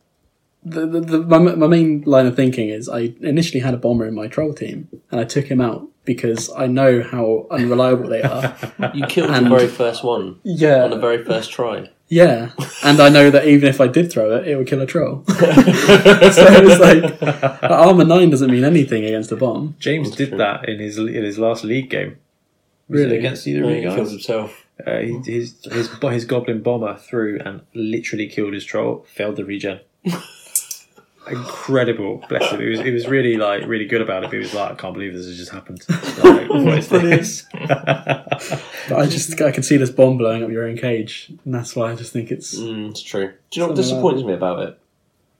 Speaker 4: the, the, the my, my main line of thinking is I initially had a bomber in my troll team and I took him out because I know how unreliable they are.
Speaker 1: You killed
Speaker 4: And-
Speaker 1: the very first one on the
Speaker 4: Yeah,
Speaker 1: very first try.
Speaker 4: yeah, and I know that even if I did throw it, it would kill a troll. so it's like that armor nine doesn't mean anything against a bomb.
Speaker 2: James did that in his in his last league game. Was it
Speaker 4: Really? Oh,
Speaker 2: against either
Speaker 1: No,
Speaker 2: of
Speaker 1: he
Speaker 2: you
Speaker 1: killed
Speaker 2: guys?
Speaker 1: himself.
Speaker 2: Uh, he,
Speaker 3: Mm-hmm.
Speaker 2: his, his bo- his goblin bomber threw and literally killed his troll. Failed the regen. Incredible, bless him. It was it was really like really good about it. But he was like, I can't believe this has just happened. Like, what is this?
Speaker 4: But I just I can see this bomb blowing up your own cage, and that's why I just think it's
Speaker 5: Mm, it's true. Do you know what
Speaker 4: Something like
Speaker 5: disappoints me about it?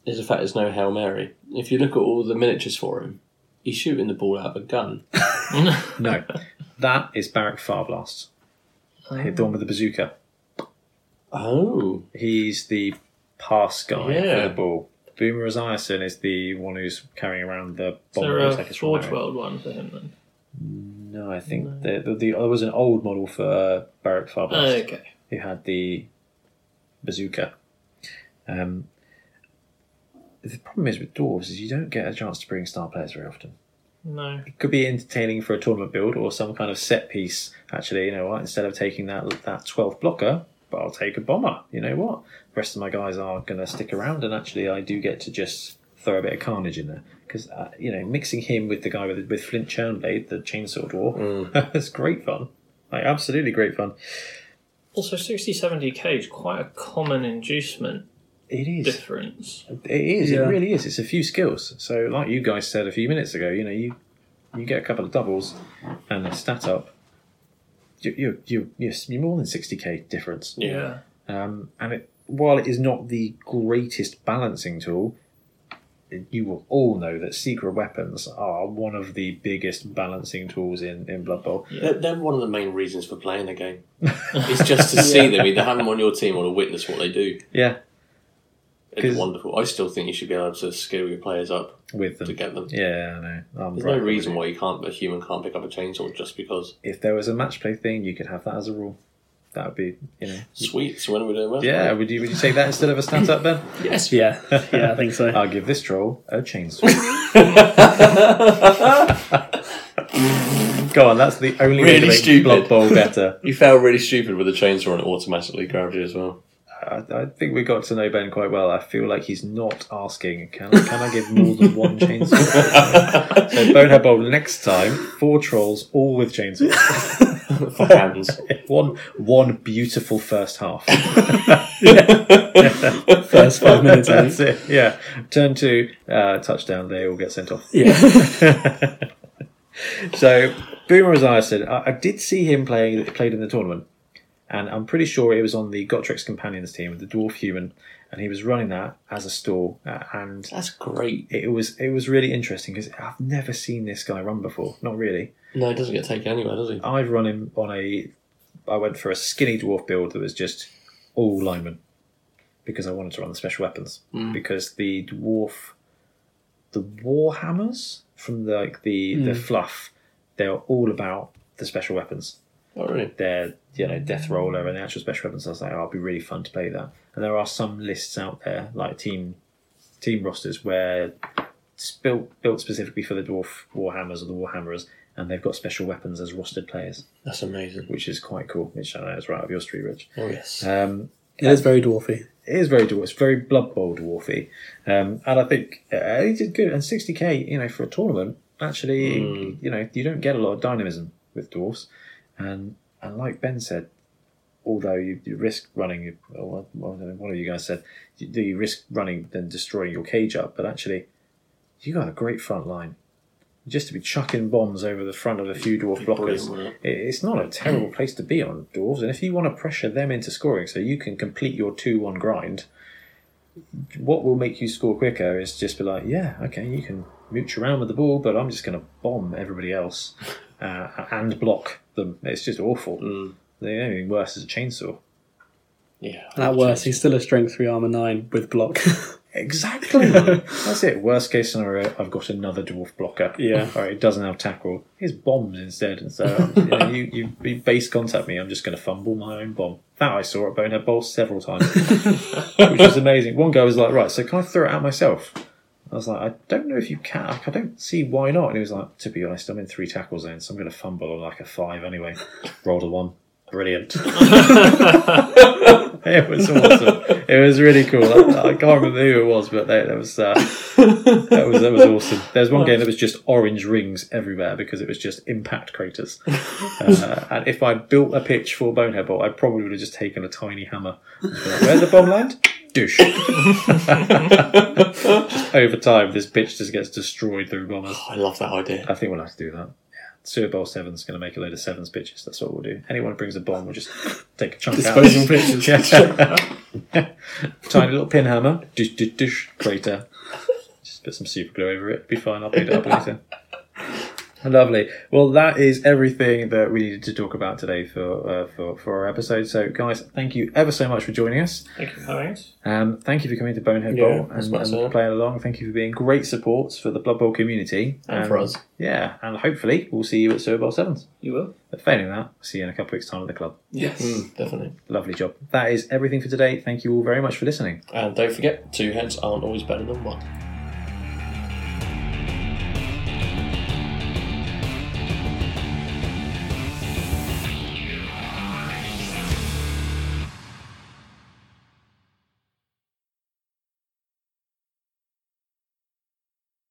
Speaker 5: Is the fact there's no Hail Mary. If you look at all the miniatures for him, he's shooting the ball out of a gun.
Speaker 2: no, that is Barrack Farblast.
Speaker 3: Mm.
Speaker 2: The one with the bazooka.
Speaker 5: Oh.
Speaker 2: He's the pass guy
Speaker 5: Yeah.
Speaker 2: for the ball. Boomer Esiason is the one who's carrying around the
Speaker 3: Is
Speaker 2: bomb.
Speaker 3: there
Speaker 2: that
Speaker 3: a
Speaker 2: looks like it's from
Speaker 3: Forge
Speaker 2: Mario.
Speaker 3: World one for him then?
Speaker 2: No, I think The, the, the, there was an old model for uh, Barrack Farblast
Speaker 3: Oh, Okay.
Speaker 2: who had the bazooka. Um, the problem is with dwarves is you don't get a chance to bring star players very often.
Speaker 3: No.
Speaker 2: It could be entertaining for a tournament build or some kind of set piece. Actually, you know what? Instead of taking that that twelfth blocker, but I'll take a bomber. You know what? The rest of my guys are going to stick around, and actually, I do get to just throw a bit of carnage in there because uh, you know mixing him with the guy with with Flint Churnblade, the chainsaw dwarf, that's great fun. Like absolutely great fun.
Speaker 3: Also, 60 70k is quite a common inducement
Speaker 2: It is.
Speaker 3: difference.
Speaker 2: It is. It
Speaker 4: Yeah.
Speaker 2: really is. It's a few skills. So, like you guys said a few minutes ago, you know, you you get a couple of doubles and a stat up. You you you you're, s- you're more than sixty k difference.
Speaker 3: Yeah.
Speaker 2: Um, and it, while it is not the greatest balancing tool, you will all know that secret weapons are one of the biggest balancing tools in in Blood Bowl.
Speaker 5: They're, they're one of the main reasons for playing the game. it's just to see them, either have them on your team or to witness what they do.
Speaker 2: Yeah,
Speaker 5: It's
Speaker 2: 'Cause-
Speaker 5: wonderful. I still think you should be able to skill your players up
Speaker 2: with
Speaker 5: to
Speaker 2: them.
Speaker 5: get them.
Speaker 2: Yeah, I know. I'm
Speaker 5: There's
Speaker 2: right
Speaker 5: no
Speaker 2: with
Speaker 5: reason
Speaker 2: you.
Speaker 5: why you can't, a human can't pick up a chainsaw just because.
Speaker 2: If there was a match play thing, you could have that as a rule. That would be, you know.
Speaker 5: Sweet, so when are we doing well?
Speaker 2: Yeah, would you would you take that instead of a stat up then?
Speaker 4: yes, yeah, yeah, I think so.
Speaker 2: I'll give this troll a chainsaw. Go on, that's the only way
Speaker 5: Really
Speaker 2: to make
Speaker 5: stupid.
Speaker 2: Blood Bowl better.
Speaker 5: You felt really stupid with a chainsaw and it automatically grabbed you as well.
Speaker 2: I, I think we got to know Ben quite well. I feel like he's not asking, can, can I give more than one chainsaw? so Bonehead Bowl next time, four trolls, all with chainsaws.
Speaker 5: For hands.
Speaker 2: One one beautiful first half.
Speaker 4: First five minutes, I
Speaker 2: That's
Speaker 4: think.
Speaker 2: it, yeah. Turn two, uh, touchdown, they all get sent off.
Speaker 4: yeah,
Speaker 2: So Boomer Esiason, I, I did see him playing played in the tournament, and I'm pretty sure it was on the Gotrix Companions team with the dwarf human, and he was running that as a stall, uh, and
Speaker 5: That's great.
Speaker 2: it was it was really interesting because I've never seen this guy run before, not really.
Speaker 5: No, it doesn't get taken anywhere, does he?
Speaker 2: I've run him on a, I went for a skinny dwarf build that was just all linemen, because I wanted to run the special weapons because the dwarf, the war hammers from the, like the the fluff, they're all about the special weapons
Speaker 5: Not really.
Speaker 2: their you know death roller and the actual special weapons. I was like, oh, it'll be really fun to play that. And there are some lists out there like team team rosters where it's built built specifically for the dwarf warhammers or the warhammerers, and they've got special weapons as rostered players,
Speaker 5: That's amazing.
Speaker 2: which is quite cool. Which I know is right up your street, Rich.
Speaker 5: Oh, yes.
Speaker 2: Um,
Speaker 4: it is very dwarfy.
Speaker 2: it is very dwarf. It's very blood bowl dwarfy, um, and I think uh, he did good. And sixty k, you know, for a tournament, actually, you know, you don't get a lot of dynamism with dwarfs, and and like Ben said, although you, you risk running, you- oh, or one- one of- one of you guys said, you, do you risk running and destroying your cage up, but actually, you got a great front line. Just to be chucking bombs over the front of a few dwarf blockers,
Speaker 5: brilliant, wouldn't
Speaker 2: it- it's not a terrible place to be on dwarves. And if you want to pressure them into scoring, so you can complete your two-one grind, what will make you score quicker is just be like, yeah, okay, you can mooch around with the ball, but I'm just going to bomb everybody else uh, and block them. It's just awful. The only thing worse is a chainsaw.
Speaker 5: Yeah.
Speaker 4: And at worst, he's still a strength three armor nine with block.
Speaker 2: Exactly. That's it. Worst case scenario, I've got another dwarf blocker.
Speaker 4: Yeah.
Speaker 2: All right, it doesn't have tackle. Here's bombs instead. And so um, you, know, you, you, you base contact me, I'm just going to fumble my own bomb. That I saw at Bonehead Bowl several times, which was amazing. One guy was like, right, so can I throw it out myself? I was like, I don't know if you can. Like, I don't see why not. And he was like, to be honest, I'm in three tackle zones, so I'm going to fumble on like a five anyway. Rolled a one. Brilliant. it was awesome. It was really cool. I, I can't remember who it was, but that, that was uh, that was that was awesome. There's one game that was just orange rings everywhere because it was just impact craters. Uh, and if I built a pitch for Bonehead Ball, I probably would have just taken a tiny hammer. Where's the bomb land? Douche. Just over time, this pitch just gets destroyed through bombers.
Speaker 5: I love that idea.
Speaker 2: I think we'll have to do that. Super Bowl Seven's going to make a load of sevens pitches. That's what we'll do. Anyone who brings a bomb, we'll just take a chunk
Speaker 4: Disposable
Speaker 2: out.
Speaker 4: pitches.
Speaker 2: Tiny little pin hammer. Dish, dish, dish. Crater. Just put some super glue over it. Be fine. I'll pick it up later. Lovely. Well, that is everything that we needed to talk about today for uh, for for our episode. So, guys, thank you ever so much for joining us.
Speaker 3: Thank you for having us.
Speaker 2: Um, thank you for coming to Bonehead
Speaker 5: Yeah,
Speaker 2: Bowl
Speaker 5: that's
Speaker 2: and,
Speaker 5: what I
Speaker 2: and
Speaker 5: said.
Speaker 2: playing along. Thank you for being great supports for the Blood Bowl community
Speaker 3: Um,
Speaker 5: And for us.
Speaker 2: Yeah, and hopefully we'll see you at Super Bowl Sevens.
Speaker 3: You will.
Speaker 2: But failing that, see you in a couple of weeks' time at the club.
Speaker 3: Yes.
Speaker 5: Mm, definitely.
Speaker 2: Lovely job. That is everything for today. Thank you all very much for listening.
Speaker 5: And don't forget, two heads aren't always better than one.